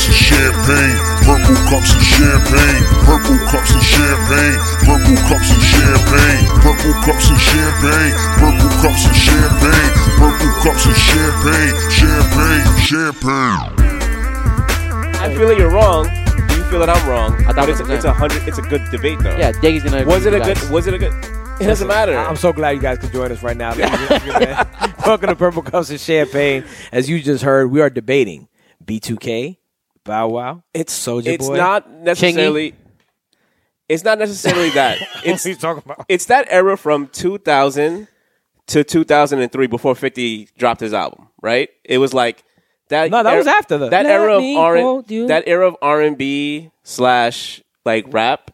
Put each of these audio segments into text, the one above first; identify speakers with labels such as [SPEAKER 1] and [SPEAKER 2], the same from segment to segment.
[SPEAKER 1] champagne, purple cups and champagne, purple cups and champagne, purple cups and champagne, purple cups and champagne, purple cups and champagne, purple cups and champagne, champagne, champagne.
[SPEAKER 2] I feel that you're wrong. You feel that I'm wrong.
[SPEAKER 3] I thought
[SPEAKER 2] But it's,
[SPEAKER 3] it was
[SPEAKER 2] it's a hundred. It's a good debate though.
[SPEAKER 3] Yeah, Diggy's gonna. agree
[SPEAKER 2] Was it a
[SPEAKER 3] with you
[SPEAKER 2] good?
[SPEAKER 3] guys.
[SPEAKER 2] Was it a good? It doesn't matter.
[SPEAKER 4] I'm so glad you guys could join us right now. Welcome to Purple Cups and Champagne. As you just heard, we are debating B2K, Bow Wow. It's Soldier
[SPEAKER 2] it's not necessarily. It's not necessarily that. It's
[SPEAKER 4] talking about?
[SPEAKER 2] it's that era from 2000 to 2003 before 50 dropped his album, right? It was like that.
[SPEAKER 4] No, that
[SPEAKER 2] era-
[SPEAKER 4] was after the-
[SPEAKER 2] that
[SPEAKER 4] Let
[SPEAKER 2] era of
[SPEAKER 4] me
[SPEAKER 2] R
[SPEAKER 4] hold you.
[SPEAKER 2] that era of R and B slash like rap.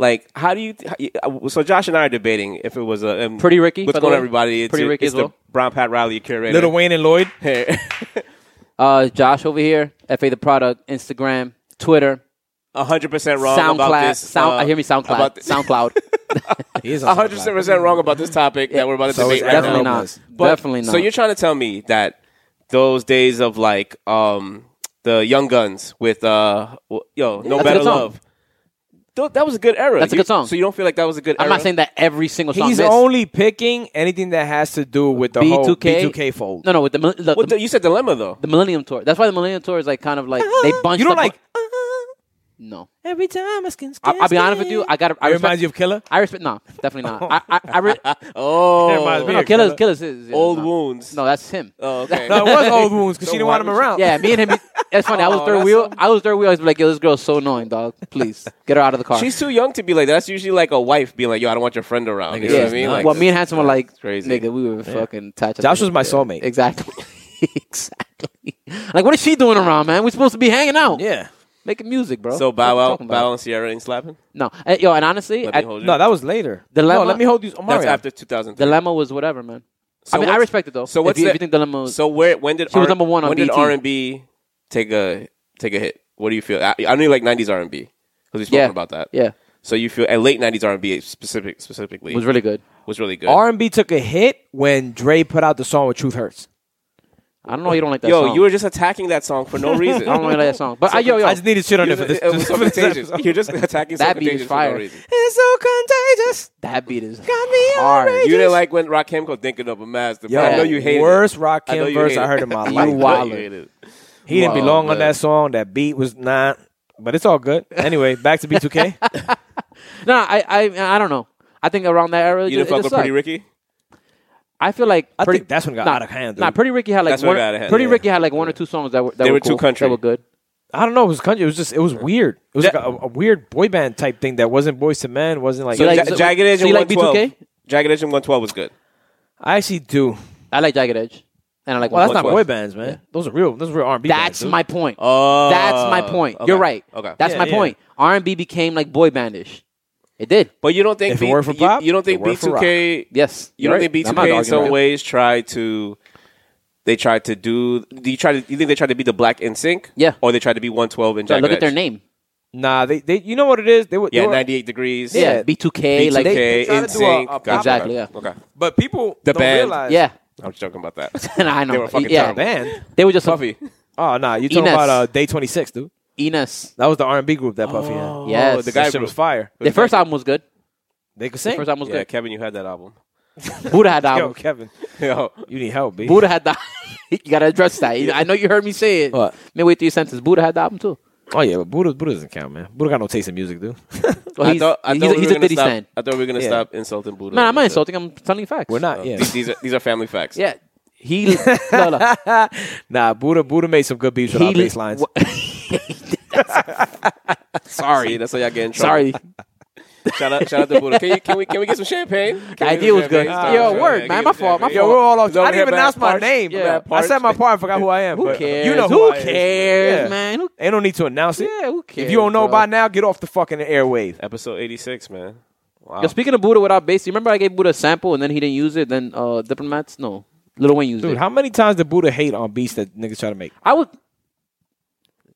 [SPEAKER 2] Like, how do you? how- so Josh and I are debating if it was a um,
[SPEAKER 3] Pretty Ricky,
[SPEAKER 2] What's
[SPEAKER 3] by the
[SPEAKER 2] going on,
[SPEAKER 3] way.
[SPEAKER 2] everybody? It's
[SPEAKER 3] Pretty
[SPEAKER 2] your-
[SPEAKER 3] Ricky
[SPEAKER 2] it's
[SPEAKER 3] as
[SPEAKER 2] the
[SPEAKER 3] well.
[SPEAKER 2] Brown Pat Riley curator.
[SPEAKER 4] Little Wayne and Lloyd.
[SPEAKER 3] Uh, Josh over here, FA the product, Instagram, Twitter,
[SPEAKER 2] hundred percent wrong about
[SPEAKER 3] SoundCloud.
[SPEAKER 2] this.
[SPEAKER 3] Sound,
[SPEAKER 2] uh,
[SPEAKER 3] I hear me,
[SPEAKER 2] about
[SPEAKER 3] SoundCloud,
[SPEAKER 2] this-
[SPEAKER 3] SoundCloud.
[SPEAKER 4] He is on
[SPEAKER 2] hundred
[SPEAKER 4] SoundCloud.
[SPEAKER 2] percent wrong about this topic that we're about to
[SPEAKER 4] So
[SPEAKER 2] debate
[SPEAKER 4] is
[SPEAKER 2] right now.
[SPEAKER 3] Definitely
[SPEAKER 4] Aaron
[SPEAKER 3] not.
[SPEAKER 4] Lopez.
[SPEAKER 2] But-
[SPEAKER 3] Definitely not.
[SPEAKER 2] So you're trying to tell me that those days of like um the Young Guns with uh w- yo no
[SPEAKER 3] that's a
[SPEAKER 2] better
[SPEAKER 3] good song.
[SPEAKER 2] love. Th- that was a good era.
[SPEAKER 3] That's a
[SPEAKER 2] You-
[SPEAKER 3] good song.
[SPEAKER 2] So you don't feel like that was a good
[SPEAKER 3] I'm
[SPEAKER 2] era?
[SPEAKER 3] not saying that every single song.
[SPEAKER 4] He's
[SPEAKER 3] missed.
[SPEAKER 4] only picking anything that has to do with the whole
[SPEAKER 3] B2K.
[SPEAKER 4] B2K fold.
[SPEAKER 3] No, no, with the, mil- look,
[SPEAKER 2] What
[SPEAKER 3] the,
[SPEAKER 2] the, you said dilemma though.
[SPEAKER 3] the Millennium Tour. That's why the Millennium Tour is like kind of like they bunched.
[SPEAKER 4] you don't
[SPEAKER 3] up
[SPEAKER 4] like.
[SPEAKER 3] No,
[SPEAKER 4] Every time I skin,
[SPEAKER 3] I, will be honest with you. I got. I
[SPEAKER 4] It
[SPEAKER 3] respect,
[SPEAKER 4] reminds you of Killer.
[SPEAKER 3] I respect. No, definitely not. I. I, I re,
[SPEAKER 2] Oh,
[SPEAKER 4] reminds me
[SPEAKER 3] no,
[SPEAKER 4] of
[SPEAKER 3] killers,
[SPEAKER 4] Killer.
[SPEAKER 3] killers is yeah,
[SPEAKER 2] old
[SPEAKER 3] no.
[SPEAKER 2] wounds.
[SPEAKER 3] No, that's him.
[SPEAKER 2] Oh, okay.
[SPEAKER 4] No, it was old wounds because
[SPEAKER 2] So
[SPEAKER 4] she didn't
[SPEAKER 2] why
[SPEAKER 4] want him
[SPEAKER 2] would you-
[SPEAKER 4] around.
[SPEAKER 3] Yeah, me and him. That's funny. I was
[SPEAKER 2] Oh,
[SPEAKER 3] third
[SPEAKER 2] that's
[SPEAKER 3] wheel.
[SPEAKER 2] so-
[SPEAKER 3] I was third wheel. I was like, "Yo, this girl's so annoying, dog. Please get her out of the car."
[SPEAKER 2] She's too young to be like that. That's usually like a wife being like, "Yo, I don't want your friend around." You know
[SPEAKER 3] yeah.
[SPEAKER 2] what I mean? Like,
[SPEAKER 3] well, me and Hanson were like,
[SPEAKER 2] crazy.
[SPEAKER 3] "Nigga, we were fucking touching."
[SPEAKER 4] Josh was my soulmate.
[SPEAKER 3] Exactly. exactly. Like, what is she doing around, man? We're supposed to be hanging out,
[SPEAKER 4] Yeah.
[SPEAKER 3] making music, bro.
[SPEAKER 2] so
[SPEAKER 3] What
[SPEAKER 2] Bow
[SPEAKER 3] you
[SPEAKER 2] Wow,
[SPEAKER 3] talking about?
[SPEAKER 2] Bow Wow and Sierra ain't slapping.
[SPEAKER 3] No, Eh, yo, and honestly,
[SPEAKER 2] Let me
[SPEAKER 3] at-
[SPEAKER 2] hold you.
[SPEAKER 4] No, that was later.
[SPEAKER 3] Dilemma?
[SPEAKER 4] No, let me hold these.
[SPEAKER 2] That's
[SPEAKER 4] Omarion.
[SPEAKER 2] after 2003.
[SPEAKER 3] dilemma was whatever, man.
[SPEAKER 2] So
[SPEAKER 3] I mean, I
[SPEAKER 2] what's-
[SPEAKER 3] respect it though.
[SPEAKER 2] So what's
[SPEAKER 3] if you,
[SPEAKER 2] the,
[SPEAKER 3] if you think dilemma? Was,
[SPEAKER 2] So where when did
[SPEAKER 3] She was
[SPEAKER 2] R-
[SPEAKER 3] number one on E
[SPEAKER 2] When did
[SPEAKER 3] BET.
[SPEAKER 2] R and B take a take a hit? What do you feel? I, I know you like '90s R and B because we spoke
[SPEAKER 3] yeah,
[SPEAKER 2] about that.
[SPEAKER 3] Yeah,
[SPEAKER 2] So you feel and late '90s R and B specific specifically
[SPEAKER 3] it was really good.
[SPEAKER 2] was really good.
[SPEAKER 4] R&B took a hit when Dre put out the song with Truth Hurts.
[SPEAKER 3] I don't know. why You don't like that
[SPEAKER 2] yo,
[SPEAKER 3] song.
[SPEAKER 2] you were just attacking that song for no reason.
[SPEAKER 3] I don't really like that song.
[SPEAKER 2] Ah,
[SPEAKER 3] But I, yo, yo,
[SPEAKER 4] I just needed shit on
[SPEAKER 2] You're
[SPEAKER 4] it for
[SPEAKER 2] just,
[SPEAKER 4] this.
[SPEAKER 2] it was so
[SPEAKER 4] for this
[SPEAKER 2] contagious.
[SPEAKER 4] episode.
[SPEAKER 2] You're just attacking so
[SPEAKER 3] That beat
[SPEAKER 2] contagious
[SPEAKER 3] is
[SPEAKER 2] for
[SPEAKER 3] fire.
[SPEAKER 2] no reason.
[SPEAKER 4] It's so contagious.
[SPEAKER 3] that beat is
[SPEAKER 4] Got me
[SPEAKER 3] hard.
[SPEAKER 4] outraged.
[SPEAKER 2] You didn't like when Rakim called "Thinking of a Master." but
[SPEAKER 4] Yo,
[SPEAKER 2] I know you hate
[SPEAKER 4] worst
[SPEAKER 2] it.
[SPEAKER 4] Rakim
[SPEAKER 2] know you
[SPEAKER 4] verse
[SPEAKER 2] hate
[SPEAKER 4] I
[SPEAKER 2] it.
[SPEAKER 4] heard in my
[SPEAKER 2] I
[SPEAKER 4] life.
[SPEAKER 2] know you
[SPEAKER 3] Wildin'.
[SPEAKER 2] hate it.
[SPEAKER 4] He didn't
[SPEAKER 2] Wow,
[SPEAKER 4] belong on
[SPEAKER 2] man.
[SPEAKER 4] that song. That beat was not. But it's all good. Anyway, back to B2K.
[SPEAKER 3] No, I, I, I don't know. I think around that era, it
[SPEAKER 2] You didn't
[SPEAKER 3] just, it
[SPEAKER 2] fuck
[SPEAKER 3] just
[SPEAKER 2] with Pretty
[SPEAKER 3] sucked.
[SPEAKER 2] Ricky.
[SPEAKER 3] I feel like
[SPEAKER 4] I
[SPEAKER 3] Pretty-
[SPEAKER 4] think that's when it got
[SPEAKER 3] nah,
[SPEAKER 4] out of hand. dude.
[SPEAKER 3] Nah, Pretty Ricky had like
[SPEAKER 2] That's what
[SPEAKER 3] one,
[SPEAKER 2] got out of hand,
[SPEAKER 3] Pretty
[SPEAKER 2] yeah.
[SPEAKER 3] Ricky had like one or two songs that were that
[SPEAKER 2] They were
[SPEAKER 3] were
[SPEAKER 2] too
[SPEAKER 3] cool,
[SPEAKER 2] country.
[SPEAKER 3] that were good.
[SPEAKER 4] I don't know. It was country. It was just. It was weird. It was
[SPEAKER 2] That-
[SPEAKER 4] like a, a weird boy band type thing that wasn't boys to men. Wasn't like.
[SPEAKER 2] So
[SPEAKER 3] like-
[SPEAKER 2] Ja-
[SPEAKER 3] so-
[SPEAKER 2] Jagged Edge
[SPEAKER 3] so
[SPEAKER 2] and
[SPEAKER 3] you like
[SPEAKER 2] 112.
[SPEAKER 3] B2K?
[SPEAKER 2] Jagged Edge and 112 was good.
[SPEAKER 4] I actually do.
[SPEAKER 3] I like Jagged Edge, and I like.
[SPEAKER 4] Well, that's
[SPEAKER 3] One
[SPEAKER 4] not
[SPEAKER 3] Twelve.
[SPEAKER 2] 112.
[SPEAKER 4] boy bands, man. Those are real. Those are real R&B. bands,
[SPEAKER 3] That's
[SPEAKER 4] dude.
[SPEAKER 3] my point.
[SPEAKER 2] Oh,
[SPEAKER 3] that's my point. You're
[SPEAKER 2] okay.
[SPEAKER 3] right.
[SPEAKER 2] Okay.
[SPEAKER 3] that's
[SPEAKER 4] Yeah,
[SPEAKER 3] my
[SPEAKER 4] yeah.
[SPEAKER 3] point. R and B became like boy bandish. It did.
[SPEAKER 2] But you don't think
[SPEAKER 4] If it weren't for
[SPEAKER 2] you-
[SPEAKER 4] pop,
[SPEAKER 2] you, don't think
[SPEAKER 4] it weren't for rock.
[SPEAKER 2] B2K?
[SPEAKER 3] Yes,
[SPEAKER 2] You
[SPEAKER 3] You're
[SPEAKER 2] don't think
[SPEAKER 3] right. I'm not
[SPEAKER 2] B2K in
[SPEAKER 3] arguing
[SPEAKER 2] some
[SPEAKER 3] that.
[SPEAKER 2] ways tried to? They tried to do. Do you try to? You think they tried to be the Black in Sync?
[SPEAKER 3] Yeah.
[SPEAKER 2] Or they tried to be 112 and
[SPEAKER 3] Look
[SPEAKER 2] Jagged
[SPEAKER 3] at their
[SPEAKER 2] Edge?
[SPEAKER 3] name.
[SPEAKER 4] Nah, they. They. You know what it is? They were. they
[SPEAKER 2] Yeah,
[SPEAKER 4] were-
[SPEAKER 2] 98 degrees.
[SPEAKER 4] Yeah.
[SPEAKER 3] Yeah, B two K.
[SPEAKER 2] B2K,
[SPEAKER 3] Like
[SPEAKER 4] they tried to do a-
[SPEAKER 2] in sync.
[SPEAKER 4] a pop-
[SPEAKER 3] Exactly, yeah.
[SPEAKER 2] Okay.
[SPEAKER 4] But people
[SPEAKER 2] The
[SPEAKER 4] don't
[SPEAKER 2] band.
[SPEAKER 4] realize.
[SPEAKER 3] yeah,
[SPEAKER 2] I'm joking about that.
[SPEAKER 3] and I know.
[SPEAKER 2] They were fucking
[SPEAKER 3] yeah,
[SPEAKER 2] terrible.
[SPEAKER 4] Band.
[SPEAKER 3] they were just
[SPEAKER 2] Puffy.
[SPEAKER 4] Oh nah, you talking
[SPEAKER 3] Enes.
[SPEAKER 4] about uh, Day Twenty Six, dude?
[SPEAKER 3] Enos.
[SPEAKER 4] That was the R&B group that Puffy had.
[SPEAKER 3] Yes.
[SPEAKER 2] Oh, the guy
[SPEAKER 4] That shit
[SPEAKER 2] group.
[SPEAKER 4] was fire.
[SPEAKER 3] Their first album was good.
[SPEAKER 4] They could sing.
[SPEAKER 3] First album was
[SPEAKER 2] Yeah,
[SPEAKER 3] good.
[SPEAKER 2] Kevin, you had that album.
[SPEAKER 3] Buddha had the
[SPEAKER 4] Yo,
[SPEAKER 3] album.
[SPEAKER 4] Kevin,
[SPEAKER 2] Yo,
[SPEAKER 4] you need help, B.
[SPEAKER 3] Buddha had the. you gotta address that. I know you heard me say it.
[SPEAKER 4] What?
[SPEAKER 3] Midway through your sentence, Buddha had the album too.
[SPEAKER 4] Oh yeah, but Buddha, Buddha doesn't count, man. Buddha got no taste in music, dude.
[SPEAKER 3] Well,
[SPEAKER 2] I
[SPEAKER 3] he's,
[SPEAKER 2] thought, I
[SPEAKER 3] he's,
[SPEAKER 2] thought
[SPEAKER 3] a,
[SPEAKER 2] we
[SPEAKER 3] he's
[SPEAKER 2] were
[SPEAKER 3] a
[SPEAKER 2] gonna
[SPEAKER 3] Diddy
[SPEAKER 2] stop-
[SPEAKER 3] stan.
[SPEAKER 2] I thought we were gonna
[SPEAKER 4] Yeah.
[SPEAKER 2] stop insulting Buddha.
[SPEAKER 3] Man, I'm not
[SPEAKER 2] That's it.
[SPEAKER 3] insulting. I'm telling you facts.
[SPEAKER 4] We're not, yeah.
[SPEAKER 2] These, these are these are family facts.
[SPEAKER 3] Yeah, he. no, no.
[SPEAKER 4] nah, Buddha, Buddha made some good beats with our bass lines.
[SPEAKER 2] Sorry, that's how y'all get in trouble.
[SPEAKER 3] Sorry,
[SPEAKER 2] Shout out, shout out to Buddha. Can, you, can we can we get some champagne? Can we get some
[SPEAKER 3] idea was good.
[SPEAKER 2] champagne? Stop.
[SPEAKER 3] Yo,
[SPEAKER 2] Yeah,
[SPEAKER 3] word,
[SPEAKER 2] can we
[SPEAKER 3] man. My
[SPEAKER 2] get some
[SPEAKER 3] fault, my
[SPEAKER 2] champagne?
[SPEAKER 3] fault.
[SPEAKER 4] Yo, we're all off.
[SPEAKER 2] He's over
[SPEAKER 4] I didn't
[SPEAKER 2] here
[SPEAKER 4] even
[SPEAKER 2] bad
[SPEAKER 4] announce my
[SPEAKER 2] parts.
[SPEAKER 4] name.
[SPEAKER 3] Yeah.
[SPEAKER 2] Bad
[SPEAKER 4] I
[SPEAKER 2] parts.
[SPEAKER 4] said my part. I forgot who I am.
[SPEAKER 3] who
[SPEAKER 4] but
[SPEAKER 3] cares?
[SPEAKER 4] You know who,
[SPEAKER 3] who
[SPEAKER 4] I am.
[SPEAKER 3] cares,
[SPEAKER 4] Yeah.
[SPEAKER 3] man? Who,
[SPEAKER 4] Ain't no need to announce it.
[SPEAKER 3] yeah, who cares?
[SPEAKER 4] If you don't know
[SPEAKER 3] bro?
[SPEAKER 4] by now, get off the fucking airwave.
[SPEAKER 2] Episode eighty six, man. Wow.
[SPEAKER 3] Yo, speaking of Buddha without bass, you remember I gave Buddha a sample and then he didn't use it. Then uh, diplomats, no, Little Wayne used
[SPEAKER 4] Dude,
[SPEAKER 3] it.
[SPEAKER 4] how many times did Buddha hate on beats that niggas try to make?
[SPEAKER 3] I would.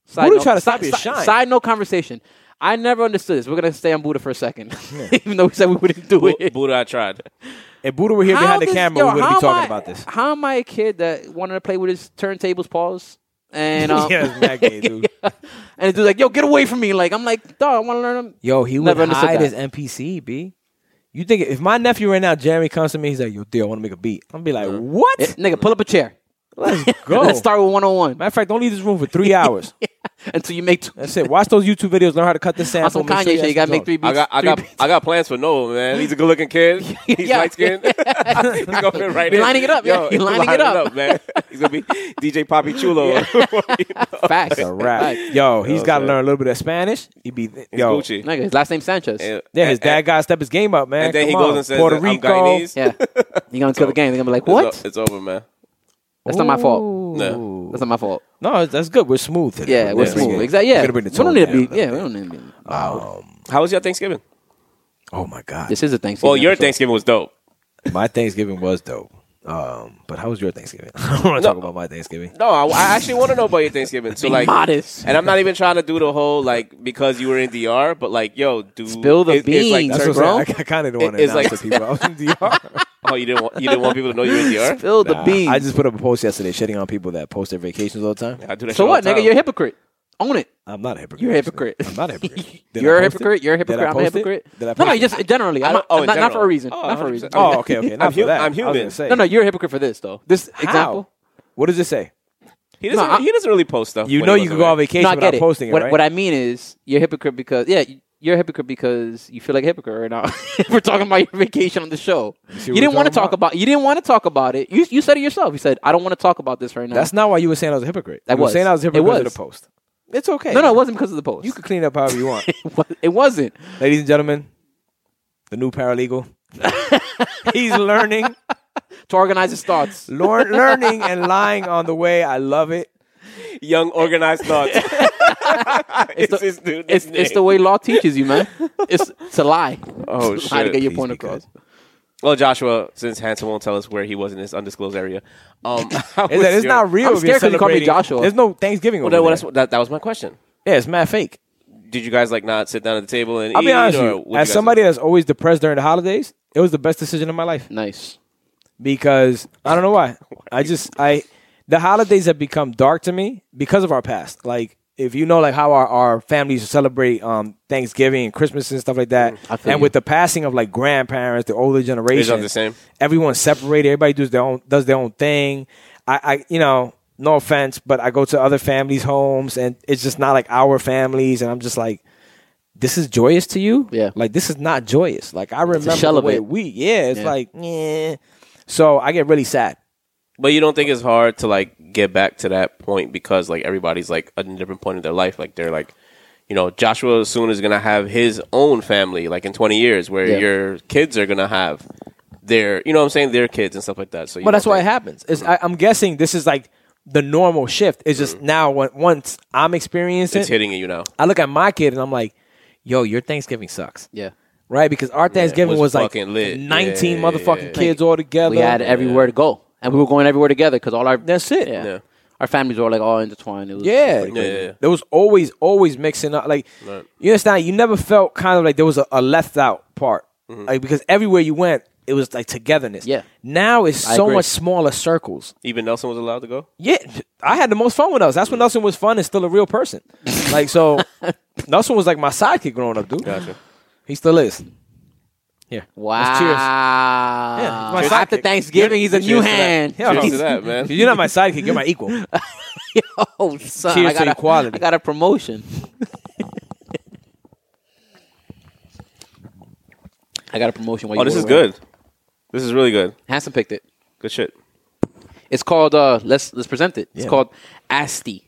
[SPEAKER 3] Side
[SPEAKER 4] Buddha tried to stop
[SPEAKER 3] side-
[SPEAKER 4] your
[SPEAKER 3] side-
[SPEAKER 4] shine.
[SPEAKER 3] Side note conversation. I never understood this. We're gonna stay on Buddha for a second, even though we said we wouldn't do
[SPEAKER 2] Bu-
[SPEAKER 3] it.
[SPEAKER 2] Buddha, I tried.
[SPEAKER 4] If Buddha were here
[SPEAKER 3] How
[SPEAKER 4] behind the
[SPEAKER 3] this-
[SPEAKER 4] camera,
[SPEAKER 3] yo,
[SPEAKER 4] we
[SPEAKER 3] how
[SPEAKER 4] wouldn't
[SPEAKER 3] am
[SPEAKER 4] be talking
[SPEAKER 3] I-
[SPEAKER 4] about this.
[SPEAKER 3] How am I a kid that wanted to play with his turntables, pause, And um,
[SPEAKER 4] Yeah, it's mad gay, dude.
[SPEAKER 3] and the dude's like, "Yo, get away from me!" Like I'm like, "Dog, I want to learn him."
[SPEAKER 4] Yo, he would
[SPEAKER 3] Never understood
[SPEAKER 4] hide
[SPEAKER 3] that.
[SPEAKER 4] his NPC, B. You think if my nephew right now, Jeremy, comes to me, he's like, "Yo, Theo, I want to make a beat." I'm gonna be like, "What?
[SPEAKER 3] Eh, nigga, pull up a chair.
[SPEAKER 4] Let's go."
[SPEAKER 3] Let's start with 101
[SPEAKER 4] Matter of fact, don't leave this room for three hours.
[SPEAKER 3] until you make two.
[SPEAKER 4] That's it. Watch those YouTube videos. Learn how to cut the
[SPEAKER 3] On
[SPEAKER 4] sample.
[SPEAKER 3] some
[SPEAKER 4] make sure
[SPEAKER 3] Kanye shit,
[SPEAKER 4] have
[SPEAKER 3] you gotta
[SPEAKER 4] some
[SPEAKER 3] make three beats.
[SPEAKER 2] I got, I
[SPEAKER 3] three
[SPEAKER 2] got,
[SPEAKER 3] beats.
[SPEAKER 2] I got plans for Noel, man. He's a good-looking kid. He's
[SPEAKER 3] Yeah.
[SPEAKER 2] light-skinned. He's gonna fit right in.
[SPEAKER 3] You're lining it up, man.
[SPEAKER 2] Yo,
[SPEAKER 3] You're
[SPEAKER 2] he's
[SPEAKER 3] lining it up.
[SPEAKER 2] man. He's gonna be DJ Poppy Chulo.
[SPEAKER 3] facts.
[SPEAKER 4] jokes. A wrap. Yo, he's
[SPEAKER 2] Yo,
[SPEAKER 4] got to
[SPEAKER 2] man.
[SPEAKER 4] learn a little bit of Spanish. He be yo.
[SPEAKER 2] Gucci.
[SPEAKER 3] Nigga, his last name Sanchez.
[SPEAKER 2] Yeah,
[SPEAKER 4] Yeah, his
[SPEAKER 2] And- and-
[SPEAKER 4] dad got to step his game up, man.
[SPEAKER 2] And then he
[SPEAKER 4] Come
[SPEAKER 2] goes
[SPEAKER 4] on.
[SPEAKER 2] and says,
[SPEAKER 4] Puerto
[SPEAKER 2] that I'm
[SPEAKER 4] Rico.
[SPEAKER 2] Guyanese.
[SPEAKER 3] Yeah. You're gonna kill the game. They're gonna be like, what?
[SPEAKER 2] It's, o- it's over, man.
[SPEAKER 3] That's not my fault.
[SPEAKER 2] No.
[SPEAKER 3] That's not my fault.
[SPEAKER 4] No, that's good. We're smooth. today.
[SPEAKER 3] Yeah, we're
[SPEAKER 4] bringing
[SPEAKER 3] smooth.
[SPEAKER 4] it-
[SPEAKER 3] Exactly. Yeah.
[SPEAKER 4] We're gonna bring the
[SPEAKER 3] we don't
[SPEAKER 4] tone
[SPEAKER 3] need to
[SPEAKER 4] down a
[SPEAKER 3] be.
[SPEAKER 4] little
[SPEAKER 3] Yeah, we don't need to be.
[SPEAKER 2] How was your Thanksgiving?
[SPEAKER 4] bit. Oh my god.
[SPEAKER 3] This is a Thanksgiving.
[SPEAKER 2] Well, your
[SPEAKER 3] episode.
[SPEAKER 2] Thanksgiving was dope.
[SPEAKER 4] My Thanksgiving was dope. Um, but how was your Thanksgiving? I don't want to
[SPEAKER 2] No.
[SPEAKER 4] talk about my Thanksgiving.
[SPEAKER 2] No, I, I actually want to know about your Thanksgiving. So
[SPEAKER 3] Be
[SPEAKER 2] like,
[SPEAKER 3] modest.
[SPEAKER 2] and I'm not even trying to do the whole like because you were in DR, but like, yo, dude,
[SPEAKER 3] Spill the
[SPEAKER 2] it- it's like
[SPEAKER 3] beans,
[SPEAKER 4] That's
[SPEAKER 2] turkey-
[SPEAKER 4] what
[SPEAKER 3] bro.
[SPEAKER 4] I'm saying. I, I kind of don't want to
[SPEAKER 2] It- it's
[SPEAKER 4] announce
[SPEAKER 2] like-
[SPEAKER 4] to people. I was in DR.
[SPEAKER 2] Oh, you didn't want you didn't want people to know you were in DR.
[SPEAKER 3] Spill the
[SPEAKER 4] Nah,
[SPEAKER 3] beans.
[SPEAKER 4] I just put up a post yesterday shitting on people that post their vacations all the time.
[SPEAKER 2] I do that. shit
[SPEAKER 3] so
[SPEAKER 2] all
[SPEAKER 3] what,
[SPEAKER 2] the
[SPEAKER 3] nigga?
[SPEAKER 2] time.
[SPEAKER 3] You're a hypocrite. Own it.
[SPEAKER 4] I'm not a hypocrite.
[SPEAKER 3] You're a
[SPEAKER 4] actually.
[SPEAKER 3] hypocrite.
[SPEAKER 4] I'm not a hypocrite. Did I
[SPEAKER 3] You're a
[SPEAKER 4] post it?
[SPEAKER 3] hypocrite. You're a
[SPEAKER 4] Did I
[SPEAKER 3] hypocrite. I'm a
[SPEAKER 4] post it?
[SPEAKER 3] hypocrite.
[SPEAKER 4] Did I
[SPEAKER 3] No, no,
[SPEAKER 4] post
[SPEAKER 3] you just generally. I'm
[SPEAKER 2] don't-
[SPEAKER 3] not,
[SPEAKER 2] oh,
[SPEAKER 3] I'm
[SPEAKER 2] in
[SPEAKER 3] not, not for
[SPEAKER 2] general.
[SPEAKER 3] a reason.
[SPEAKER 2] Oh,
[SPEAKER 3] not for a
[SPEAKER 2] 100%.
[SPEAKER 3] reason.
[SPEAKER 2] Oh,
[SPEAKER 4] Oh, okay, okay. Not
[SPEAKER 2] I'm
[SPEAKER 4] for
[SPEAKER 2] hu- I'm
[SPEAKER 4] that. I was gonna
[SPEAKER 2] human.
[SPEAKER 4] say.
[SPEAKER 3] No, no, you're a hypocrite for this though. This
[SPEAKER 4] How?
[SPEAKER 3] example.
[SPEAKER 4] What does it say?
[SPEAKER 2] He doesn't.
[SPEAKER 3] No, I-
[SPEAKER 2] he doesn't really post stuff.
[SPEAKER 4] You
[SPEAKER 2] when
[SPEAKER 4] know
[SPEAKER 2] he
[SPEAKER 4] you can
[SPEAKER 2] was
[SPEAKER 4] go on
[SPEAKER 2] away.
[SPEAKER 4] vacation
[SPEAKER 3] No, I
[SPEAKER 4] without
[SPEAKER 3] get it.
[SPEAKER 4] posting it,
[SPEAKER 3] what,
[SPEAKER 4] right?
[SPEAKER 3] what I mean is, you're a hypocrite because yeah, you're a hypocrite because you feel like a hypocrite right now. We're talking about your vacation on the show.
[SPEAKER 4] see
[SPEAKER 3] You
[SPEAKER 4] what
[SPEAKER 3] didn't
[SPEAKER 4] we're
[SPEAKER 3] want to
[SPEAKER 4] talking
[SPEAKER 3] talk about? You didn't want to talk about it. You you said it yourself. You said I don't want to talk about this right now.
[SPEAKER 4] That's not why you were saying I was a hypocrite.
[SPEAKER 3] I
[SPEAKER 4] you were
[SPEAKER 3] was.
[SPEAKER 4] saying I was a
[SPEAKER 3] It
[SPEAKER 4] hypocrite because
[SPEAKER 3] was.
[SPEAKER 4] of the post. It's okay.
[SPEAKER 3] no, no, it wasn't because of the post.
[SPEAKER 4] You can clean up however you want.
[SPEAKER 3] it wasn't.
[SPEAKER 4] Ladies and gentlemen, the new paralegal. He's learning,
[SPEAKER 3] to organize his thoughts.
[SPEAKER 4] lear- learning and lying on the way. I love it.
[SPEAKER 2] Young organized thoughts. it's,
[SPEAKER 3] the-
[SPEAKER 2] his new
[SPEAKER 3] It's,
[SPEAKER 2] nickname.
[SPEAKER 3] it's the way law teaches you, man. It's to lie.
[SPEAKER 2] Oh,
[SPEAKER 3] It's a lie to
[SPEAKER 2] shit.
[SPEAKER 3] get your
[SPEAKER 4] Please
[SPEAKER 3] point
[SPEAKER 4] be good.
[SPEAKER 3] across.
[SPEAKER 2] Well, Joshua, since Hanson won't tell us where he was in this undisclosed area, um, how
[SPEAKER 4] It's,
[SPEAKER 2] was
[SPEAKER 4] it's
[SPEAKER 2] your-
[SPEAKER 4] not real.
[SPEAKER 3] I'm
[SPEAKER 4] if you're
[SPEAKER 3] scared 'cause you called me
[SPEAKER 4] celebrating.
[SPEAKER 3] Joshua.
[SPEAKER 4] There's no Thanksgiving.
[SPEAKER 2] Well,
[SPEAKER 4] over
[SPEAKER 2] that,
[SPEAKER 4] there.
[SPEAKER 2] that's, that, that was my question.
[SPEAKER 4] Yeah, it's mad fake.
[SPEAKER 2] Did you guys like not sit down at the table and
[SPEAKER 4] I'll
[SPEAKER 2] eat?
[SPEAKER 4] be honest
[SPEAKER 2] or
[SPEAKER 4] with
[SPEAKER 2] what'd
[SPEAKER 4] you. As
[SPEAKER 2] guys
[SPEAKER 4] somebody
[SPEAKER 2] do?
[SPEAKER 4] that's always depressed during the holidays, it was the best decision of my life
[SPEAKER 3] Nice.
[SPEAKER 4] because I don't know why. I just I the holidays have become dark to me because of our past. Like if you know like how our, our families celebrate um Thanksgiving and Christmas and stuff like that.
[SPEAKER 3] Mm, I feel
[SPEAKER 4] and
[SPEAKER 3] you.
[SPEAKER 4] with the passing of like grandparents, the older generation
[SPEAKER 2] It's not the same.
[SPEAKER 4] Everyone's separated. Everybody does their own does their own thing. I, I you know, no offense, but I go to other families' homes and it's just not like our families. And I'm just like, this is joyous to you.
[SPEAKER 3] Yeah.
[SPEAKER 4] like this is not joyous. Like I remember
[SPEAKER 3] shell
[SPEAKER 4] the
[SPEAKER 3] of
[SPEAKER 4] way
[SPEAKER 3] it.
[SPEAKER 4] we. Yeah, it's
[SPEAKER 3] Yeah.
[SPEAKER 4] like yeah. So I get really sad.
[SPEAKER 2] But you don't think it's hard to like get back to that point because like everybody's like at a different point in their life. Like they're like, you know, Joshua soon is gonna have his own family, like in twenty years, where
[SPEAKER 3] Yeah.
[SPEAKER 2] your kids are gonna have their, you know, what I'm saying their kids and stuff like that. So, you
[SPEAKER 4] Well, that's
[SPEAKER 2] don't
[SPEAKER 4] why it
[SPEAKER 2] think-
[SPEAKER 4] happens. It's, I, I'm guessing this is like the normal shift. It's
[SPEAKER 3] Mm.
[SPEAKER 4] just now when, once I'm experiencing,
[SPEAKER 2] It's hitting you now.
[SPEAKER 4] I look at my kid and I'm like, yo, your Thanksgiving sucks.
[SPEAKER 3] Yeah.
[SPEAKER 4] Right, because our Thanksgiving
[SPEAKER 2] was
[SPEAKER 4] was, like
[SPEAKER 2] fucking lit.
[SPEAKER 4] nineteen
[SPEAKER 2] Yeah, yeah,
[SPEAKER 4] motherfucking
[SPEAKER 2] yeah.
[SPEAKER 4] kids all together.
[SPEAKER 3] We had everywhere to go, and we were going everywhere together because all our
[SPEAKER 4] That's it.
[SPEAKER 3] Yeah.
[SPEAKER 2] Yeah.
[SPEAKER 3] Our families were like all intertwined. It was
[SPEAKER 4] Yeah.
[SPEAKER 3] pretty
[SPEAKER 2] Yeah, yeah, yeah.
[SPEAKER 4] There was always, always mixing up. Like,
[SPEAKER 2] Right.
[SPEAKER 4] you understand? You never felt kind of like there was a, a left out part.
[SPEAKER 2] Mm-hmm.
[SPEAKER 4] Like, because everywhere you went, it was like togetherness.
[SPEAKER 3] Yeah.
[SPEAKER 4] Now it's
[SPEAKER 3] I
[SPEAKER 4] so
[SPEAKER 3] agree.
[SPEAKER 4] much smaller circles.
[SPEAKER 2] Even Nelson was allowed to go.
[SPEAKER 4] Yeah. I had the most fun with Nelson. That's when Nelson was fun and still a real person. like, so Nelson was like my sidekick growing up, dude.
[SPEAKER 2] Gotcha.
[SPEAKER 4] He still is. Yeah.
[SPEAKER 3] Wow.
[SPEAKER 4] Let's cheers.
[SPEAKER 3] Yeah,
[SPEAKER 4] Yeah, he's my
[SPEAKER 3] After
[SPEAKER 4] sidekick.
[SPEAKER 3] Thanksgiving, he's a new
[SPEAKER 2] Cheers to that.
[SPEAKER 3] hand.
[SPEAKER 4] Oh, Yeah.
[SPEAKER 2] Cheers to that, man.
[SPEAKER 4] You're not my sidekick. You're my equal.
[SPEAKER 3] Oh, son,
[SPEAKER 4] Cheers
[SPEAKER 3] I
[SPEAKER 4] to
[SPEAKER 3] got a,
[SPEAKER 4] equality.
[SPEAKER 3] I got a promotion. I got a promotion. While
[SPEAKER 2] Oh,
[SPEAKER 3] you
[SPEAKER 2] this
[SPEAKER 3] were
[SPEAKER 2] is
[SPEAKER 3] away.
[SPEAKER 2] good. This is really good.
[SPEAKER 3] Hanson picked it.
[SPEAKER 2] Good shit.
[SPEAKER 3] It's called. Uh, let's let's present it. It's
[SPEAKER 4] Yeah.
[SPEAKER 3] called Asti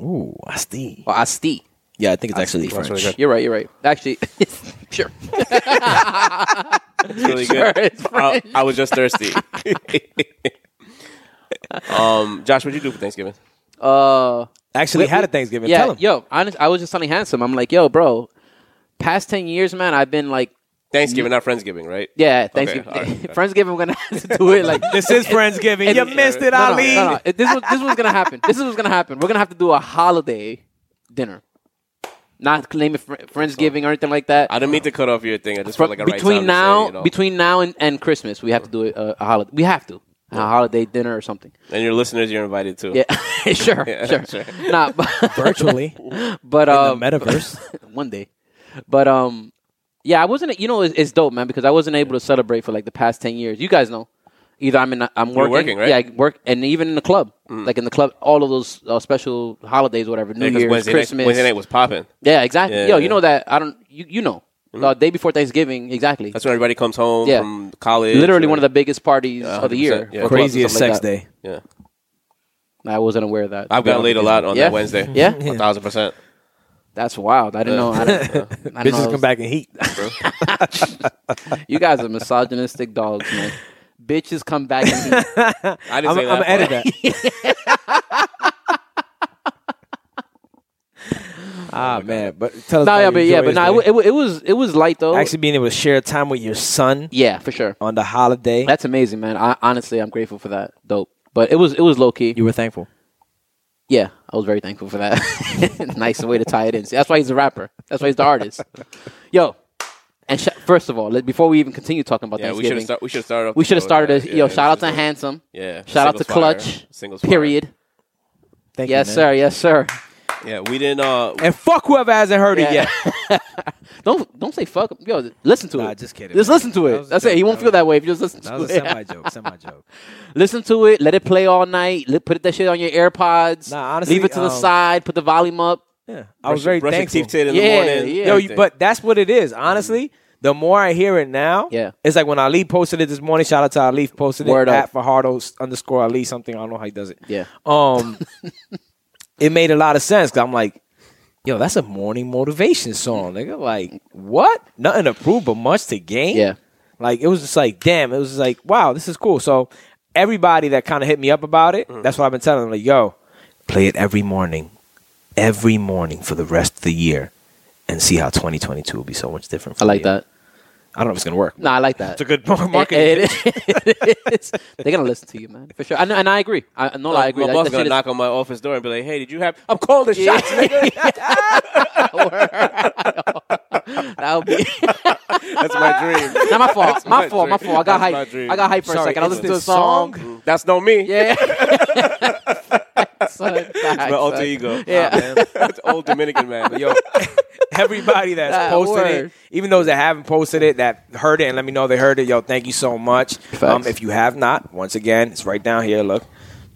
[SPEAKER 4] Ooh, Asti.
[SPEAKER 3] or Asti.
[SPEAKER 4] Yeah, I think it's actually
[SPEAKER 2] That's really good.
[SPEAKER 3] You're right. You're right. Actually, sure.
[SPEAKER 2] It's really
[SPEAKER 3] Sure,
[SPEAKER 2] good.
[SPEAKER 3] it's
[SPEAKER 2] I,
[SPEAKER 3] French.
[SPEAKER 2] I was just thirsty. um, Josh, what'd you do for Thanksgiving?
[SPEAKER 3] Uh,
[SPEAKER 4] Actually,
[SPEAKER 3] Wait,
[SPEAKER 4] had a
[SPEAKER 3] wait.
[SPEAKER 4] Thanksgiving.
[SPEAKER 3] Yeah,
[SPEAKER 4] Tell him.
[SPEAKER 3] yo, honest, I was just telling Handsome, I'm like, yo, bro, past ten years, man, I've been like,
[SPEAKER 2] Thanksgiving, not Friendsgiving, right?
[SPEAKER 3] yeah, Thanksgiving,
[SPEAKER 2] all right.
[SPEAKER 3] Friendsgiving, we're gonna have to do it. Like,
[SPEAKER 4] This is Friendsgiving. You missed it,
[SPEAKER 3] no, no,
[SPEAKER 4] Ali.
[SPEAKER 3] no, no. It- This was this was gonna happen. This is what's gonna happen. We're gonna have to do a holiday dinner, not claiming fr- Friendsgiving or anything like that.
[SPEAKER 2] I didn't mean to cut off your thing. I just felt like a right
[SPEAKER 3] between
[SPEAKER 2] time to say,
[SPEAKER 3] now,
[SPEAKER 2] you know.
[SPEAKER 3] between now and, and Christmas, we have to do a, a uh, holiday. We have to. a holiday dinner or something.
[SPEAKER 2] And your listeners, you're invited too.
[SPEAKER 3] Yeah, sure, sure, Nah, but,
[SPEAKER 4] virtually
[SPEAKER 3] but um,
[SPEAKER 4] in the metaverse.
[SPEAKER 3] one day. But um, yeah, I wasn't. You know, it's, it's dope, man, because I wasn't able to celebrate for like the past ten years. You guys know, either I'm in, I'm working,
[SPEAKER 2] working, right? Mm.
[SPEAKER 3] Yeah, I work, and even in the club, like in the club, all of those uh, special holidays, whatever, New
[SPEAKER 2] Because
[SPEAKER 3] Year's,
[SPEAKER 2] Wednesday
[SPEAKER 3] Christmas,
[SPEAKER 2] night, Wednesday night was popping.
[SPEAKER 3] yeah, exactly.
[SPEAKER 2] Yeah,
[SPEAKER 3] Yo,
[SPEAKER 2] yeah. Mm-hmm.
[SPEAKER 3] you know that I don't. You you know, uh, day before Thanksgiving, exactly.
[SPEAKER 2] That's when everybody comes home
[SPEAKER 3] Yeah.
[SPEAKER 2] from college.
[SPEAKER 3] Literally
[SPEAKER 2] or-
[SPEAKER 3] one of the biggest parties
[SPEAKER 2] Yeah,
[SPEAKER 3] of the year.
[SPEAKER 2] 100%, yeah.
[SPEAKER 3] for clubs and
[SPEAKER 4] Craziest
[SPEAKER 3] stuff like
[SPEAKER 4] sex
[SPEAKER 3] that.
[SPEAKER 4] day.
[SPEAKER 2] Yeah.
[SPEAKER 3] I wasn't aware of that.
[SPEAKER 2] I've gotten laid a lot on
[SPEAKER 3] Yeah?
[SPEAKER 2] that Wednesday.
[SPEAKER 3] Yeah?
[SPEAKER 2] a thousand percent.
[SPEAKER 3] That's wild. I didn't know. I didn't, I didn't know
[SPEAKER 4] Bitches
[SPEAKER 3] it
[SPEAKER 4] come
[SPEAKER 3] was-
[SPEAKER 4] back in heat.
[SPEAKER 3] You guys are misogynistic dogs, man. Bitches come back. And eat.
[SPEAKER 2] I didn't
[SPEAKER 4] I'm
[SPEAKER 2] say that.
[SPEAKER 4] gonna edit that. ah man, but tell us.
[SPEAKER 3] Oh No,
[SPEAKER 4] about
[SPEAKER 3] yeah,
[SPEAKER 4] your
[SPEAKER 3] but yeah, but
[SPEAKER 4] joyous
[SPEAKER 3] no,
[SPEAKER 4] day.
[SPEAKER 3] it, wa- it, wa- it was it was light though.
[SPEAKER 4] actually being able to share time with your son
[SPEAKER 3] yeah, for sure.
[SPEAKER 4] on the holiday.
[SPEAKER 3] That's amazing, man. I, honestly, I'm grateful for that. Dope. But it was it was low key.
[SPEAKER 4] you were thankful.
[SPEAKER 3] Yeah, I was very thankful for that. nice way to tie it in. See, that's why he's a rapper. That's why he's the artist. Yo, and sh- first of all, let, before we even continue talking about
[SPEAKER 2] Yeah, we should
[SPEAKER 3] Thanksgiving,
[SPEAKER 2] have start, we should have started. off
[SPEAKER 3] we
[SPEAKER 2] the
[SPEAKER 3] should have
[SPEAKER 2] show with
[SPEAKER 3] started.
[SPEAKER 2] that.
[SPEAKER 3] a, yo,
[SPEAKER 2] Yeah,
[SPEAKER 3] shout out to
[SPEAKER 2] just a-
[SPEAKER 3] Handsome.
[SPEAKER 2] Yeah.
[SPEAKER 3] Shout out to
[SPEAKER 2] Singles fire.
[SPEAKER 3] Clutch.
[SPEAKER 2] Singles fire.
[SPEAKER 3] Period.
[SPEAKER 4] Thank
[SPEAKER 3] Yes,
[SPEAKER 4] you, man.
[SPEAKER 3] sir. Yes, sir.
[SPEAKER 2] Yeah, we didn't. Uh,
[SPEAKER 4] And fuck whoever hasn't heard it
[SPEAKER 3] Yeah.
[SPEAKER 4] yet.
[SPEAKER 3] Don't don't say fuck. Yo, listen to
[SPEAKER 4] Nah,
[SPEAKER 3] it.
[SPEAKER 4] just kidding,
[SPEAKER 3] Just
[SPEAKER 4] man.
[SPEAKER 3] listen to
[SPEAKER 4] That
[SPEAKER 3] it.
[SPEAKER 4] was a
[SPEAKER 3] That's
[SPEAKER 4] joke.
[SPEAKER 3] it. He won't
[SPEAKER 4] That
[SPEAKER 3] feel
[SPEAKER 4] was-
[SPEAKER 3] that way if you just listen to it.
[SPEAKER 4] joke. Semi joke.
[SPEAKER 3] Listen to it. Let it play all night. Li- Put that shit on your AirPods.
[SPEAKER 4] Nah, honestly,
[SPEAKER 3] leave it to the
[SPEAKER 4] um,
[SPEAKER 3] side. Put the volume up.
[SPEAKER 4] Yeah, I was very
[SPEAKER 2] brush your
[SPEAKER 4] thankful.
[SPEAKER 2] teeth to it in
[SPEAKER 3] Yeah,
[SPEAKER 2] the morning.
[SPEAKER 3] yeah. Mm-hmm.
[SPEAKER 4] Yo, you-
[SPEAKER 2] everything.
[SPEAKER 4] but that's what it is. Honestly, the more I hear it now,
[SPEAKER 3] Yeah.
[SPEAKER 4] it's like when Ali posted it this morning. Shout out to Ali who posted
[SPEAKER 3] Word
[SPEAKER 4] it
[SPEAKER 3] up.
[SPEAKER 4] at Fajardo s- underscore Ali something. I don't know how he does it.
[SPEAKER 3] Yeah.
[SPEAKER 4] Um, it made a lot of sense because I'm like, yo, that's a morning motivation song. Nigga, like what? Nothing to prove, but much to gain.
[SPEAKER 3] Yeah.
[SPEAKER 4] Like it was just like, damn. It was just like, wow, this is cool. So everybody that kind of hit me up about it,
[SPEAKER 3] Mm.
[SPEAKER 4] that's what I've been telling them. Like, yo, play it every morning, every morning for the rest of the year, and see how 2022 will be so much
[SPEAKER 3] I
[SPEAKER 4] different. for
[SPEAKER 3] like
[SPEAKER 4] you.
[SPEAKER 3] that.
[SPEAKER 4] I don't know if it's gonna work.
[SPEAKER 3] No, I like that.
[SPEAKER 4] It's a good mar- marketing.
[SPEAKER 3] It- it- it is. They're gonna listen to you, man, for sure. I know, and I agree. I no, lie, I agree.
[SPEAKER 2] My
[SPEAKER 3] That-
[SPEAKER 2] boss
[SPEAKER 3] that
[SPEAKER 2] gonna
[SPEAKER 3] shit is-
[SPEAKER 2] knock on my office door and be like, "Hey, did you have? I'm calling the
[SPEAKER 3] Yeah.
[SPEAKER 2] shots, nigga."
[SPEAKER 3] that would be
[SPEAKER 2] That's my dream.
[SPEAKER 3] not my fault. My
[SPEAKER 2] my
[SPEAKER 3] fault. My
[SPEAKER 2] dream.
[SPEAKER 3] fault. I got
[SPEAKER 2] That's my
[SPEAKER 3] hype.
[SPEAKER 2] dream.
[SPEAKER 3] I got hype for a
[SPEAKER 4] Sorry,
[SPEAKER 3] second. I
[SPEAKER 4] it's
[SPEAKER 3] listened to a
[SPEAKER 4] this
[SPEAKER 3] song.
[SPEAKER 2] That's no me.
[SPEAKER 3] Yeah. Son,
[SPEAKER 2] my alter ego.
[SPEAKER 3] Yeah.
[SPEAKER 2] Nah, man. That's old Dominican man. Yo,
[SPEAKER 4] everybody that's
[SPEAKER 3] That
[SPEAKER 4] posted it,
[SPEAKER 3] word.
[SPEAKER 4] even those that haven't posted it, that heard it and let me know they heard it. Yo, thank you so much. Um, if you have not, once again, it's right down here. Look,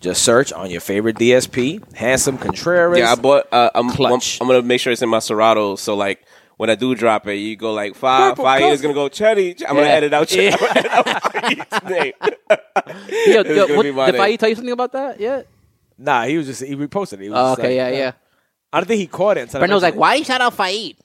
[SPEAKER 4] just search on your favorite DSP, Handsome Contreras.
[SPEAKER 2] yeah, I bought. Uh, I'm, I'm,
[SPEAKER 4] Clutch.
[SPEAKER 2] I'm gonna make sure it's in my Serato. So like. When I do drop it, you go like five,
[SPEAKER 4] Purple
[SPEAKER 2] five years gonna
[SPEAKER 4] Coffee.
[SPEAKER 2] go Chetty. I'm gonna
[SPEAKER 3] Yeah.
[SPEAKER 2] edit out Chetty.
[SPEAKER 3] Yo,
[SPEAKER 2] It's
[SPEAKER 3] yo,
[SPEAKER 2] gonna
[SPEAKER 3] what-
[SPEAKER 2] be my
[SPEAKER 3] did
[SPEAKER 2] day.
[SPEAKER 3] Fai tell you something about that yet?
[SPEAKER 4] nah, he was just he reposted it. He was
[SPEAKER 3] Oh,
[SPEAKER 4] just
[SPEAKER 3] okay, yeah,
[SPEAKER 4] like,
[SPEAKER 3] yeah.
[SPEAKER 4] I don't think he caught it. until I
[SPEAKER 3] Brendan was like,
[SPEAKER 4] mentioned
[SPEAKER 3] "Why you shout out Faid?"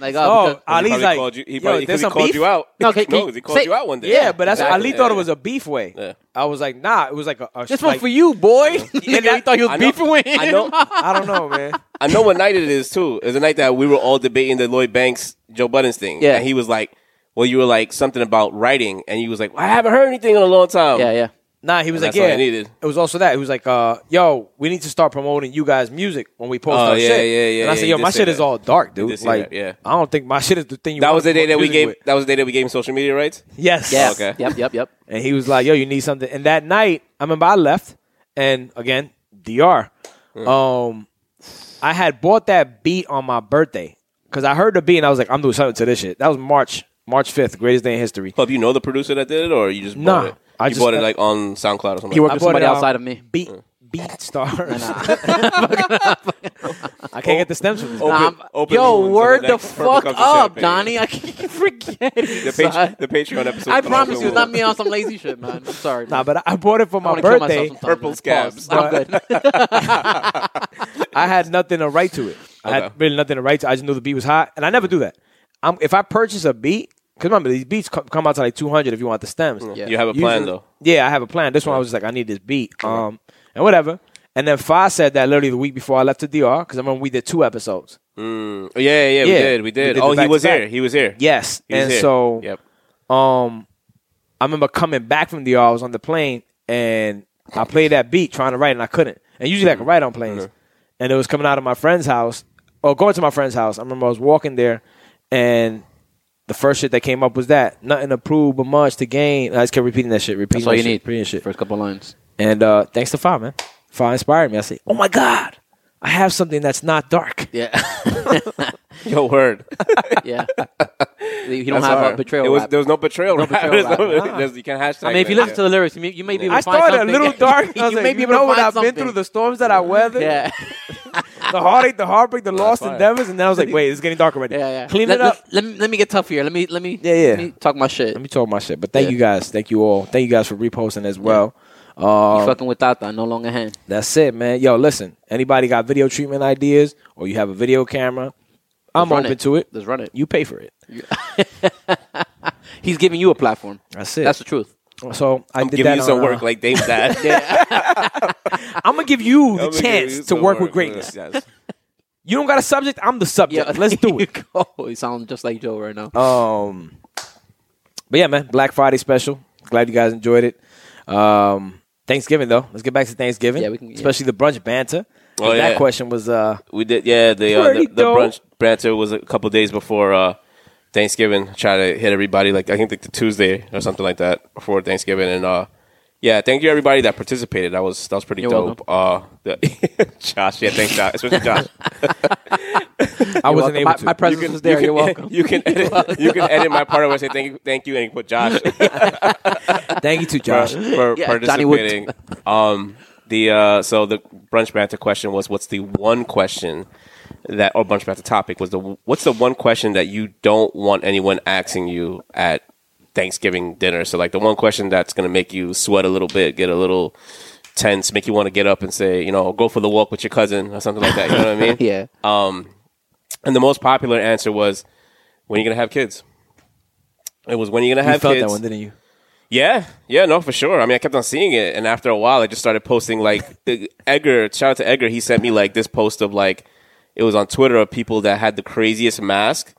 [SPEAKER 3] Like,
[SPEAKER 4] it.
[SPEAKER 3] oh,
[SPEAKER 4] Oh,
[SPEAKER 3] because-
[SPEAKER 2] he
[SPEAKER 4] Ali's
[SPEAKER 2] probably
[SPEAKER 4] like,
[SPEAKER 2] called you. He
[SPEAKER 4] yo,
[SPEAKER 2] probably, he
[SPEAKER 4] there's
[SPEAKER 2] probably
[SPEAKER 4] some
[SPEAKER 2] called
[SPEAKER 4] beef?
[SPEAKER 2] you out.
[SPEAKER 3] No, can- can-
[SPEAKER 2] 'cause he called
[SPEAKER 3] say-
[SPEAKER 2] you out one day.
[SPEAKER 4] Yeah, but that's
[SPEAKER 3] Exactly.
[SPEAKER 4] Ali thought it was a beef way.
[SPEAKER 2] Yeah.
[SPEAKER 4] I was like, nah, it was like a, a
[SPEAKER 3] this one
[SPEAKER 4] like,
[SPEAKER 3] for you, boy.
[SPEAKER 4] Yeah,
[SPEAKER 3] Nigga, he thought he was
[SPEAKER 2] I know-
[SPEAKER 3] beefing with him.
[SPEAKER 2] I know.
[SPEAKER 4] I don't know, man.
[SPEAKER 2] I know what night it is too. It's a night that we were all debating the Lloyd Banks Joe Buttons thing.
[SPEAKER 3] Yeah.
[SPEAKER 2] And he was like, Well, you were like something about writing and he was like, well, I haven't heard anything in a long time.
[SPEAKER 3] Yeah, yeah.
[SPEAKER 4] Nah, he was
[SPEAKER 2] And
[SPEAKER 4] like,
[SPEAKER 2] that's what
[SPEAKER 4] yeah.
[SPEAKER 2] I needed.
[SPEAKER 4] It was also that. He was like, uh, yo, we need to start promoting you guys' music when we post
[SPEAKER 2] Oh,
[SPEAKER 4] our
[SPEAKER 2] yeah,
[SPEAKER 4] shit.
[SPEAKER 2] yeah, yeah,
[SPEAKER 4] And
[SPEAKER 2] yeah,
[SPEAKER 4] I said,
[SPEAKER 2] he
[SPEAKER 4] yo,
[SPEAKER 2] did
[SPEAKER 4] my
[SPEAKER 2] say
[SPEAKER 4] shit is
[SPEAKER 2] that.
[SPEAKER 4] all dark, dude.
[SPEAKER 2] did say
[SPEAKER 4] like,
[SPEAKER 2] that, yeah.
[SPEAKER 4] I don't think my shit is the thing you
[SPEAKER 2] That
[SPEAKER 4] wanna
[SPEAKER 2] was the day
[SPEAKER 4] promote
[SPEAKER 2] that we
[SPEAKER 4] music
[SPEAKER 2] gave
[SPEAKER 4] with.
[SPEAKER 2] that was the day that we gave him social media rights.
[SPEAKER 4] Yes.
[SPEAKER 3] Yeah.
[SPEAKER 2] Okay.
[SPEAKER 3] Yep, yep, yep.
[SPEAKER 4] And he was like, yo, you need something. And that night, I remember I left, and again, DR.
[SPEAKER 3] Mm.
[SPEAKER 4] Um, I had bought that beat on my birthday because I heard the beat and I was like, I'm doing something to this shit. That was March, March 5th, greatest day in history.
[SPEAKER 2] Club, you know the producer that did it or you just bought
[SPEAKER 4] Nah,
[SPEAKER 2] it?
[SPEAKER 4] I
[SPEAKER 2] you
[SPEAKER 4] just-
[SPEAKER 2] bought it like on SoundCloud or something.
[SPEAKER 3] He
[SPEAKER 2] like
[SPEAKER 3] worked
[SPEAKER 4] I
[SPEAKER 3] with
[SPEAKER 4] bought
[SPEAKER 3] somebody
[SPEAKER 4] it on
[SPEAKER 3] outside of me.
[SPEAKER 4] Beat, beat stars. I can't get the stems from this.
[SPEAKER 2] Open-
[SPEAKER 3] Nah, I'm-
[SPEAKER 2] open
[SPEAKER 3] yo,
[SPEAKER 2] wounds
[SPEAKER 3] word
[SPEAKER 2] and
[SPEAKER 3] the
[SPEAKER 2] the next purple
[SPEAKER 3] fuck
[SPEAKER 2] cups of
[SPEAKER 3] up,
[SPEAKER 2] champagne.
[SPEAKER 3] Donnie. I can't forget.
[SPEAKER 2] that.
[SPEAKER 3] it,
[SPEAKER 2] the,
[SPEAKER 3] son.
[SPEAKER 2] Patreon, the Patreon episode.
[SPEAKER 3] I
[SPEAKER 2] called
[SPEAKER 3] promise you,
[SPEAKER 2] Open
[SPEAKER 3] it's not
[SPEAKER 2] Wounds.
[SPEAKER 3] me on some lazy shit, man. I'm sorry.
[SPEAKER 4] Nah, but I bought it for
[SPEAKER 3] I
[SPEAKER 4] my
[SPEAKER 3] wanna kill myself
[SPEAKER 4] birthday.
[SPEAKER 3] sometimes, man.
[SPEAKER 2] Purple
[SPEAKER 3] Pause.
[SPEAKER 2] scabs.
[SPEAKER 3] I'm good.
[SPEAKER 4] I had nothing to write to it. I
[SPEAKER 2] Okay.
[SPEAKER 4] had really nothing to write to. I just knew the beat was hot, and I never do that. I'm, if I purchase a beat, because remember these beats co- come out to like 200 if you want the stems.
[SPEAKER 3] Yeah.
[SPEAKER 2] You have a plan
[SPEAKER 4] Usually-
[SPEAKER 2] though.
[SPEAKER 4] Yeah, I have a plan. This one I was just like, I need this beat, um, and whatever. And then Fa said that literally the week before I left to DR because I remember we did two episodes.
[SPEAKER 2] Mm, yeah, yeah, we
[SPEAKER 4] Yeah.
[SPEAKER 2] did. We
[SPEAKER 4] We
[SPEAKER 2] did.
[SPEAKER 4] did the
[SPEAKER 2] oh, he was
[SPEAKER 4] back-to-back.
[SPEAKER 2] here. He was here.
[SPEAKER 4] Yes,
[SPEAKER 2] He was
[SPEAKER 4] and
[SPEAKER 2] here.
[SPEAKER 4] so
[SPEAKER 2] Yep.
[SPEAKER 4] um, I remember coming back from DR. I was on the plane and I played that beat trying to write, and I couldn't. And usually I can write on planes. And it was coming out of my friend's house, or going to my friend's house. I remember I was walking there, and The first shit that came up was that nothing to prove but much to gain. I just kept repeating that shit, repeating
[SPEAKER 3] That's all
[SPEAKER 4] that
[SPEAKER 3] you
[SPEAKER 4] shit,
[SPEAKER 3] need.
[SPEAKER 4] repeating shit.
[SPEAKER 3] First couple lines.
[SPEAKER 4] And uh, thanks to Fa, man. Fa inspired me. I say, oh my God, I have something that's not dark.
[SPEAKER 3] Yeah,
[SPEAKER 2] Yo, word.
[SPEAKER 3] yeah. You don't
[SPEAKER 2] That's
[SPEAKER 3] have
[SPEAKER 2] hard.
[SPEAKER 3] a betrayal.
[SPEAKER 2] It was,
[SPEAKER 3] rap.
[SPEAKER 2] there was no betrayal. No
[SPEAKER 3] betrayal
[SPEAKER 2] There's no-
[SPEAKER 3] rap.
[SPEAKER 2] there's- you can hashtag.
[SPEAKER 3] I mean, if you
[SPEAKER 2] that,
[SPEAKER 3] listen to the lyrics, you may, you may be able
[SPEAKER 4] I
[SPEAKER 3] to find
[SPEAKER 4] started a
[SPEAKER 3] something.
[SPEAKER 4] little dark. I was
[SPEAKER 3] You
[SPEAKER 4] like,
[SPEAKER 3] may be
[SPEAKER 4] you
[SPEAKER 3] able to
[SPEAKER 4] know what
[SPEAKER 3] find
[SPEAKER 4] I've been
[SPEAKER 3] something."
[SPEAKER 4] through, the storms that I weathered,
[SPEAKER 3] Yeah,
[SPEAKER 4] the heartache, the heartbreak, the lost
[SPEAKER 2] fire.
[SPEAKER 4] endeavors, and then I was like, wait, it's getting dark already.
[SPEAKER 3] yeah, yeah.
[SPEAKER 4] Clean
[SPEAKER 3] let,
[SPEAKER 4] it up.
[SPEAKER 3] Let, let me, let me get tough here. Let me let me
[SPEAKER 4] Yeah, yeah.
[SPEAKER 3] Let me talk my shit.
[SPEAKER 4] Let me talk my shit. But thank
[SPEAKER 3] Yeah.
[SPEAKER 4] you guys. Thank you all. Thank you guys for reposting as well.
[SPEAKER 3] you
[SPEAKER 4] Um,
[SPEAKER 3] fucking with Tata, no longer hand.
[SPEAKER 4] that's it, man. Yo, listen. Anybody got video treatment ideas or you have a video camera? I'm
[SPEAKER 3] Run
[SPEAKER 4] open to it.
[SPEAKER 3] Let's run it.
[SPEAKER 4] You pay for it.
[SPEAKER 3] He's giving you a platform.
[SPEAKER 4] That's it.
[SPEAKER 3] That's the truth.
[SPEAKER 4] so I
[SPEAKER 2] I'm
[SPEAKER 4] did
[SPEAKER 2] giving
[SPEAKER 4] that
[SPEAKER 2] you some
[SPEAKER 4] on, uh,
[SPEAKER 2] work like Dame's dad.
[SPEAKER 4] I'm gonna give you the
[SPEAKER 2] I'm gonna give
[SPEAKER 4] chance
[SPEAKER 2] you
[SPEAKER 4] to
[SPEAKER 2] some
[SPEAKER 4] work with greatness.
[SPEAKER 2] Yes.
[SPEAKER 4] You don't got a subject. I'm the subject. Let's do
[SPEAKER 3] there
[SPEAKER 4] it.
[SPEAKER 3] you Go. You sound just like Joe right now.
[SPEAKER 4] Um, but yeah, man, Black Friday special. Glad you guys enjoyed it. Um, Thanksgiving though, let's get back to Thanksgiving.
[SPEAKER 3] Yeah, we can- yeah.
[SPEAKER 4] especially the brunch banter.
[SPEAKER 2] Oh,
[SPEAKER 4] that
[SPEAKER 2] yeah.
[SPEAKER 4] question was uh,
[SPEAKER 2] We did, yeah. The, uh,
[SPEAKER 4] Pretty
[SPEAKER 2] the, the
[SPEAKER 4] dope.
[SPEAKER 2] brunch banter was a couple days before uh, Thanksgiving. Try to hit everybody like I think like the Tuesday or something like that before Thanksgiving. And uh, yeah, thank you everybody that participated. That was that was pretty
[SPEAKER 3] You're
[SPEAKER 2] dope. Uh, the, Josh, yeah, thanks Josh, especially Josh.
[SPEAKER 4] I wasn't
[SPEAKER 3] welcome.
[SPEAKER 4] able
[SPEAKER 3] My-
[SPEAKER 4] to.
[SPEAKER 3] my presence was there.
[SPEAKER 2] You
[SPEAKER 3] You're
[SPEAKER 2] can-
[SPEAKER 3] welcome.
[SPEAKER 2] You can edit, you can edit my part where I say thank you, thank you, and you put Josh
[SPEAKER 4] Thank you to
[SPEAKER 2] for,
[SPEAKER 4] Josh.
[SPEAKER 2] for
[SPEAKER 3] Yeah, Johnny Wood.
[SPEAKER 2] participating. Um, the uh, so the brunch banter question was, what's the one question that or brunch banter topic was the what's the one question that you don't want anyone asking you at Thanksgiving dinner? So like the one question that's gonna make you sweat a little bit, get a little tense, make you want to get up and say, you know, go for the walk with your cousin or something like that. You know what I mean?
[SPEAKER 3] yeah.
[SPEAKER 2] And the most popular answer was, when are you gonna have kids? It was when are you gonna
[SPEAKER 4] You
[SPEAKER 2] have
[SPEAKER 4] felt
[SPEAKER 2] kids?
[SPEAKER 4] that one, didn't you?
[SPEAKER 2] Yeah, yeah, no, for sure. I mean, I kept on seeing it, and after a while, I just started posting like the- Edgar. Shout out to Edgar. He sent me like this post of like it was on Twitter of people that had the craziest mask,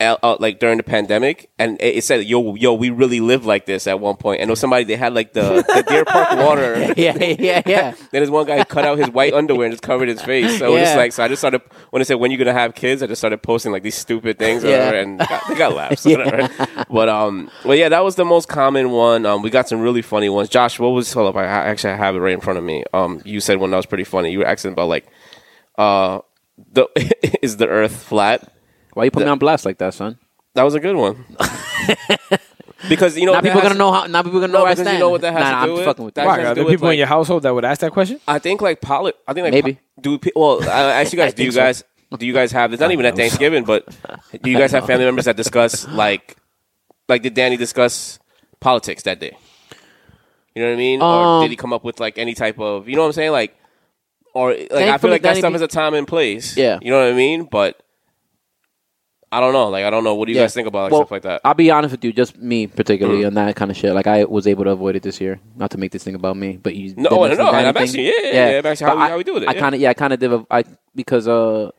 [SPEAKER 2] out, out, like during the pandemic, and it, it said, "Yo, yo, we really lived like this at one point." And it was somebody they had like the, the Deer Park water. Then
[SPEAKER 3] Yeah, yeah, yeah.
[SPEAKER 2] there's one guy who cut out his white underwear and just covered his face. So it was just
[SPEAKER 3] Yeah.
[SPEAKER 2] like, so I just started when I said, "When you gonna have kids?" I just started posting like these stupid things, or
[SPEAKER 3] Yeah.
[SPEAKER 2] whatever, and got, they got laughs. whatever. But um, well, yeah, that was the most common one. Um, we got some really funny ones. Josh, what was? Hold up, I, I actually have it right in front of me. Um, you said one that was pretty funny. You were asking about like, uh, the is the Earth flat?
[SPEAKER 3] Why you put me on blast like that, son?
[SPEAKER 2] That was a good one. because you know
[SPEAKER 3] Now
[SPEAKER 2] that
[SPEAKER 3] people
[SPEAKER 2] has-
[SPEAKER 3] gonna know how. Now people gonna know
[SPEAKER 2] No,
[SPEAKER 3] where I
[SPEAKER 2] because you
[SPEAKER 3] stand.
[SPEAKER 2] know what that has
[SPEAKER 3] nah,
[SPEAKER 2] to
[SPEAKER 3] nah,
[SPEAKER 2] do
[SPEAKER 3] I'm
[SPEAKER 2] with-
[SPEAKER 3] fucking with
[SPEAKER 2] that
[SPEAKER 3] that.
[SPEAKER 2] has to do
[SPEAKER 4] Are there
[SPEAKER 2] with,
[SPEAKER 4] people
[SPEAKER 2] like-
[SPEAKER 4] in your household that would ask that question?
[SPEAKER 2] I think like poly. I think like
[SPEAKER 3] Maybe.
[SPEAKER 2] po- do pe- well. I I asked you guys. do you guys do you guys have? It's not even at Thanksgiving, but do you guys have family members that discuss like like did Danny discuss politics that day? You know what I mean? or
[SPEAKER 3] Um,
[SPEAKER 2] did he come up with like any type of you know what I'm saying? Like or like I feel
[SPEAKER 3] Thankfully,
[SPEAKER 2] like that
[SPEAKER 3] Danny
[SPEAKER 2] stuff
[SPEAKER 3] be-
[SPEAKER 2] is a time and place.
[SPEAKER 3] Yeah.
[SPEAKER 2] you know what I mean. But I don't know. Like I don't know. What do you
[SPEAKER 3] Yeah.
[SPEAKER 2] guys think about like,
[SPEAKER 3] Well,
[SPEAKER 2] stuff like that? Mm.
[SPEAKER 3] I'll be honest with you, just me particularly on that kind of shit. Like I was able to avoid it this year, not to make this thing about me, but
[SPEAKER 2] No,
[SPEAKER 3] you. did
[SPEAKER 2] oh,
[SPEAKER 3] mention
[SPEAKER 2] no,
[SPEAKER 3] that
[SPEAKER 2] and I'm
[SPEAKER 3] thing.
[SPEAKER 2] asking- yeah, yeah, yeah, I'm asking how
[SPEAKER 3] But
[SPEAKER 2] we-
[SPEAKER 3] I-
[SPEAKER 2] how we do with it,
[SPEAKER 3] I
[SPEAKER 2] yeah.
[SPEAKER 3] kind of, yeah, I kind of did, a, I because uh,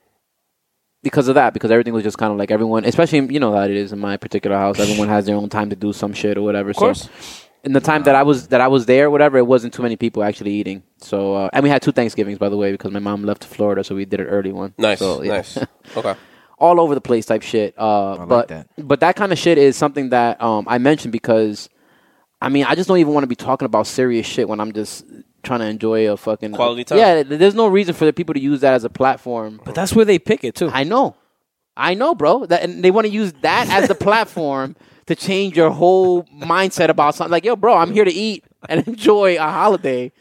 [SPEAKER 3] because of that, because everything was just kind of like everyone, especially you know how it is in my particular house. Everyone has their own time to do some shit or whatever. Of
[SPEAKER 2] course.
[SPEAKER 3] So in the time that I was that I was there, whatever, it wasn't too many people actually eating. So uh, and we had two Thanksgivings by the way because my mom left to Florida, so we did an early one.
[SPEAKER 2] nice,
[SPEAKER 3] So, yeah
[SPEAKER 2] nice. Okay.
[SPEAKER 3] all over the place type shit. Uh, but
[SPEAKER 4] that.
[SPEAKER 3] but that kind of shit is something that um, I mentioned because I mean I just don't even want to be talking about serious shit when I'm just trying to enjoy a fucking
[SPEAKER 2] Quality time.
[SPEAKER 3] Yeah, th- there's no reason for the people to use that as a platform.
[SPEAKER 4] But that's where they pick it too.
[SPEAKER 3] I know, I know, bro. That and they want to use that as the platform to change your whole mindset about something. Like, yo, bro, I'm here to eat and enjoy a holiday.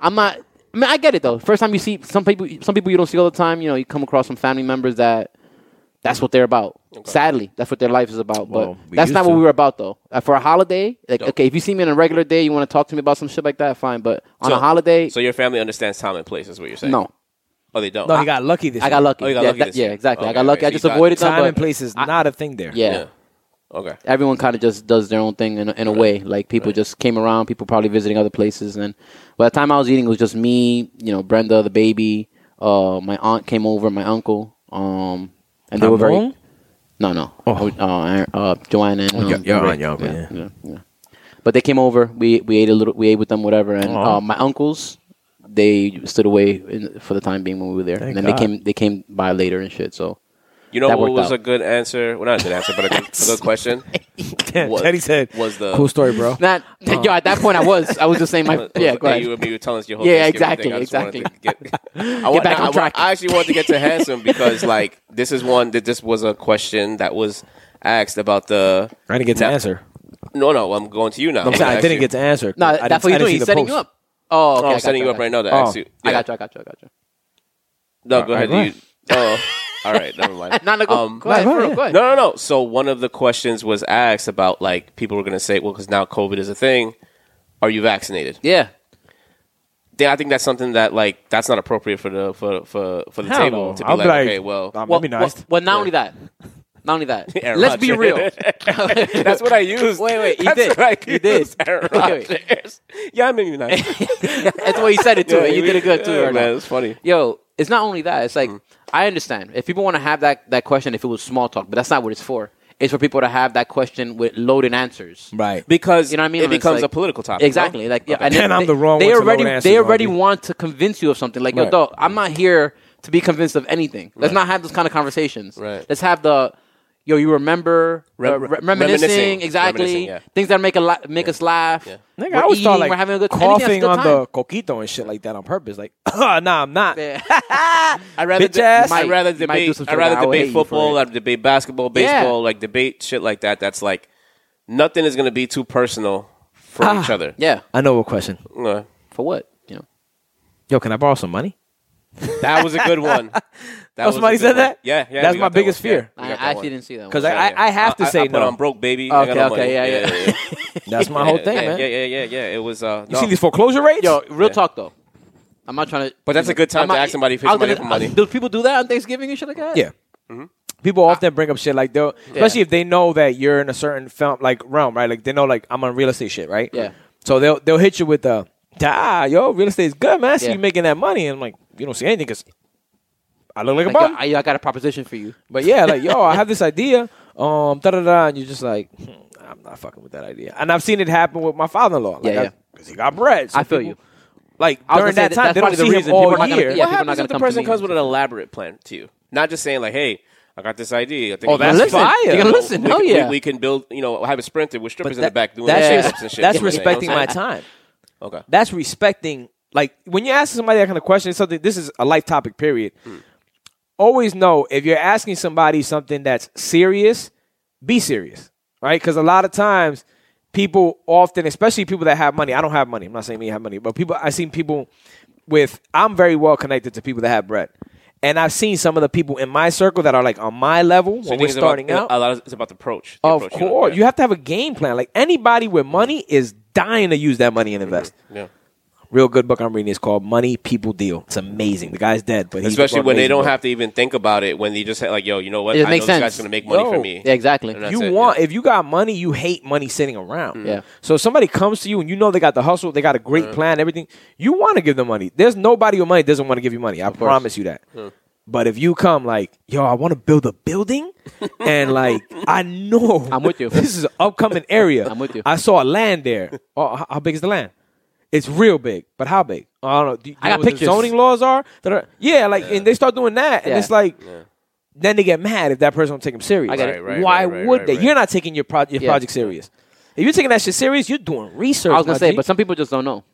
[SPEAKER 3] I'm not. I mean, I get it though. First time you see some people, some people you don't see all the time. You know, you come across some family members that that's what they're about. Sadly, that's what their life is about.
[SPEAKER 4] Well,
[SPEAKER 3] but
[SPEAKER 4] we
[SPEAKER 3] that's
[SPEAKER 4] used
[SPEAKER 3] not what
[SPEAKER 4] to.
[SPEAKER 3] we were about though. Uh, for a holiday, like
[SPEAKER 2] Yep.
[SPEAKER 3] okay, if you see me on a regular day, you want to talk to me about some shit like that, fine. But on
[SPEAKER 2] So-
[SPEAKER 3] a holiday,
[SPEAKER 2] So your family understands time and place is what you're saying?
[SPEAKER 3] no,
[SPEAKER 2] Oh, they don't.
[SPEAKER 4] no, he got lucky this
[SPEAKER 3] I got
[SPEAKER 4] year.
[SPEAKER 3] lucky.
[SPEAKER 2] Oh, you got
[SPEAKER 3] yeah,
[SPEAKER 2] lucky
[SPEAKER 3] that-
[SPEAKER 2] this
[SPEAKER 3] yeah,
[SPEAKER 2] year.
[SPEAKER 3] exactly. I
[SPEAKER 2] Okay,
[SPEAKER 3] got lucky.
[SPEAKER 2] okay.
[SPEAKER 3] I
[SPEAKER 2] So
[SPEAKER 3] just
[SPEAKER 2] you got
[SPEAKER 3] avoided them,
[SPEAKER 4] Time and
[SPEAKER 3] but-
[SPEAKER 4] place is not a thing there.
[SPEAKER 3] yeah.
[SPEAKER 2] Yeah. Okay.
[SPEAKER 3] everyone kind of just does their own thing in, a- in a way. Like people just came around, people probably visiting other places. And by the time I was eating, it was just me, you know, Brenda, the baby. Uh, my aunt came over, my uncle, um, and they were very
[SPEAKER 4] Ramon?
[SPEAKER 3] no, no,
[SPEAKER 4] Oh.
[SPEAKER 3] uh, uh, Joanna and um,
[SPEAKER 4] your- your
[SPEAKER 3] Rick.
[SPEAKER 4] aunt, your uncle, yeah.
[SPEAKER 3] yeah. But they came over. We we ate a little. We ate with them, whatever. And
[SPEAKER 4] Aw.
[SPEAKER 3] uh, my uncles, they stood away in, for the time being when we were there. and
[SPEAKER 4] Thank
[SPEAKER 3] then
[SPEAKER 4] God.
[SPEAKER 3] they came. They came by later and shit. So
[SPEAKER 2] You know
[SPEAKER 3] That
[SPEAKER 2] what
[SPEAKER 3] worked
[SPEAKER 2] was
[SPEAKER 3] out.
[SPEAKER 2] a good answer? Well, not a good answer, but a good, a good question. What-
[SPEAKER 4] Teddy said,
[SPEAKER 2] was the
[SPEAKER 4] "Cool story, bro."
[SPEAKER 3] Not yo. At that point, I was. I was just saying my.
[SPEAKER 2] was-
[SPEAKER 3] Yeah,
[SPEAKER 2] was-
[SPEAKER 3] go ahead.
[SPEAKER 2] You, you were telling us your whole
[SPEAKER 3] Yeah,
[SPEAKER 2] Thanksgiving
[SPEAKER 3] exactly,
[SPEAKER 2] thing. I just wanted to get, I want-
[SPEAKER 3] back
[SPEAKER 2] no,
[SPEAKER 3] on
[SPEAKER 2] I wa-
[SPEAKER 3] track.
[SPEAKER 2] I actually wanted to get to handsome because like this is one that this was a question that was asked about the.
[SPEAKER 4] I didn't get to
[SPEAKER 2] No.
[SPEAKER 4] answer.
[SPEAKER 2] No, no, I'm going to you now.
[SPEAKER 4] I'm sorry, I didn't get to answer.
[SPEAKER 3] no,
[SPEAKER 4] I didn't-
[SPEAKER 3] that's what
[SPEAKER 4] I
[SPEAKER 3] you're
[SPEAKER 4] didn't
[SPEAKER 3] doing.
[SPEAKER 4] see
[SPEAKER 3] He's
[SPEAKER 4] the
[SPEAKER 3] setting
[SPEAKER 4] post.
[SPEAKER 3] you up. Oh,
[SPEAKER 2] Oh,
[SPEAKER 3] okay, I
[SPEAKER 2] I'm
[SPEAKER 3] got
[SPEAKER 2] setting you up
[SPEAKER 3] okay.
[SPEAKER 2] right now to
[SPEAKER 4] Oh.
[SPEAKER 2] ask you.
[SPEAKER 3] I
[SPEAKER 2] Yeah.
[SPEAKER 3] got you. I got you. I got you.
[SPEAKER 2] No, go
[SPEAKER 4] All
[SPEAKER 2] ahead.
[SPEAKER 4] right.
[SPEAKER 2] You, oh, all right. Never mind.
[SPEAKER 3] No, no, go,
[SPEAKER 2] Um,
[SPEAKER 3] go ahead.
[SPEAKER 4] no,
[SPEAKER 3] bro,
[SPEAKER 4] yeah.
[SPEAKER 3] Go ahead.
[SPEAKER 2] No, no, no. So one of the questions was asked about like people were going to say, well, because now COVID is a thing, are you vaccinated?
[SPEAKER 3] Yeah.
[SPEAKER 2] Then I think that's something that like that's not appropriate for the for for for the
[SPEAKER 4] Hell
[SPEAKER 2] table
[SPEAKER 4] no.
[SPEAKER 2] to be
[SPEAKER 4] I'll
[SPEAKER 2] like, okay, well,
[SPEAKER 4] um,
[SPEAKER 3] Well,
[SPEAKER 4] that'd be
[SPEAKER 3] well-
[SPEAKER 4] nice.
[SPEAKER 3] Well, not only that. Not only that.
[SPEAKER 2] Aaron
[SPEAKER 3] Let's be
[SPEAKER 2] Rodgers.
[SPEAKER 3] real.
[SPEAKER 2] that's what I used.
[SPEAKER 3] Wait, wait, he
[SPEAKER 2] that's
[SPEAKER 3] did.
[SPEAKER 2] What I
[SPEAKER 3] He did.
[SPEAKER 2] used, Aaron
[SPEAKER 3] Wait, wait.
[SPEAKER 2] Rodgers. Yeah, I mean, you nice.
[SPEAKER 3] That's what he said it too. and you did it good too.
[SPEAKER 2] yeah,
[SPEAKER 3] right now.
[SPEAKER 2] man. Mm. It's funny.
[SPEAKER 3] Yo, it's not only that. It's like I understand if people want to have that that question if it was small talk, but that's not what it's for. It's for people to have that question with loaded answers.
[SPEAKER 4] Right.
[SPEAKER 2] Because
[SPEAKER 3] You know what I mean?
[SPEAKER 2] It
[SPEAKER 3] And it's
[SPEAKER 2] becomes
[SPEAKER 3] like-
[SPEAKER 2] a political topic. no?
[SPEAKER 3] Exactly. Like yeah,
[SPEAKER 4] And I'm the wrong
[SPEAKER 3] They
[SPEAKER 4] one to load
[SPEAKER 3] already
[SPEAKER 4] answers,
[SPEAKER 3] they already
[SPEAKER 4] Robbie.
[SPEAKER 3] want to convince you of something. Like yo,
[SPEAKER 4] Right.
[SPEAKER 3] dog, I'm not here to be convinced of anything. Let's
[SPEAKER 2] Right.
[SPEAKER 3] not have those kind of conversations.
[SPEAKER 2] Right.
[SPEAKER 3] Let's have the yo, you remember
[SPEAKER 2] Re-
[SPEAKER 3] uh,
[SPEAKER 2] re-
[SPEAKER 3] re- reminiscing,
[SPEAKER 2] reminiscing.
[SPEAKER 3] exactly
[SPEAKER 2] Reminiscing, yeah.
[SPEAKER 3] things that make a la- make us laugh.
[SPEAKER 2] Yeah.
[SPEAKER 4] Nigga,
[SPEAKER 3] we're
[SPEAKER 4] I always
[SPEAKER 3] eating,
[SPEAKER 4] thought like
[SPEAKER 3] we're having a good anything
[SPEAKER 4] coughing
[SPEAKER 3] that's
[SPEAKER 4] on
[SPEAKER 3] a good
[SPEAKER 4] the coquito and shit like that on purpose. Like, nah, I'm not.
[SPEAKER 3] time.
[SPEAKER 2] I'd rather,
[SPEAKER 4] Bitch ass.
[SPEAKER 2] I'd
[SPEAKER 3] Might-
[SPEAKER 2] rather
[SPEAKER 3] might do
[SPEAKER 2] debate.
[SPEAKER 3] some
[SPEAKER 2] I'd
[SPEAKER 3] sort
[SPEAKER 2] rather
[SPEAKER 3] of- I would hate
[SPEAKER 2] debate
[SPEAKER 3] you for
[SPEAKER 2] football.
[SPEAKER 3] it.
[SPEAKER 2] I'd debate basketball,
[SPEAKER 3] Yeah.
[SPEAKER 2] baseball, like debate shit like that. That's like nothing is going to be too personal for each other.
[SPEAKER 3] Ah. yeah.
[SPEAKER 4] I know a question.
[SPEAKER 2] Uh,
[SPEAKER 3] For what? You know.
[SPEAKER 4] Yo, can I borrow some money?
[SPEAKER 2] that was a good one. That
[SPEAKER 4] Oh,
[SPEAKER 2] was a
[SPEAKER 4] somebody
[SPEAKER 2] good
[SPEAKER 4] said
[SPEAKER 2] one.
[SPEAKER 4] that?
[SPEAKER 2] Yeah, yeah.
[SPEAKER 4] That's
[SPEAKER 2] we
[SPEAKER 4] my
[SPEAKER 2] got that
[SPEAKER 4] biggest
[SPEAKER 2] one. Yeah,
[SPEAKER 4] fear.
[SPEAKER 2] we
[SPEAKER 3] I
[SPEAKER 2] got that
[SPEAKER 3] I
[SPEAKER 2] one.
[SPEAKER 3] actually didn't see that one.
[SPEAKER 4] Because I, I, I have to
[SPEAKER 2] I- I
[SPEAKER 4] say
[SPEAKER 2] put
[SPEAKER 4] no.
[SPEAKER 2] on broke baby. I
[SPEAKER 3] Okay,
[SPEAKER 2] got no
[SPEAKER 3] okay,
[SPEAKER 2] money.
[SPEAKER 3] yeah, yeah.
[SPEAKER 2] yeah, yeah.
[SPEAKER 4] That's my whole
[SPEAKER 2] Yeah,
[SPEAKER 4] thing,
[SPEAKER 2] yeah,
[SPEAKER 4] man.
[SPEAKER 2] Yeah, yeah, yeah, yeah. It was. Uh,
[SPEAKER 4] You
[SPEAKER 2] no.
[SPEAKER 4] see these foreclosure rates?
[SPEAKER 3] Yo, real talk though. I'm not trying to.
[SPEAKER 2] But that's a good time
[SPEAKER 3] I'm
[SPEAKER 2] to
[SPEAKER 3] not-
[SPEAKER 2] ask somebody for
[SPEAKER 3] I was
[SPEAKER 2] somebody
[SPEAKER 3] gonna-
[SPEAKER 2] for money.
[SPEAKER 3] Do people do that on Thanksgiving and shit like that?
[SPEAKER 4] Yeah.
[SPEAKER 3] Mm-hmm.
[SPEAKER 4] People often bring up shit like they'll, especially if they know that you're in a certain film like realm, right? Like they know like I'm on real estate shit, right?
[SPEAKER 3] Yeah.
[SPEAKER 4] So they'll they'll hit you with the, ah, yo, real estate's good, man. I see
[SPEAKER 3] Yeah.
[SPEAKER 4] you making that money, and I'm like, you don't see anything because I look like a
[SPEAKER 3] Like, yo,
[SPEAKER 4] bum.
[SPEAKER 3] I, yo, I got a proposition for you.
[SPEAKER 4] But yeah, like yo, I have this idea, um, da da da, and you're just like, hmm, I'm not fucking with that idea. And I've seen it happen with my father-in-law, like,
[SPEAKER 3] Yeah, yeah.
[SPEAKER 4] because he got bread. so
[SPEAKER 3] I feel
[SPEAKER 4] people-
[SPEAKER 3] you.
[SPEAKER 4] Like
[SPEAKER 3] I was
[SPEAKER 4] during
[SPEAKER 3] gonna say that
[SPEAKER 4] that time,
[SPEAKER 3] that's
[SPEAKER 4] they
[SPEAKER 3] probably the
[SPEAKER 4] don't see him
[SPEAKER 3] reason people
[SPEAKER 4] all
[SPEAKER 3] are not gonna-
[SPEAKER 4] year.
[SPEAKER 2] what
[SPEAKER 3] yeah, people not
[SPEAKER 2] happens
[SPEAKER 3] gonna
[SPEAKER 2] if the
[SPEAKER 3] come to
[SPEAKER 2] person
[SPEAKER 3] me.
[SPEAKER 2] comes with an elaborate plan to you? Not just saying like, "Hey, I got this idea." I think
[SPEAKER 4] Oh,
[SPEAKER 2] we
[SPEAKER 4] that's
[SPEAKER 2] can-
[SPEAKER 4] fire.
[SPEAKER 3] You're gonna
[SPEAKER 2] we-
[SPEAKER 3] listen.
[SPEAKER 2] We,
[SPEAKER 3] Hell
[SPEAKER 2] we-
[SPEAKER 3] yeah.
[SPEAKER 2] We, can build. You know, have a sprinter with strippers in the
[SPEAKER 4] That-
[SPEAKER 2] back doing
[SPEAKER 4] that's
[SPEAKER 2] sit-ups
[SPEAKER 4] res-
[SPEAKER 2] and shit.
[SPEAKER 4] that's
[SPEAKER 2] You know what I'm saying?
[SPEAKER 4] respecting
[SPEAKER 2] You know
[SPEAKER 4] my
[SPEAKER 2] what I'm
[SPEAKER 4] time.
[SPEAKER 2] saying? Okay.
[SPEAKER 4] That's respecting. Like when you're asking somebody that kind of question, it's something this is a life topic. Period. Always know if you're asking somebody something that's serious, be serious, right? Because a lot of times people often, especially people that have money. I don't have money. I'm not saying me have money, but people I've seen people with. I'm very well connected to people that have bread. And I've seen some of the people in my circle that are like on my
[SPEAKER 2] So you
[SPEAKER 4] level when
[SPEAKER 2] think
[SPEAKER 4] we're
[SPEAKER 2] it's about-
[SPEAKER 4] starting out.
[SPEAKER 2] A lot of it's about the approach. the
[SPEAKER 4] Of
[SPEAKER 2] approach, you know?
[SPEAKER 4] course,
[SPEAKER 2] Yeah.
[SPEAKER 4] you have to have a game plan. Like anybody with money is dying to use that money and invest.
[SPEAKER 2] Yeah.
[SPEAKER 4] Real good book I'm reading is called Money People Deal. It's amazing. The guy's dead, but he's
[SPEAKER 2] Especially when they don't have to even think about it, when they just have, like, yo, you know what?
[SPEAKER 3] It
[SPEAKER 2] I
[SPEAKER 3] makes
[SPEAKER 2] know this
[SPEAKER 3] sense.
[SPEAKER 2] guy's going to make money
[SPEAKER 4] Yo.
[SPEAKER 2] for me.
[SPEAKER 3] Yeah, exactly.
[SPEAKER 2] And that's
[SPEAKER 4] You
[SPEAKER 2] it,
[SPEAKER 4] want
[SPEAKER 2] yeah. Mm.
[SPEAKER 4] if you got money, you hate money sitting around.
[SPEAKER 3] Yeah.
[SPEAKER 4] So if somebody comes to you and you know they got the hustle, they got a great plan, everything. You want to give them money. There's nobody with money doesn't want to give you money. I promise you that. But if you come like, yo, I want to build a building, and like I know
[SPEAKER 3] I'm with you.
[SPEAKER 4] This is an upcoming area.
[SPEAKER 3] I'm with you.
[SPEAKER 4] I saw a land there. Oh, how, how big is the land? It's real big, but how big? Oh, I don't know. Do you
[SPEAKER 3] I
[SPEAKER 4] know
[SPEAKER 3] got
[SPEAKER 4] what the
[SPEAKER 3] pictures.
[SPEAKER 4] zoning laws are. That are yeah, like and they start doing that,
[SPEAKER 3] Yeah.
[SPEAKER 4] and it's like. Then they get mad if that person don't take them serious.
[SPEAKER 3] I get
[SPEAKER 2] Right, it. right,
[SPEAKER 4] Why
[SPEAKER 2] right, right,
[SPEAKER 4] would
[SPEAKER 2] right,
[SPEAKER 4] they?
[SPEAKER 2] right.
[SPEAKER 4] You're not taking your, pro- your
[SPEAKER 3] Yeah.
[SPEAKER 4] project serious. If you're taking that shit serious, you're doing research.
[SPEAKER 3] I was gonna
[SPEAKER 4] my
[SPEAKER 3] say,
[SPEAKER 4] G.
[SPEAKER 3] but some people just don't know,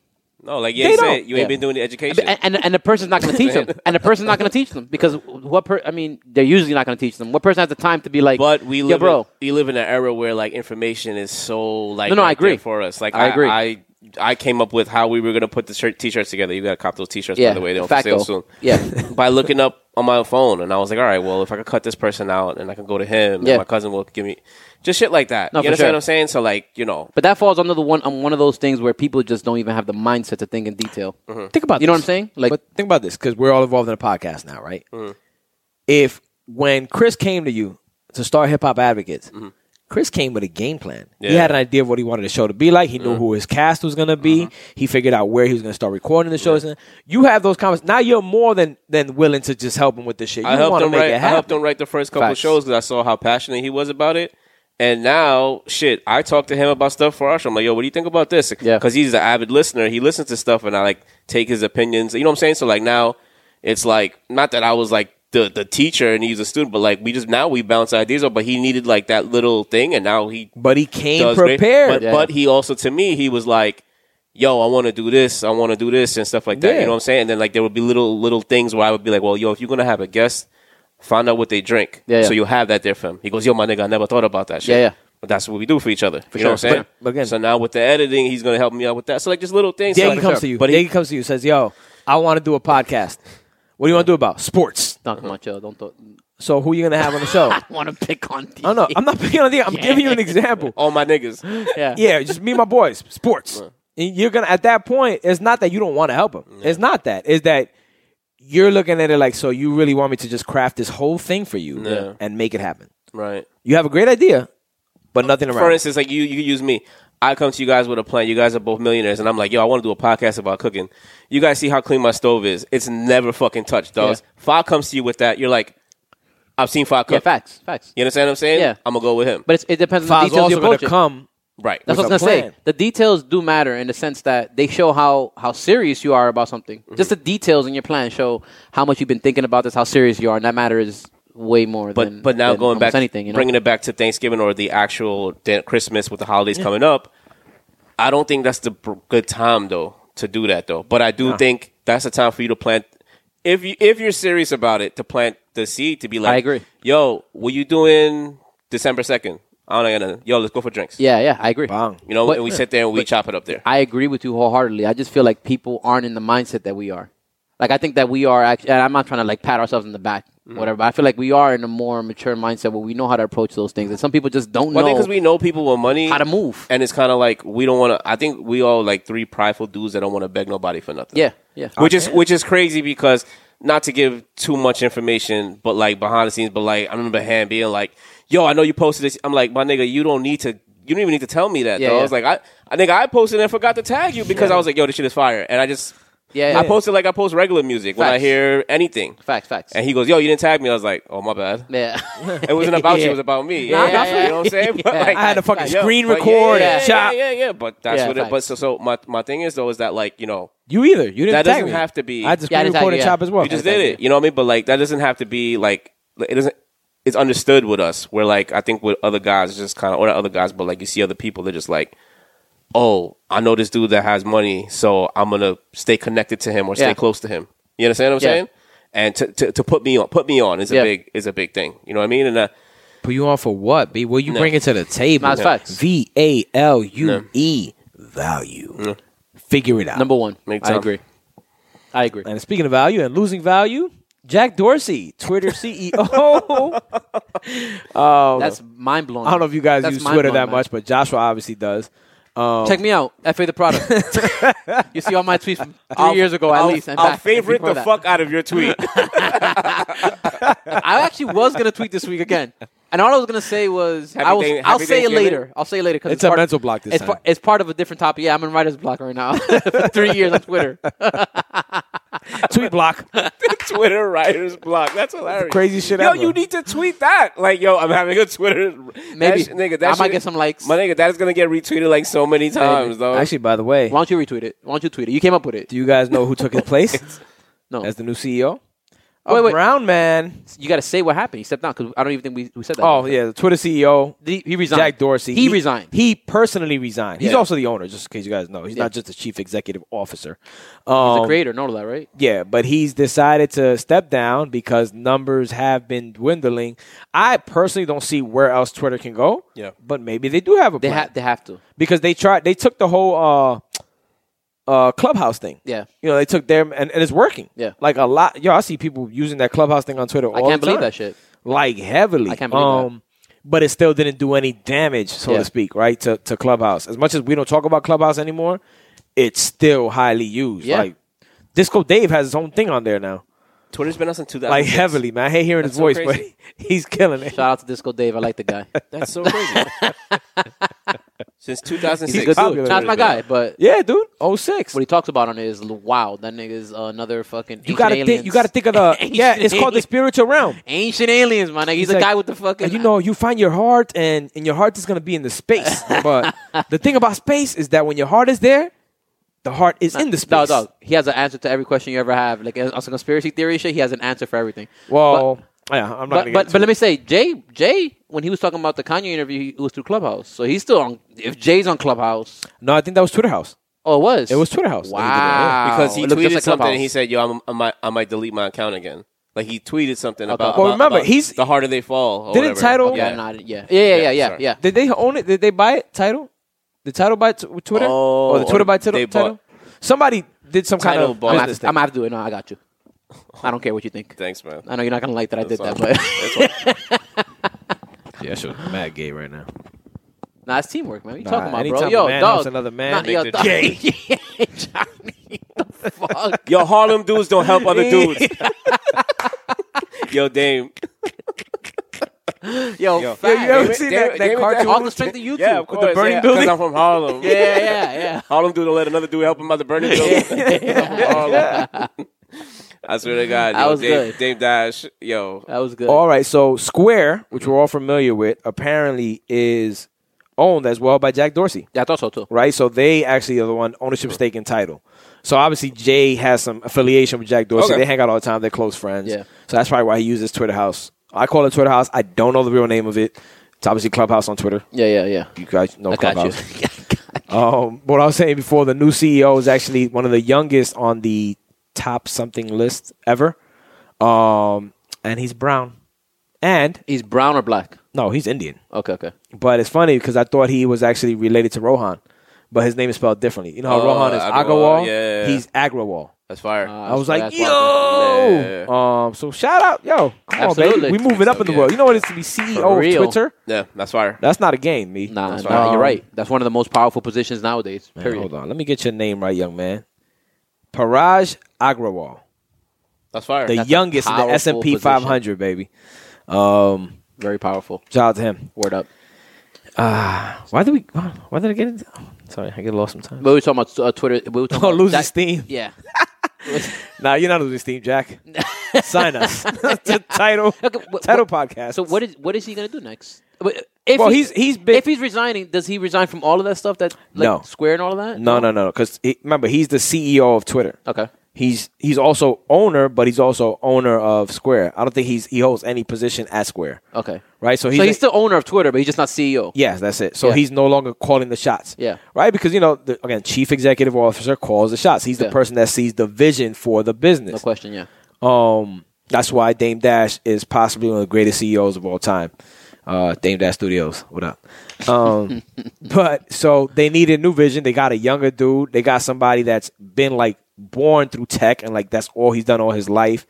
[SPEAKER 2] No, like, yeah,
[SPEAKER 4] They
[SPEAKER 2] you, said,
[SPEAKER 4] don't.
[SPEAKER 2] you ain't
[SPEAKER 3] Yeah.
[SPEAKER 2] been doing the education.
[SPEAKER 3] and and, and the person's not gonna teach them, and the person's not gonna teach them because what? Per- I mean, they're usually not gonna teach them. What person has the time to be like?
[SPEAKER 2] But we
[SPEAKER 3] "Yo,
[SPEAKER 2] live,
[SPEAKER 3] bro.
[SPEAKER 2] in, we live in an era where like information is so like
[SPEAKER 3] No, no, I
[SPEAKER 2] right there
[SPEAKER 3] agree.
[SPEAKER 2] for us. Like
[SPEAKER 3] I agree.
[SPEAKER 2] I I came up with how we were gonna put the shirt, t-shirts together. You gotta cop those t-shirts
[SPEAKER 3] yeah,
[SPEAKER 2] by the way. They're on
[SPEAKER 3] facto.
[SPEAKER 2] sale soon.
[SPEAKER 3] Yeah,
[SPEAKER 2] By looking up on my phone, and I was like, all right, well, if I could cut this person out, and I can go to him,
[SPEAKER 3] Yeah.
[SPEAKER 2] and my cousin will give me just shit like that.
[SPEAKER 3] No,
[SPEAKER 2] you
[SPEAKER 3] for
[SPEAKER 2] understand
[SPEAKER 3] sure.
[SPEAKER 2] what I'm saying? So like, you know,
[SPEAKER 3] but that falls under the one on one of those things where people just don't even have the mindset to think in detail.
[SPEAKER 4] think about
[SPEAKER 3] You know
[SPEAKER 4] this.
[SPEAKER 3] what I'm saying? Like,
[SPEAKER 4] but think about this because we're all involved in a podcast now, right?
[SPEAKER 2] Mm-hmm.
[SPEAKER 4] If when Chris came to you to start Hip Hop Advocates, Chris came with a game plan. He
[SPEAKER 2] Mm-hmm. Yeah. Mm-hmm.
[SPEAKER 4] had an idea of what he wanted the show to be like. He knew who his cast was going to be. He figured out where he was going to start recording the shows. And You have those comments now. You're more than than willing to just help him with this shit. You
[SPEAKER 2] I helped
[SPEAKER 4] want to
[SPEAKER 2] him
[SPEAKER 4] make
[SPEAKER 2] write.
[SPEAKER 4] it
[SPEAKER 2] I
[SPEAKER 4] happen.
[SPEAKER 2] helped him write the first couple
[SPEAKER 3] Facts.
[SPEAKER 2] shows because I saw how passionate he was about it. And now, shit, I talk to him about stuff for our show. I'm like, yo, what do you think about this?
[SPEAKER 3] Yeah.
[SPEAKER 2] Because he's an avid listener. He listens to stuff, and I like take his opinions. You know what I'm saying? So like now, it's like not that I was like the the teacher and he's a student, but like we just now we bounce ideas off. But he needed like that little thing, and now he
[SPEAKER 4] But he came
[SPEAKER 2] does great.
[SPEAKER 4] prepared.
[SPEAKER 2] But, but he also to me he was like, "Yo, I want to do this. I want to do this and stuff like that."
[SPEAKER 4] Yeah.
[SPEAKER 2] You know what I'm saying? And then like there would be little little things where I would be like, "Well, yo, if you're gonna have a guest, find out what they drink,
[SPEAKER 3] Yeah, yeah.
[SPEAKER 2] so you'll have that there for him." He goes, "Yo, my nigga, I never thought about that shit."
[SPEAKER 3] Yeah, yeah.
[SPEAKER 2] But that's what we do for each other. you
[SPEAKER 3] sure.
[SPEAKER 2] know what I'm saying?
[SPEAKER 4] But- but again-
[SPEAKER 2] so now with the editing, he's gonna help me out with that. So like just little things. So,
[SPEAKER 4] Diggy
[SPEAKER 2] like-
[SPEAKER 4] comes to you.
[SPEAKER 2] But
[SPEAKER 4] But
[SPEAKER 2] he,
[SPEAKER 4] Diggy comes to you and says, "Yo, I want to do a podcast. What do you want to do about sports?
[SPEAKER 3] Not Camacho. Don't. Th-
[SPEAKER 4] So who you gonna have on the show?
[SPEAKER 3] I want to pick on.
[SPEAKER 4] I don't know. I'm not picking on Diggy. I'm giving you an example.
[SPEAKER 2] all my niggas.
[SPEAKER 3] Yeah.
[SPEAKER 4] Yeah, just me and my boys. Sports. And you're gonna at that point. It's not that you don't want to help him. It's not that. It's that you're looking at it like, so you really want me to just craft this whole thing for you
[SPEAKER 2] Yeah.
[SPEAKER 4] and make it happen.
[SPEAKER 2] right.
[SPEAKER 4] You have a great idea, but nothing around.
[SPEAKER 2] For instance, like you, you use me. I come to you guys with a plan. You guys are both millionaires, and I'm like, yo, I want to do a podcast about cooking. You guys see how clean my stove is. It's never fucking touched, dogs. If I comes to you with that. You're like, I've seen Five cook.
[SPEAKER 3] Yeah. Facts. Facts.
[SPEAKER 2] You understand what I'm saying?
[SPEAKER 3] Yeah.
[SPEAKER 2] I'm gonna go with him.
[SPEAKER 3] But it's, it depends on the
[SPEAKER 4] Files
[SPEAKER 3] details
[SPEAKER 4] also
[SPEAKER 3] you
[SPEAKER 4] gonna
[SPEAKER 3] approach it.
[SPEAKER 4] come.
[SPEAKER 2] right.
[SPEAKER 3] That's
[SPEAKER 2] With
[SPEAKER 3] what I was
[SPEAKER 4] a
[SPEAKER 3] gonna
[SPEAKER 4] plan.
[SPEAKER 3] say. The details do matter in the sense that they show how how serious you are about something.
[SPEAKER 2] Mm-hmm.
[SPEAKER 3] Just the details in your plan show how much you've been thinking about this, how serious you are, and that matters way more.
[SPEAKER 2] but
[SPEAKER 3] than,
[SPEAKER 2] but now
[SPEAKER 3] than
[SPEAKER 2] going back,
[SPEAKER 3] almost anything, you know?
[SPEAKER 2] bringing it back to Thanksgiving or the actual da- Christmas with the holidays coming up, I don't think that's the br- good time though to do that though. But I do think that's the time for you to plant. If you if you're serious about it, to plant the seed to be like,
[SPEAKER 3] I agree.
[SPEAKER 2] Yo, what you doing December second? I don't know. nothing. Yo, let's go for drinks.
[SPEAKER 3] yeah, yeah, I agree.
[SPEAKER 4] Bang.
[SPEAKER 2] You know,
[SPEAKER 3] But-
[SPEAKER 2] and we sit there and we chop it up there.
[SPEAKER 3] I agree with you wholeheartedly. I just feel like people aren't in the mindset that we are. Like I think that we are actually, and I'm not trying to like pat ourselves in the back,
[SPEAKER 2] Mm-hmm.
[SPEAKER 3] whatever. But I feel like we are in a more mature mindset where we know how to approach those things, and some people just don't
[SPEAKER 2] Well, I
[SPEAKER 3] know
[SPEAKER 2] think because we know people with money
[SPEAKER 3] how to move.
[SPEAKER 2] and it's kind of like we don't want to. I think we all like three prideful dudes that don't want to beg nobody for nothing.
[SPEAKER 3] yeah, Oh, yeah.
[SPEAKER 2] which is which is crazy because not to give too much information, but like behind the scenes, but like I remember Han being like, "Yo, I know you posted this." I'm like, "My nigga, you don't need to. You don't even need to tell me that."
[SPEAKER 3] Yeah,
[SPEAKER 2] though. I
[SPEAKER 3] yeah.
[SPEAKER 2] was like, "I, I think I posted and forgot to tag you because I was like, yo, this shit is fire,' and I just,
[SPEAKER 3] Yeah,
[SPEAKER 2] I
[SPEAKER 3] yeah.
[SPEAKER 2] posted like I post regular music when I
[SPEAKER 3] Facts.
[SPEAKER 2] hear anything."
[SPEAKER 3] facts, facts.
[SPEAKER 2] And he goes, "Yo, you didn't tag me." I was like, "Oh, my bad."
[SPEAKER 3] yeah.
[SPEAKER 2] It wasn't about you; it was about me.
[SPEAKER 3] Nah,
[SPEAKER 2] yeah,
[SPEAKER 3] I feel
[SPEAKER 2] you know what I'm saying? But like,
[SPEAKER 4] I had to fucking
[SPEAKER 2] yo,
[SPEAKER 4] screen
[SPEAKER 2] but yeah,
[SPEAKER 4] record
[SPEAKER 2] yeah, yeah,
[SPEAKER 4] and chop.
[SPEAKER 2] Yeah, yeah, But that's
[SPEAKER 3] Yeah,
[SPEAKER 2] what it. But
[SPEAKER 3] facts.
[SPEAKER 2] so, so my my thing is though is that like you know
[SPEAKER 4] You either. You didn't.
[SPEAKER 2] That
[SPEAKER 4] tag
[SPEAKER 2] doesn't
[SPEAKER 4] me.
[SPEAKER 2] have to be-
[SPEAKER 4] I had to
[SPEAKER 3] Yeah, I
[SPEAKER 4] screen
[SPEAKER 3] didn't
[SPEAKER 4] record
[SPEAKER 3] tag
[SPEAKER 4] and
[SPEAKER 3] you,
[SPEAKER 4] chop
[SPEAKER 3] yeah.
[SPEAKER 4] as well.
[SPEAKER 2] You just did it. You know what I mean? But like that doesn't have to be like it doesn't. It's understood with us. We're like I think with other guys, it's just kind of or not other guys, but like you see other people, they're just like, oh, I know this dude that has money, so I'm gonna stay connected to him or stay
[SPEAKER 3] Yeah.
[SPEAKER 2] close to him. You understand what I'm
[SPEAKER 3] Yeah.
[SPEAKER 2] saying? And to, to to put me on, put me on is a
[SPEAKER 3] Yeah.
[SPEAKER 2] big is a big thing. You know what I mean? And uh,
[SPEAKER 4] Put you on for what? B? Will you
[SPEAKER 2] No.
[SPEAKER 4] bring it to the table?
[SPEAKER 3] Nah, it's facts.
[SPEAKER 4] V A L U E value. Figure it out.
[SPEAKER 3] Number one.
[SPEAKER 2] Make
[SPEAKER 3] I
[SPEAKER 2] time.
[SPEAKER 3] agree. I agree.
[SPEAKER 4] And speaking of value and losing value, Jack Dorsey, Twitter E CEO.
[SPEAKER 3] That's mind blowing.
[SPEAKER 4] I don't know if you guys use Twitter that much, but Joshua obviously does.
[SPEAKER 3] Check me out. FA the product. you see all my tweets from 3 years ago at
[SPEAKER 2] I'll,
[SPEAKER 3] least. and
[SPEAKER 2] I'll
[SPEAKER 3] back
[SPEAKER 2] favorite
[SPEAKER 3] before
[SPEAKER 2] the
[SPEAKER 3] that.
[SPEAKER 2] fuck out of your tweet.
[SPEAKER 3] I actually was gonna tweet this week again, and all I was gonna say was
[SPEAKER 2] Happy
[SPEAKER 3] I was.
[SPEAKER 2] Thank-
[SPEAKER 3] I'll
[SPEAKER 2] happy
[SPEAKER 3] say it
[SPEAKER 2] Thanksgiving.
[SPEAKER 3] later. I'll say it later because
[SPEAKER 4] It's a mental block this
[SPEAKER 3] it's
[SPEAKER 4] time.
[SPEAKER 3] Part, it's part of a different topic. Yeah, I'm in writer's block right now. For three years on Twitter.
[SPEAKER 4] Tweet block.
[SPEAKER 2] Twitter writer's block. That's hilarious.
[SPEAKER 4] crazy shit
[SPEAKER 2] Yo,
[SPEAKER 4] ever.
[SPEAKER 2] you need to tweet that. Like, yo, I'm having a Twitter. that
[SPEAKER 3] Maybe.
[SPEAKER 2] sh- nigga, that
[SPEAKER 3] I might
[SPEAKER 2] shit-
[SPEAKER 3] get some likes.
[SPEAKER 2] My nigga, that is gonna get retweeted like so many times, though.
[SPEAKER 4] Actually, by the way,
[SPEAKER 3] Why don't you retweet it? Why don't you tweet it? You came up with it.
[SPEAKER 4] do you guys know who took his place
[SPEAKER 3] No,
[SPEAKER 4] as the new CEO? A
[SPEAKER 3] Wait, wait.
[SPEAKER 4] Oh, brown man.
[SPEAKER 3] you got to say what happened. He stepped down because I don't even think we, we said that.
[SPEAKER 4] Oh yeah, the Twitter CEO.
[SPEAKER 3] He- he resigned.
[SPEAKER 4] Jack Dorsey.
[SPEAKER 3] He resigned.
[SPEAKER 4] He personally resigned. He's
[SPEAKER 2] Yeah.
[SPEAKER 4] also the owner, just in case you guys know. He's
[SPEAKER 3] Yeah.
[SPEAKER 4] not just the chief executive officer. Um,
[SPEAKER 3] the creator, know that, right?
[SPEAKER 4] Yeah, but he's decided to step down because numbers have been dwindling. I personally don't see where else Twitter can go.
[SPEAKER 2] Yeah.
[SPEAKER 4] but maybe they do have a
[SPEAKER 3] They
[SPEAKER 4] plan
[SPEAKER 3] have they have to.
[SPEAKER 4] because they tried. They took the whole uh, uh, clubhouse thing.
[SPEAKER 3] Yeah.
[SPEAKER 4] you know they took their and, and it's working.
[SPEAKER 3] Yeah.
[SPEAKER 4] like a lot. Yo, I see people using that clubhouse thing on Twitter.
[SPEAKER 3] I
[SPEAKER 4] all
[SPEAKER 3] can't
[SPEAKER 4] the
[SPEAKER 3] believe
[SPEAKER 4] time.
[SPEAKER 3] that shit.
[SPEAKER 4] Like heavily. Um,
[SPEAKER 3] I can't believe that.
[SPEAKER 4] But it still didn't do any damage, so
[SPEAKER 3] Yeah.
[SPEAKER 4] to speak, right to to clubhouse. As much as we don't talk about clubhouse anymore, it's still highly used.
[SPEAKER 3] Yeah.
[SPEAKER 4] Like Disco Dave has his own thing on there now
[SPEAKER 2] Twitter's been out since 2000.
[SPEAKER 4] like heavily, man. I hate hearing
[SPEAKER 2] That's
[SPEAKER 4] his
[SPEAKER 2] so
[SPEAKER 4] voice,
[SPEAKER 2] crazy.
[SPEAKER 4] but he's killing it.
[SPEAKER 3] Shout out to Disco Dave. I like the guy.
[SPEAKER 2] That's so crazy. since 2006.
[SPEAKER 3] He's a good
[SPEAKER 4] popular.
[SPEAKER 3] dude. Not my guy, but
[SPEAKER 4] Yeah, dude. Oh six.
[SPEAKER 3] what he talks about on it is wow. That nigga is uh, another fucking.
[SPEAKER 4] You gotta think. You gotta think of the. yeah, it's called the spiritual realm.
[SPEAKER 3] ancient aliens, my nigga. He's, a
[SPEAKER 4] like,
[SPEAKER 3] guy with the fucking.
[SPEAKER 4] And you know, you find your heart, and and your heart is gonna be in the space. but the thing about space is that when your heart is there, The heart is in the space.
[SPEAKER 3] No, no. He has an answer to every question you ever have. Like as as a conspiracy theory shit, he has an answer for everything.
[SPEAKER 4] Well, yeah, I'm not. gonna
[SPEAKER 3] But
[SPEAKER 4] get
[SPEAKER 3] but,
[SPEAKER 4] into
[SPEAKER 3] but
[SPEAKER 4] it.
[SPEAKER 3] let me say, Jay Jay when he was talking about the Kanye interview, he was through Clubhouse, so he's still on. If Jay's on Clubhouse,
[SPEAKER 4] No, I think that was Twitter House.
[SPEAKER 3] oh, it was
[SPEAKER 4] It was Twitter House.
[SPEAKER 3] Wow,
[SPEAKER 2] because he
[SPEAKER 3] It
[SPEAKER 2] tweeted
[SPEAKER 3] looked just like
[SPEAKER 2] something
[SPEAKER 3] Clubhouse.
[SPEAKER 2] and he said, "Yo, I'm, I might, I might delete my account again." Like he tweeted something about.
[SPEAKER 4] Well,
[SPEAKER 2] about-
[SPEAKER 4] remember,
[SPEAKER 2] about
[SPEAKER 4] he's-
[SPEAKER 2] the harder they fall. or
[SPEAKER 4] Didn't
[SPEAKER 2] whatever.
[SPEAKER 4] Tidal-
[SPEAKER 3] Yeah,
[SPEAKER 2] Yeah.
[SPEAKER 3] not- yeah, yeah, yeah, yeah, yeah.
[SPEAKER 2] sorry.
[SPEAKER 3] yeah.
[SPEAKER 4] Did they own it? Did they buy it? Title? Did title buy t- Twitter?
[SPEAKER 2] Oh,
[SPEAKER 4] or the Twitter
[SPEAKER 2] or
[SPEAKER 4] buy title?
[SPEAKER 2] they bought-
[SPEAKER 4] title? Somebody did some kind
[SPEAKER 2] Tidal
[SPEAKER 4] of
[SPEAKER 2] bought-
[SPEAKER 3] I'm, gonna,
[SPEAKER 4] business
[SPEAKER 2] thing.
[SPEAKER 3] I'm gonna have to do it. No, I got you. I don't care what you think.
[SPEAKER 2] Thanks, man.
[SPEAKER 3] I know you're not gonna like that I did that,
[SPEAKER 2] That's
[SPEAKER 3] but
[SPEAKER 4] Yeah, sure. Mad gay right now.
[SPEAKER 3] nah, it's teamwork, man. What you
[SPEAKER 4] Nah,
[SPEAKER 3] talking about, bro?
[SPEAKER 4] anytime
[SPEAKER 3] Yo,
[SPEAKER 4] a man
[SPEAKER 3] dog,
[SPEAKER 4] helps another man,
[SPEAKER 3] nah,
[SPEAKER 4] they
[SPEAKER 3] yo,
[SPEAKER 2] did
[SPEAKER 3] dog.
[SPEAKER 2] gay.
[SPEAKER 3] Yeah, Johnny, the fuck.
[SPEAKER 2] Yo, Harlem dudes don't help other dudes. Yo, Dame.
[SPEAKER 3] Yo,
[SPEAKER 2] Yo.
[SPEAKER 3] fat.
[SPEAKER 4] you ever
[SPEAKER 2] David-
[SPEAKER 4] seen
[SPEAKER 2] David-
[SPEAKER 4] that, that
[SPEAKER 2] David-
[SPEAKER 4] cartoon?
[SPEAKER 3] all the strength of YouTube.
[SPEAKER 2] Yeah, of
[SPEAKER 4] With
[SPEAKER 2] course.
[SPEAKER 4] the burning
[SPEAKER 2] yeah, 'cause
[SPEAKER 4] building?
[SPEAKER 2] I'm from Harlem.
[SPEAKER 3] yeah, yeah, yeah.
[SPEAKER 2] Harlem dude don't let another dude help him out the burning building. I'm from Harlem. I swear to God,
[SPEAKER 3] That
[SPEAKER 2] yo,
[SPEAKER 3] was
[SPEAKER 2] Dame,
[SPEAKER 3] good.
[SPEAKER 2] Dame Dash, yo,
[SPEAKER 3] That was good.
[SPEAKER 4] All right, so Square, which we're all familiar with, apparently is owned as well by Jack Dorsey,
[SPEAKER 3] yeah, I thought so too.
[SPEAKER 4] right? So they actually are the one ownership stake in title. So obviously Jay has some affiliation with Jack Dorsey.
[SPEAKER 2] Okay.
[SPEAKER 4] They hang out all the time. They're close friends.
[SPEAKER 3] Yeah.
[SPEAKER 4] So that's probably why he uses Twitter House. I call it Twitter House. I don't know the real name of it. It's obviously Clubhouse on Twitter.
[SPEAKER 3] Yeah, yeah, yeah.
[SPEAKER 4] You guys know
[SPEAKER 3] I got you.
[SPEAKER 4] Clubhouse. Um, what I was saying before, the new CEO is actually one of the youngest on the top something list ever, um, and he's brown, and
[SPEAKER 3] He's brown or black.
[SPEAKER 4] no, he's Indian.
[SPEAKER 3] Okay, okay.
[SPEAKER 4] But it's funny because I thought he was actually related to Rohan, but his name is spelled differently. You know how
[SPEAKER 2] Oh,
[SPEAKER 4] Rohan is
[SPEAKER 2] Agrawal,
[SPEAKER 4] Agarwal,
[SPEAKER 2] yeah.
[SPEAKER 4] he's Agrawal.
[SPEAKER 2] that's fire.
[SPEAKER 3] Uh,
[SPEAKER 4] I was
[SPEAKER 3] so
[SPEAKER 4] like,
[SPEAKER 3] that's
[SPEAKER 4] yo,
[SPEAKER 3] why-
[SPEAKER 2] Yeah.
[SPEAKER 4] um, so shout out, yo, come on,
[SPEAKER 3] Absolutely.
[SPEAKER 4] baby, we moving up in the
[SPEAKER 2] Yeah.
[SPEAKER 4] world. You know what it's to be CEO
[SPEAKER 3] For
[SPEAKER 4] of
[SPEAKER 3] real.
[SPEAKER 4] Twitter?
[SPEAKER 2] yeah, that's fire.
[SPEAKER 4] That's not a game, me.
[SPEAKER 3] Nah,
[SPEAKER 2] That's
[SPEAKER 3] nah,
[SPEAKER 2] right.
[SPEAKER 3] you're right. That's one of the most powerful positions nowadays.
[SPEAKER 4] Um, Man,
[SPEAKER 3] period.
[SPEAKER 4] hold on. Let me get your name right, young man. Paraj Agrawal,
[SPEAKER 2] That's fire.
[SPEAKER 4] the
[SPEAKER 3] That's a
[SPEAKER 4] youngest in the
[SPEAKER 3] powerful
[SPEAKER 4] S and P
[SPEAKER 3] position.
[SPEAKER 4] 500, baby. Um,
[SPEAKER 3] Very powerful.
[SPEAKER 4] shout out to him.
[SPEAKER 3] Word up.
[SPEAKER 4] Why did we? Why did I get into? Sorry, I get lost sometimes.
[SPEAKER 3] But we were talking about uh, Twitter. We were talking
[SPEAKER 4] Oh,
[SPEAKER 3] about
[SPEAKER 4] losing
[SPEAKER 3] that-
[SPEAKER 4] steam.
[SPEAKER 3] Yeah.
[SPEAKER 4] Nah, you're not losing steam, Jack. Sign us. The title
[SPEAKER 3] what-
[SPEAKER 4] title podcast.
[SPEAKER 3] So what is what is he gonna do next? But If
[SPEAKER 4] Well,
[SPEAKER 3] he-
[SPEAKER 4] he's- he's big-
[SPEAKER 3] If he's resigning, does he resign from all of that stuff? That like
[SPEAKER 4] No.
[SPEAKER 3] Square and all of that.
[SPEAKER 4] No, no, no. Because remember, he's the CEO of Twitter.
[SPEAKER 3] Okay.
[SPEAKER 4] He's he's also owner, but he's also owner of Square. I don't think he's he holds any position at Square.
[SPEAKER 3] Okay.
[SPEAKER 4] Right. So he's,
[SPEAKER 3] so
[SPEAKER 4] a-
[SPEAKER 3] he's still owner of Twitter, but he's just not E CEO.
[SPEAKER 4] Yes, that's it. So
[SPEAKER 3] Yeah.
[SPEAKER 4] he's no longer calling the shots.
[SPEAKER 3] Yeah.
[SPEAKER 4] Right? Because, you know, the, again, chief executive officer calls the shots. He's the
[SPEAKER 3] Yeah.
[SPEAKER 4] person that sees the vision for the
[SPEAKER 3] No
[SPEAKER 4] business.
[SPEAKER 3] question. Yeah.
[SPEAKER 4] um, that's why Dame Dash is possibly one of the greatest CEOs of all time. Uh, Dame Dash Studios, what up? Um, but so they needed new vision. They got a younger dude. They got somebody that's been like born through tech and like that's all he's done all his life.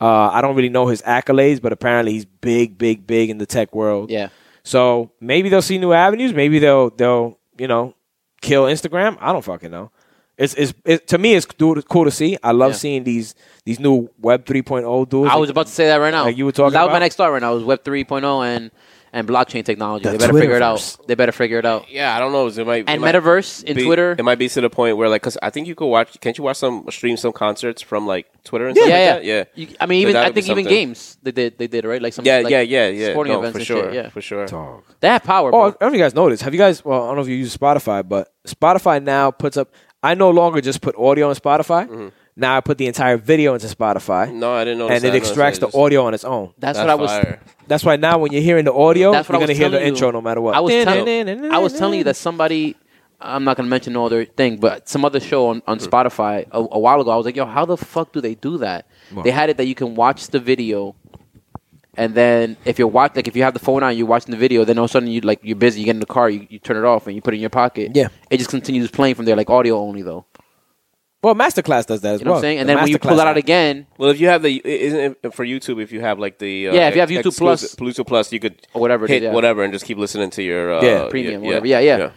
[SPEAKER 4] Uh, I don't really know his accolades, but apparently he's big, big, big in the tech world.
[SPEAKER 3] Yeah.
[SPEAKER 4] So maybe they'll see new avenues. Maybe they'll they'll you know kill Instagram. I don't fucking know. It's it's it, to me it's cool, cool to see. I love
[SPEAKER 3] Yeah.
[SPEAKER 4] seeing these these new Web 3.0 dudes.
[SPEAKER 3] I was about to say that right now.
[SPEAKER 4] Like you were talking
[SPEAKER 3] That was my
[SPEAKER 4] about?
[SPEAKER 3] next thought right now. Was Web 3.0 and and blockchain technology.
[SPEAKER 4] The
[SPEAKER 3] they better figure it out.
[SPEAKER 4] Twitterverse.
[SPEAKER 3] They better figure it out.
[SPEAKER 2] Yeah, I don't know. It might
[SPEAKER 3] And
[SPEAKER 2] it might
[SPEAKER 3] metaverse in
[SPEAKER 2] be-
[SPEAKER 3] Twitter.
[SPEAKER 2] It might be to the point where like, cause I think you could watch. Can't you watch some stream some concerts from like Twitter and stuff
[SPEAKER 3] yeah,
[SPEAKER 2] like
[SPEAKER 3] yeah.
[SPEAKER 2] that? Yeah,
[SPEAKER 3] You, I mean,
[SPEAKER 2] So
[SPEAKER 3] even
[SPEAKER 2] that
[SPEAKER 3] I
[SPEAKER 2] would be
[SPEAKER 3] think even
[SPEAKER 2] something.
[SPEAKER 3] games they did they did right like some
[SPEAKER 2] Yeah,
[SPEAKER 3] like
[SPEAKER 2] yeah, yeah, yeah.
[SPEAKER 3] sporting
[SPEAKER 2] No,
[SPEAKER 3] events
[SPEAKER 2] for
[SPEAKER 3] and
[SPEAKER 2] sure,
[SPEAKER 3] shit. Yeah,
[SPEAKER 2] for sure.
[SPEAKER 4] Dog.
[SPEAKER 3] they have power.
[SPEAKER 4] Oh, I
[SPEAKER 3] Bro.
[SPEAKER 4] don't know if you guys know this. Have you guys? Well, I don't know if you use Spotify, but Spotify now puts up. I no longer just put audio on Spotify.
[SPEAKER 3] Mm-hmm.
[SPEAKER 4] Now I put the entire video into Spotify.
[SPEAKER 2] No, I didn't know.
[SPEAKER 4] and it extracts the audio on its own.
[SPEAKER 2] That's
[SPEAKER 3] that's, what I was.
[SPEAKER 2] fire.
[SPEAKER 4] That's why now when you're hearing the audio,
[SPEAKER 3] That's what
[SPEAKER 4] you're
[SPEAKER 3] I
[SPEAKER 4] gonna
[SPEAKER 3] was
[SPEAKER 4] hear the
[SPEAKER 3] telling you.
[SPEAKER 4] intro no matter what.
[SPEAKER 3] I was telling I was telling you that somebody I'm not gonna mention no other thing, but some other show on,
[SPEAKER 4] Hmm.
[SPEAKER 3] on Spotify a, a while ago. I was like, yo, how the fuck do they do that? They had it that you can watch the video. And then if you're watch like if you have the phone on, you're watching the video. Then all of a sudden you like you're busy, you get in the car, you, you turn it off, and you put it in your pocket.
[SPEAKER 4] Yeah.
[SPEAKER 3] it just continues playing from there, like audio only though.
[SPEAKER 4] Well, Masterclass does that as
[SPEAKER 3] You know what
[SPEAKER 4] well.
[SPEAKER 3] I'm saying? And
[SPEAKER 4] The
[SPEAKER 3] then when you pull
[SPEAKER 4] Masterclass
[SPEAKER 3] that out
[SPEAKER 4] app.
[SPEAKER 3] again,
[SPEAKER 2] Well, if you have the i- isn't it for YouTube, if you have like the uh,
[SPEAKER 3] Yeah, if you have YouTube
[SPEAKER 2] exclusive-
[SPEAKER 3] Plus.
[SPEAKER 2] Pluto Plus, you could
[SPEAKER 3] Or whatever it
[SPEAKER 2] hit
[SPEAKER 3] is, yeah.
[SPEAKER 2] whatever, and just keep listening to your uh,
[SPEAKER 4] Yeah.
[SPEAKER 3] premium, whatever. Yeah, yeah.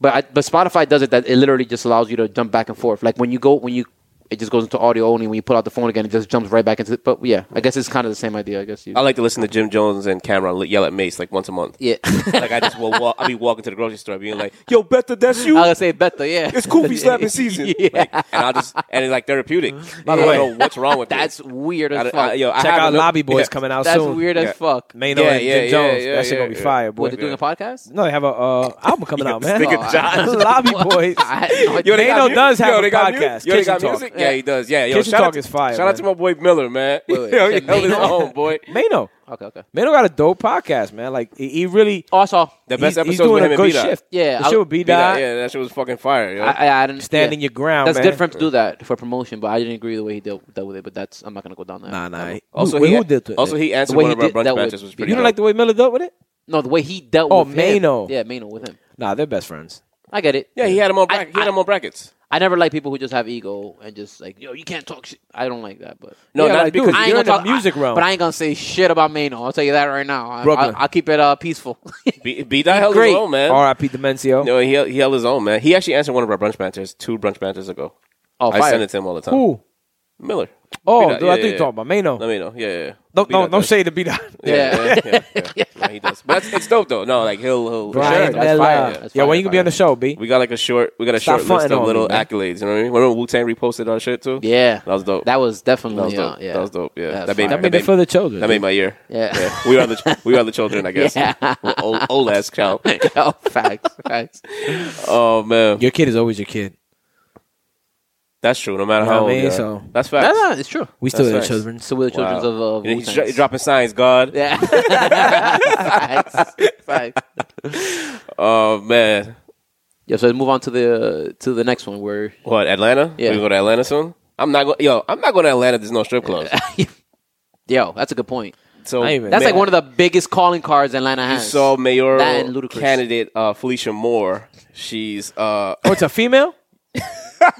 [SPEAKER 3] But I, but Spotify does it that it literally just allows you to jump back and forth. Like when you go when you it just goes into audio only. When you put out the phone again, it just jumps right back into. it. But yeah, I guess it's kind of the same idea. I guess you.
[SPEAKER 2] I like to listen to Jim Jones and Cameron li- yell at Mace like once a month.
[SPEAKER 3] yeah, I
[SPEAKER 2] Like I just will walk. I'll be walking to the grocery store, being like, "Yo, Betta, that's you."
[SPEAKER 3] was gonna say better. Yeah,
[SPEAKER 2] it's Kofi slapping season.
[SPEAKER 3] Yeah.
[SPEAKER 2] Like, and I'll just and it's like therapeutic. By
[SPEAKER 4] the way-
[SPEAKER 2] I don't know what's wrong with
[SPEAKER 3] that's
[SPEAKER 2] this.
[SPEAKER 3] weird
[SPEAKER 2] I,
[SPEAKER 3] as
[SPEAKER 2] don't-
[SPEAKER 3] fuck.
[SPEAKER 2] I, yo, I
[SPEAKER 4] Check out
[SPEAKER 2] haven't-
[SPEAKER 4] Lobby Boys
[SPEAKER 2] yeah.
[SPEAKER 4] coming out
[SPEAKER 3] that's
[SPEAKER 4] soon.
[SPEAKER 3] weird
[SPEAKER 2] Yeah.
[SPEAKER 3] as fuck.
[SPEAKER 4] Mano
[SPEAKER 2] Yeah,
[SPEAKER 4] and
[SPEAKER 2] yeah,
[SPEAKER 4] Jim Jones.
[SPEAKER 2] yeah,
[SPEAKER 4] that shit
[SPEAKER 2] yeah,
[SPEAKER 4] gonna be
[SPEAKER 2] yeah.
[SPEAKER 4] fire, boy.
[SPEAKER 3] What they're doing a podcast?
[SPEAKER 4] No, they have a uh, album coming out, man.
[SPEAKER 2] Speaking of John.
[SPEAKER 4] Lobby Boys.
[SPEAKER 3] I had no idea.
[SPEAKER 2] Yo, they
[SPEAKER 4] Nano
[SPEAKER 2] got mu-
[SPEAKER 4] does have
[SPEAKER 2] yo,
[SPEAKER 4] a
[SPEAKER 2] they got mu-
[SPEAKER 4] podcast,
[SPEAKER 2] Yo, they
[SPEAKER 4] Kitchen
[SPEAKER 2] got
[SPEAKER 4] Talk.
[SPEAKER 2] music. Yeah, he does. Yeah, yo,
[SPEAKER 4] Kitchen
[SPEAKER 2] shout
[SPEAKER 4] Talk
[SPEAKER 2] out to-
[SPEAKER 4] is fire,
[SPEAKER 2] Shout
[SPEAKER 4] man.
[SPEAKER 2] out to my boy Miller, man.
[SPEAKER 3] Wait, wait,
[SPEAKER 2] Yo, he
[SPEAKER 3] said
[SPEAKER 2] held his
[SPEAKER 3] Miller.
[SPEAKER 2] own, boy.
[SPEAKER 4] Mano.
[SPEAKER 3] Okay, okay.
[SPEAKER 4] Mano got a dope podcast, man. Like he, he really
[SPEAKER 3] Also,
[SPEAKER 2] The best
[SPEAKER 4] he's, he's
[SPEAKER 2] episode
[SPEAKER 4] doing
[SPEAKER 2] with him
[SPEAKER 4] a
[SPEAKER 2] and
[SPEAKER 4] good
[SPEAKER 2] B-Dot.
[SPEAKER 4] shift.
[SPEAKER 3] Yeah,
[SPEAKER 4] the
[SPEAKER 3] I'll-
[SPEAKER 4] shit with B
[SPEAKER 2] B-Dot,
[SPEAKER 4] Dot
[SPEAKER 2] Yeah, that shit was fucking fire. yo.
[SPEAKER 3] I, I, I didn't
[SPEAKER 4] standing
[SPEAKER 3] yeah.
[SPEAKER 4] your ground.
[SPEAKER 3] That's
[SPEAKER 4] man.
[SPEAKER 3] good for him to do that for promotion, but I didn't agree with the way he dealt, dealt with it. But that's I'm not gonna go down that.
[SPEAKER 4] Nah, nah.
[SPEAKER 3] that-
[SPEAKER 2] also,
[SPEAKER 4] Who-
[SPEAKER 2] he,
[SPEAKER 4] who did it?
[SPEAKER 2] also he answered
[SPEAKER 3] The way
[SPEAKER 2] one
[SPEAKER 3] he
[SPEAKER 2] of our
[SPEAKER 3] did-
[SPEAKER 2] brunch
[SPEAKER 3] that was-
[SPEAKER 2] matches. Was
[SPEAKER 4] You
[SPEAKER 2] pretty.
[SPEAKER 4] don't
[SPEAKER 2] dope.
[SPEAKER 4] like the way Miller dealt with it?
[SPEAKER 3] No, the way he dealt.
[SPEAKER 4] Oh,
[SPEAKER 3] with
[SPEAKER 4] Mano.
[SPEAKER 3] Him. Yeah, Mano with him.
[SPEAKER 4] Nah, they're best friends.
[SPEAKER 3] I get it.
[SPEAKER 2] Yeah, he had him on. Bra-
[SPEAKER 3] I-
[SPEAKER 2] he had him on brackets.
[SPEAKER 3] I never like people who just have ego and just like yo, you can't talk shit. I don't like that, but.
[SPEAKER 2] No,
[SPEAKER 4] yeah,
[SPEAKER 2] not
[SPEAKER 4] like,
[SPEAKER 2] because
[SPEAKER 4] dude,
[SPEAKER 3] I ain't
[SPEAKER 4] you're in
[SPEAKER 3] gonna
[SPEAKER 4] the
[SPEAKER 3] talk,
[SPEAKER 4] music
[SPEAKER 3] I,
[SPEAKER 4] realm.
[SPEAKER 3] but I ain't gonna say shit about Mano. I'll tell you that right now. I,
[SPEAKER 4] Brooklyn.
[SPEAKER 3] I, will keep it uh, peaceful.
[SPEAKER 2] B- B-Dot held
[SPEAKER 3] great.
[SPEAKER 2] his own, man.
[SPEAKER 4] R.I.P. Demencio.
[SPEAKER 2] No, he held, he held his own, man. He actually answered one of our brunch matches two brunch matches ago.
[SPEAKER 3] oh,
[SPEAKER 2] I
[SPEAKER 3] fire.
[SPEAKER 2] send it to him all the time.
[SPEAKER 4] Who?
[SPEAKER 2] Miller.
[SPEAKER 4] Oh,
[SPEAKER 2] B-Dot,
[SPEAKER 4] dude,
[SPEAKER 2] yeah,
[SPEAKER 4] I think
[SPEAKER 2] yeah,
[SPEAKER 4] you're talking about Mano.
[SPEAKER 2] Let me know. Yeah, yeah.
[SPEAKER 4] Don't,
[SPEAKER 2] B-Dot
[SPEAKER 4] don't, don't
[SPEAKER 2] does.
[SPEAKER 4] say the B Dot.
[SPEAKER 2] Yeah, yeah, yeah, yeah. No, he does. But that's, it's dope though. No, like he'll he'll.
[SPEAKER 3] Brian
[SPEAKER 2] Sure, that's fire.
[SPEAKER 3] Miller.
[SPEAKER 2] Yeah.
[SPEAKER 3] That's
[SPEAKER 4] Yeah,
[SPEAKER 3] fire,
[SPEAKER 4] when you gonna be
[SPEAKER 3] fire.
[SPEAKER 4] on the show, B?
[SPEAKER 2] We got like a short. We got a short
[SPEAKER 4] Stop
[SPEAKER 2] list
[SPEAKER 4] fronting
[SPEAKER 2] of
[SPEAKER 4] on
[SPEAKER 2] little
[SPEAKER 4] me, man.
[SPEAKER 2] accolades. You know what I mean? Remember Wu Tang reposted our shit too?
[SPEAKER 3] Yeah,
[SPEAKER 2] that was dope.
[SPEAKER 3] That was definitely
[SPEAKER 2] That was
[SPEAKER 3] uh,
[SPEAKER 2] dope.
[SPEAKER 3] yeah.
[SPEAKER 2] That was dope. Yeah,
[SPEAKER 3] That's
[SPEAKER 2] that made,
[SPEAKER 3] fire.
[SPEAKER 2] that
[SPEAKER 4] Made it
[SPEAKER 2] made,
[SPEAKER 4] for the children.
[SPEAKER 2] that made my year.
[SPEAKER 3] Yeah.
[SPEAKER 2] we are the ch- we are the children, I guess.
[SPEAKER 3] Yeah.
[SPEAKER 2] We're old, old ass cow.
[SPEAKER 3] oh, facts, facts.
[SPEAKER 2] Oh man,
[SPEAKER 4] your kid is always your kid.
[SPEAKER 2] that's true. No matter
[SPEAKER 4] You know
[SPEAKER 2] how
[SPEAKER 4] what
[SPEAKER 2] old
[SPEAKER 4] I mean?
[SPEAKER 2] you are.
[SPEAKER 4] So-
[SPEAKER 2] that's
[SPEAKER 3] No,
[SPEAKER 2] facts.
[SPEAKER 3] no, it's true.
[SPEAKER 4] We still
[SPEAKER 2] That's
[SPEAKER 4] the
[SPEAKER 2] facts.
[SPEAKER 4] children.
[SPEAKER 3] So we're the children of, of
[SPEAKER 2] And he's dro-
[SPEAKER 3] Wu-Tangs.
[SPEAKER 2] dropping signs, God.
[SPEAKER 3] Yeah. facts, facts.
[SPEAKER 2] Oh man,
[SPEAKER 3] Yeah, so let's move on to the to the next one where
[SPEAKER 2] what Atlanta?
[SPEAKER 3] Yeah.
[SPEAKER 2] we go to Atlanta soon. I'm not going. Yo, I'm not going to Atlanta. if There's no strip clubs.
[SPEAKER 3] yo, that's a good point.
[SPEAKER 2] So
[SPEAKER 4] I even-
[SPEAKER 3] That's
[SPEAKER 4] Man.
[SPEAKER 3] like one of the biggest calling cards Atlanta
[SPEAKER 2] You
[SPEAKER 3] has.
[SPEAKER 2] saw
[SPEAKER 3] That and
[SPEAKER 2] mayoral
[SPEAKER 3] Ludacris.
[SPEAKER 2] candidate uh, Felicia Moore. She's uh,
[SPEAKER 4] Oh, it's a female.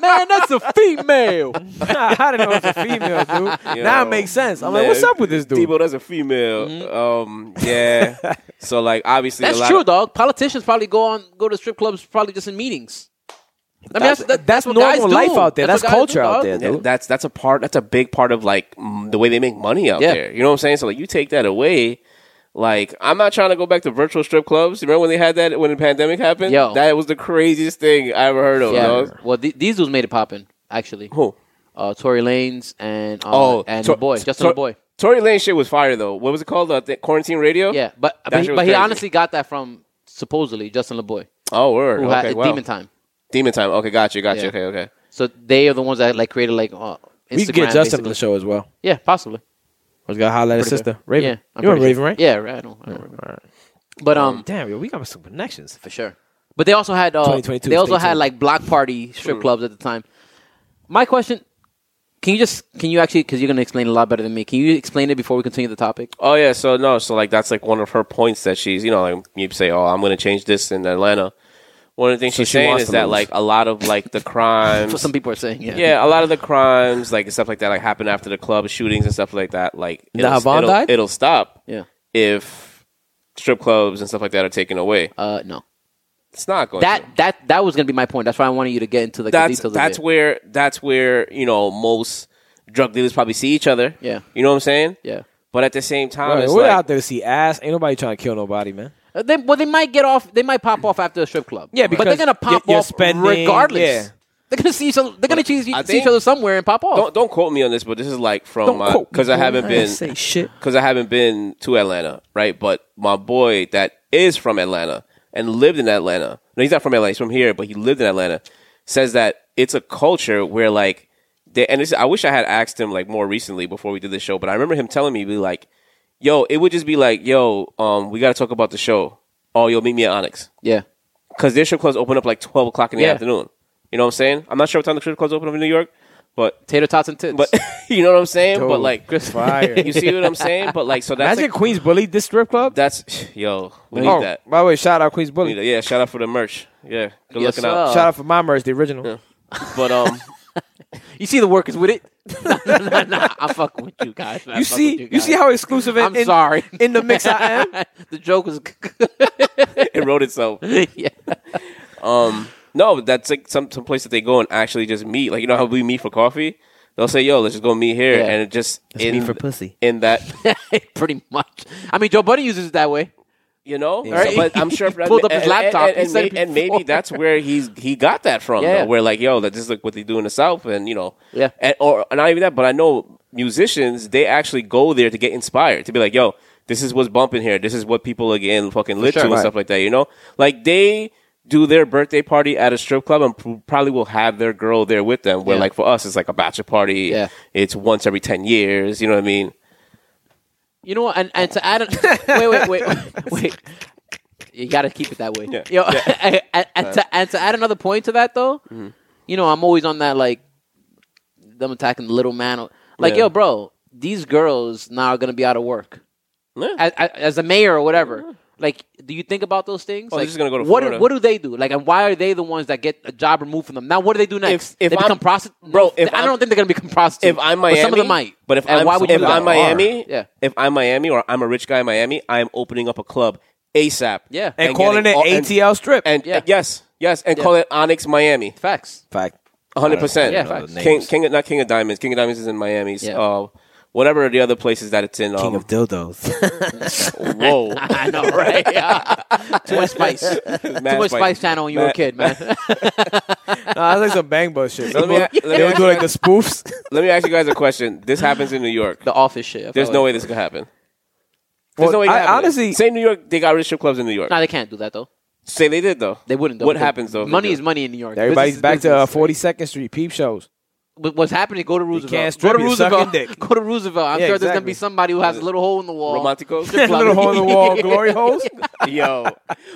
[SPEAKER 3] man, that's a female.
[SPEAKER 4] Nah, I didn't know it was a female, dude.
[SPEAKER 2] You
[SPEAKER 4] now
[SPEAKER 2] know,
[SPEAKER 4] it makes sense. I'm
[SPEAKER 2] man,
[SPEAKER 4] like, what's up with this dude?
[SPEAKER 2] Debo, that's a female. Um, yeah. so like, obviously, a
[SPEAKER 3] Mm-hmm. That's
[SPEAKER 2] lot
[SPEAKER 3] true,
[SPEAKER 2] of-
[SPEAKER 3] dog. Politicians probably go on go to strip clubs probably just in meetings. I mean,
[SPEAKER 4] That's- that's
[SPEAKER 3] what
[SPEAKER 4] normal
[SPEAKER 3] guys
[SPEAKER 4] life
[SPEAKER 3] do.
[SPEAKER 4] out there.
[SPEAKER 3] what
[SPEAKER 4] That's
[SPEAKER 3] guys
[SPEAKER 4] culture out
[SPEAKER 3] dog.
[SPEAKER 4] there,
[SPEAKER 2] Yeah,
[SPEAKER 4] dude.
[SPEAKER 2] that's that's a part. That's a big part of like mm, the way they make money out
[SPEAKER 3] Yeah.
[SPEAKER 2] there. You know what I'm saying? So like, you take that away. Like, I'm not trying to go back to virtual strip clubs. Remember when they had that when the pandemic happened?
[SPEAKER 3] Yo.
[SPEAKER 2] that was the craziest thing I ever heard of.
[SPEAKER 3] Yeah.
[SPEAKER 2] dog.
[SPEAKER 3] Well, th- these dudes made it poppin', actually.
[SPEAKER 2] Who?
[SPEAKER 3] Uh, Tory Lanez and uh,
[SPEAKER 2] Oh,
[SPEAKER 3] and
[SPEAKER 2] Tor-
[SPEAKER 3] the boy, Justin
[SPEAKER 2] Tor-
[SPEAKER 3] the boy.
[SPEAKER 2] Tory Lane shit was fire though. What was it called? Uh, th- Quarantine Radio.
[SPEAKER 3] Yeah, but
[SPEAKER 2] That
[SPEAKER 3] but, he,
[SPEAKER 2] shit was
[SPEAKER 3] but he
[SPEAKER 2] crazy.
[SPEAKER 3] honestly got that from supposedly Justin LeBoy,
[SPEAKER 2] Oh, word.
[SPEAKER 3] who
[SPEAKER 2] okay,
[SPEAKER 3] had
[SPEAKER 2] wow.
[SPEAKER 3] Demon Time.
[SPEAKER 2] Demon time. Okay, got you, got you.
[SPEAKER 3] Yeah.
[SPEAKER 2] Okay, okay.
[SPEAKER 3] So they are the ones that like created like uh, Instagram.
[SPEAKER 4] we could get Justin on
[SPEAKER 3] basically.
[SPEAKER 4] the show as well.
[SPEAKER 3] Yeah, possibly.
[SPEAKER 4] I was gonna holler at his
[SPEAKER 3] Pretty
[SPEAKER 4] sister,
[SPEAKER 3] good.
[SPEAKER 4] Raven.
[SPEAKER 3] Yeah, I'm
[SPEAKER 4] you remember
[SPEAKER 3] pretty
[SPEAKER 4] Raven,
[SPEAKER 3] sure.
[SPEAKER 4] right?
[SPEAKER 3] Yeah, right. I don't, I don't remember. But um,
[SPEAKER 4] Damn, yo, we got some connections.
[SPEAKER 3] for sure. But they also had uh,
[SPEAKER 4] 2022,
[SPEAKER 3] they also
[SPEAKER 4] stay
[SPEAKER 3] had
[SPEAKER 4] tuned.
[SPEAKER 3] like block party strip clubs at the time. My question: Can you just can you actually because you're going to explain it a lot better than me? Can you explain it before we continue the topic?
[SPEAKER 2] Oh yeah, so no, so like that's like one of her points that she's you know like you say oh I'm gonna change this in Atlanta. One of the things she's
[SPEAKER 4] she
[SPEAKER 2] saying
[SPEAKER 4] wants
[SPEAKER 2] is
[SPEAKER 4] to
[SPEAKER 2] that
[SPEAKER 4] lose.
[SPEAKER 2] like a lot of like the
[SPEAKER 3] That's what
[SPEAKER 2] crimes,
[SPEAKER 3] some people are saying. Yeah,
[SPEAKER 2] yeah, a lot of the crimes like and stuff like that like happen after the club shootings and stuff like that. Like
[SPEAKER 4] The Havon
[SPEAKER 2] it'll,
[SPEAKER 4] died?
[SPEAKER 2] it'll stop
[SPEAKER 3] Yeah.
[SPEAKER 2] if strip clubs and stuff like that are taken away.
[SPEAKER 3] Uh, no,
[SPEAKER 2] It's not going to.
[SPEAKER 3] that that that was going to be my point. That's why I wanted you to get into like, the
[SPEAKER 2] that's
[SPEAKER 3] details.
[SPEAKER 2] that's
[SPEAKER 3] of it.
[SPEAKER 2] where that's where you know most drug dealers probably see each other.
[SPEAKER 3] Yeah.
[SPEAKER 2] you know what I'm saying.
[SPEAKER 3] yeah.
[SPEAKER 2] But at the same time,
[SPEAKER 4] Right,
[SPEAKER 2] it's
[SPEAKER 4] we're
[SPEAKER 2] like,
[SPEAKER 4] out there to see ass. Ain't nobody trying to kill nobody, man.
[SPEAKER 3] Uh, They, well, they might get off. They might pop off after a strip club.
[SPEAKER 4] Yeah,
[SPEAKER 3] but they're
[SPEAKER 4] because
[SPEAKER 3] going to pop
[SPEAKER 4] you're- you're
[SPEAKER 3] off
[SPEAKER 4] spending-
[SPEAKER 3] regardless.
[SPEAKER 4] yeah.
[SPEAKER 3] They're going to see each other. They're going to see,
[SPEAKER 2] I
[SPEAKER 3] see each
[SPEAKER 2] think-
[SPEAKER 3] other somewhere and pop off.
[SPEAKER 2] don't don't quote me on this, but this is like from my
[SPEAKER 4] quote me,
[SPEAKER 2] because I
[SPEAKER 4] bro.
[SPEAKER 2] haven't
[SPEAKER 4] I
[SPEAKER 2] been
[SPEAKER 4] didn't say shit.
[SPEAKER 2] because I haven't been to Atlanta, right? But my boy that is from Atlanta and lived in Atlanta. No, he's not from Atlanta. He's from here, but he lived in Atlanta. Says that it's a culture where like they, and this, I wish I had asked him like more recently before we did this show, but I remember him telling me he'd be like, "Yo, it would just be like, yo, um, we got to talk about the show. Oh, yo, meet me at Onyx."
[SPEAKER 3] yeah,
[SPEAKER 2] because their strip clubs open up like twelve o'clock in the
[SPEAKER 3] Yeah.
[SPEAKER 2] afternoon. You know what I'm saying? I'm not sure what time the strip clubs open up in New York, but
[SPEAKER 3] tater tots and tits.
[SPEAKER 2] but you know what I'm saying.
[SPEAKER 4] Dude,
[SPEAKER 2] but like,
[SPEAKER 4] fire.
[SPEAKER 2] you see what I'm saying? But like, so that's
[SPEAKER 4] Imagine
[SPEAKER 2] like,
[SPEAKER 4] Queens Bully this strip club.
[SPEAKER 2] that's yo. We need
[SPEAKER 4] oh,
[SPEAKER 2] that.
[SPEAKER 4] by the way, shout out Queens
[SPEAKER 2] We
[SPEAKER 4] Bully.
[SPEAKER 2] need that. Yeah, shout out for the merch. Yeah, good
[SPEAKER 3] Yes,
[SPEAKER 2] looking out.
[SPEAKER 3] sir.
[SPEAKER 4] Shout out for my merch, the original.
[SPEAKER 2] But um,
[SPEAKER 3] You see the workers with it? no, no, no, no. I'm fucking with you guys. man. I'm
[SPEAKER 4] You
[SPEAKER 3] fucking
[SPEAKER 4] see,
[SPEAKER 3] with
[SPEAKER 4] you,
[SPEAKER 3] guys.
[SPEAKER 4] see how exclusive. and-
[SPEAKER 3] I'm
[SPEAKER 4] in-
[SPEAKER 3] sorry.
[SPEAKER 4] in the mix I am?
[SPEAKER 3] the joke was.
[SPEAKER 2] it wrote itself.
[SPEAKER 3] yeah.
[SPEAKER 2] Um, No, that's like some some place that they go and actually just meet. Like you know how we meet for coffee. They'll say, "Yo, let's just go meet here,"
[SPEAKER 3] Yeah.
[SPEAKER 2] and it just
[SPEAKER 5] Let's meet for pussy.
[SPEAKER 2] In that,
[SPEAKER 3] Pretty much. I mean, Joe Budden uses it that way.
[SPEAKER 2] you know.
[SPEAKER 3] Yeah.
[SPEAKER 2] So, but I'm sure
[SPEAKER 3] He pulled up his
[SPEAKER 2] and-
[SPEAKER 3] laptop.
[SPEAKER 2] and,
[SPEAKER 3] He
[SPEAKER 2] and,
[SPEAKER 3] said it
[SPEAKER 2] may- and
[SPEAKER 3] before.
[SPEAKER 2] maybe that's where he's he got that from.
[SPEAKER 3] Yeah.
[SPEAKER 2] Though, where like, yo, that this is like what they do in the South, and you know,
[SPEAKER 3] Yeah.
[SPEAKER 2] and or not even that, but I know musicians they actually go there to get inspired to be like, yo, this is what's bumping here. This is what people are getting fucking lit
[SPEAKER 3] sure.
[SPEAKER 2] to and
[SPEAKER 4] Right.
[SPEAKER 2] stuff like that. You know, like they. Do their birthday party at a strip club and pr- probably will have their girl there with them. Where
[SPEAKER 3] Yeah.
[SPEAKER 2] like for us, it's like a bachelor party.
[SPEAKER 3] Yeah.
[SPEAKER 2] It's once every ten years. You know what I mean?
[SPEAKER 3] You know what? And, and to add, an, wait, wait, wait, wait, You got to keep it that way.
[SPEAKER 2] Yeah. Mm-hmm.
[SPEAKER 3] Yo, and, and to, and to add another point to that, though, you know, I'm always on that, like, them attacking the little man. Like,
[SPEAKER 2] Yeah.
[SPEAKER 3] yo, bro, these girls now are going to be out of work
[SPEAKER 2] Yeah.
[SPEAKER 3] as, as- as a mayor or whatever. Like, do you think about those things?
[SPEAKER 2] Oh,
[SPEAKER 3] like,
[SPEAKER 2] this is gonna go to
[SPEAKER 3] what, do-
[SPEAKER 2] Florida.
[SPEAKER 3] what do they do? Like, and why are they the ones that get a job removed from them? Now, what do they do next?
[SPEAKER 2] if
[SPEAKER 3] they
[SPEAKER 2] I'm-
[SPEAKER 3] become prostitutes,
[SPEAKER 2] Bro, if
[SPEAKER 3] I don't
[SPEAKER 2] I'm-
[SPEAKER 3] think they're gonna become
[SPEAKER 2] if
[SPEAKER 3] prostitutes.
[SPEAKER 2] I'm
[SPEAKER 3] but
[SPEAKER 2] Miami,
[SPEAKER 3] some of them might.
[SPEAKER 2] But if
[SPEAKER 3] and
[SPEAKER 2] I'm,
[SPEAKER 3] why would you
[SPEAKER 2] if
[SPEAKER 3] do
[SPEAKER 2] I'm
[SPEAKER 3] that?
[SPEAKER 2] Miami,
[SPEAKER 3] Yeah.
[SPEAKER 2] if I'm Miami or I'm a rich guy in Miami, I'm opening up a club ASAP.
[SPEAKER 3] Yeah.
[SPEAKER 4] and,
[SPEAKER 3] And
[SPEAKER 4] calling
[SPEAKER 2] getting
[SPEAKER 4] it
[SPEAKER 2] all- and-
[SPEAKER 4] ATL strip.
[SPEAKER 2] And,
[SPEAKER 3] Yeah.
[SPEAKER 2] yes, yes, and call it Onyx Miami.
[SPEAKER 3] facts.
[SPEAKER 4] fact,
[SPEAKER 2] 100. percent
[SPEAKER 3] Yeah, facts.
[SPEAKER 2] King, King, of- not King of Diamonds. King of Diamonds is in Miami.
[SPEAKER 3] Yeah.
[SPEAKER 2] So, uh, whatever the other places that it's in. Um,
[SPEAKER 5] King of dildos.
[SPEAKER 2] whoa,
[SPEAKER 3] I know, right? Too much spice. Too
[SPEAKER 2] Mad
[SPEAKER 3] much
[SPEAKER 2] spice.
[SPEAKER 3] spice channel when you were a
[SPEAKER 2] Mad-
[SPEAKER 3] kid, man.
[SPEAKER 4] no, that's like some bang bus shit.
[SPEAKER 2] Let me- let me
[SPEAKER 4] they would do like the spoofs.
[SPEAKER 2] Let me ask you guys a question. This happens in New York.
[SPEAKER 3] the office shit. I felt
[SPEAKER 2] There's no
[SPEAKER 3] like-
[SPEAKER 2] way this could happen. There's no way. it could
[SPEAKER 4] I,
[SPEAKER 2] happen.
[SPEAKER 4] honestly,
[SPEAKER 2] say New York, they got rich strip clubs in New York.
[SPEAKER 3] Nah, they can't do that though.
[SPEAKER 2] Say they did though.
[SPEAKER 3] They wouldn't. Though,
[SPEAKER 2] What
[SPEAKER 3] because
[SPEAKER 2] happens though? if they
[SPEAKER 3] Money
[SPEAKER 2] do?
[SPEAKER 3] is money in New York. Business
[SPEAKER 4] everybody's
[SPEAKER 3] is
[SPEAKER 4] back to uh,
[SPEAKER 3] business.
[SPEAKER 4] 42nd Street peep shows.
[SPEAKER 3] But What's happening? Go to Roosevelt.
[SPEAKER 4] can't
[SPEAKER 3] go
[SPEAKER 4] strip
[SPEAKER 3] to
[SPEAKER 4] you, suck
[SPEAKER 3] Roosevelt.
[SPEAKER 4] your dick.
[SPEAKER 3] Go to Roosevelt. I'm
[SPEAKER 4] Yeah,
[SPEAKER 3] sure there's gonna
[SPEAKER 4] exactly.
[SPEAKER 3] be somebody who has a little hole in the wall.
[SPEAKER 2] Romantico.
[SPEAKER 4] Little hole in the wall, glory holes.
[SPEAKER 2] yo,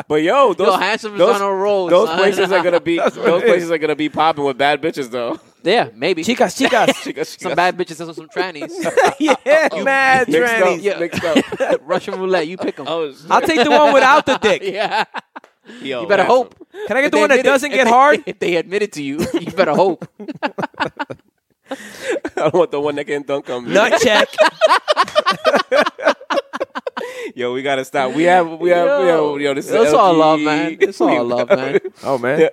[SPEAKER 2] but yo, those
[SPEAKER 3] Yo, handsome is
[SPEAKER 2] those,
[SPEAKER 3] on a roll,
[SPEAKER 2] Those
[SPEAKER 3] son.
[SPEAKER 2] places are gonna be
[SPEAKER 4] what
[SPEAKER 2] those
[SPEAKER 4] it is.
[SPEAKER 2] places are gonna be popping with bad bitches though.
[SPEAKER 3] Yeah, maybe.
[SPEAKER 4] Chicas, chicas.
[SPEAKER 2] She got- she
[SPEAKER 3] some
[SPEAKER 2] got
[SPEAKER 3] bad bitches and some trannies.
[SPEAKER 4] yeah, mad
[SPEAKER 2] mixed up.
[SPEAKER 4] trannies.
[SPEAKER 3] Yeah.
[SPEAKER 2] Mixed up.
[SPEAKER 3] Russian roulette. You pick them.
[SPEAKER 2] Oh, shit.
[SPEAKER 4] I'll take the one without the dick.
[SPEAKER 3] yeah.
[SPEAKER 2] Yo,
[SPEAKER 3] You better
[SPEAKER 2] that's-
[SPEAKER 3] hope.
[SPEAKER 4] Can I get
[SPEAKER 3] If
[SPEAKER 4] the
[SPEAKER 3] they
[SPEAKER 4] one that
[SPEAKER 3] admit it-
[SPEAKER 4] doesn't
[SPEAKER 3] if
[SPEAKER 4] get
[SPEAKER 3] they-
[SPEAKER 4] hard?
[SPEAKER 3] If they admit it to you, you better hope.
[SPEAKER 2] I don't want the one that can dunk on me.
[SPEAKER 4] Nut check.
[SPEAKER 2] Yo, we gotta stop. We have we have yo, yo, this is
[SPEAKER 3] it's all
[SPEAKER 2] LG.
[SPEAKER 3] love, man. It's all love, man.
[SPEAKER 4] Oh man.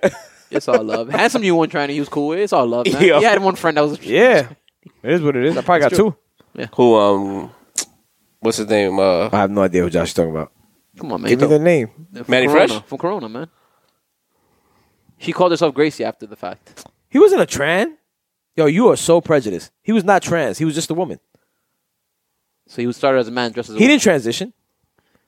[SPEAKER 3] It's all love. Handsome you one trying to use cool. with, It's all love, man.
[SPEAKER 2] Yo.
[SPEAKER 3] You had one friend that was
[SPEAKER 4] Yeah. It is what it is. I probably got two.
[SPEAKER 2] Who um, what's his name? Uh,
[SPEAKER 4] I have no idea what Josh is talking about.
[SPEAKER 3] Come on, man.
[SPEAKER 4] Give me the name.
[SPEAKER 3] From
[SPEAKER 2] Manny
[SPEAKER 3] Corona,
[SPEAKER 2] Fresh?
[SPEAKER 3] from Corona, man. She called herself Gracie after the fact.
[SPEAKER 4] He wasn't a trans. Yo, you are so prejudiced. He was not trans. He was just a woman.
[SPEAKER 3] So he was started as a man dressed as a
[SPEAKER 4] He
[SPEAKER 3] woman.
[SPEAKER 4] didn't transition,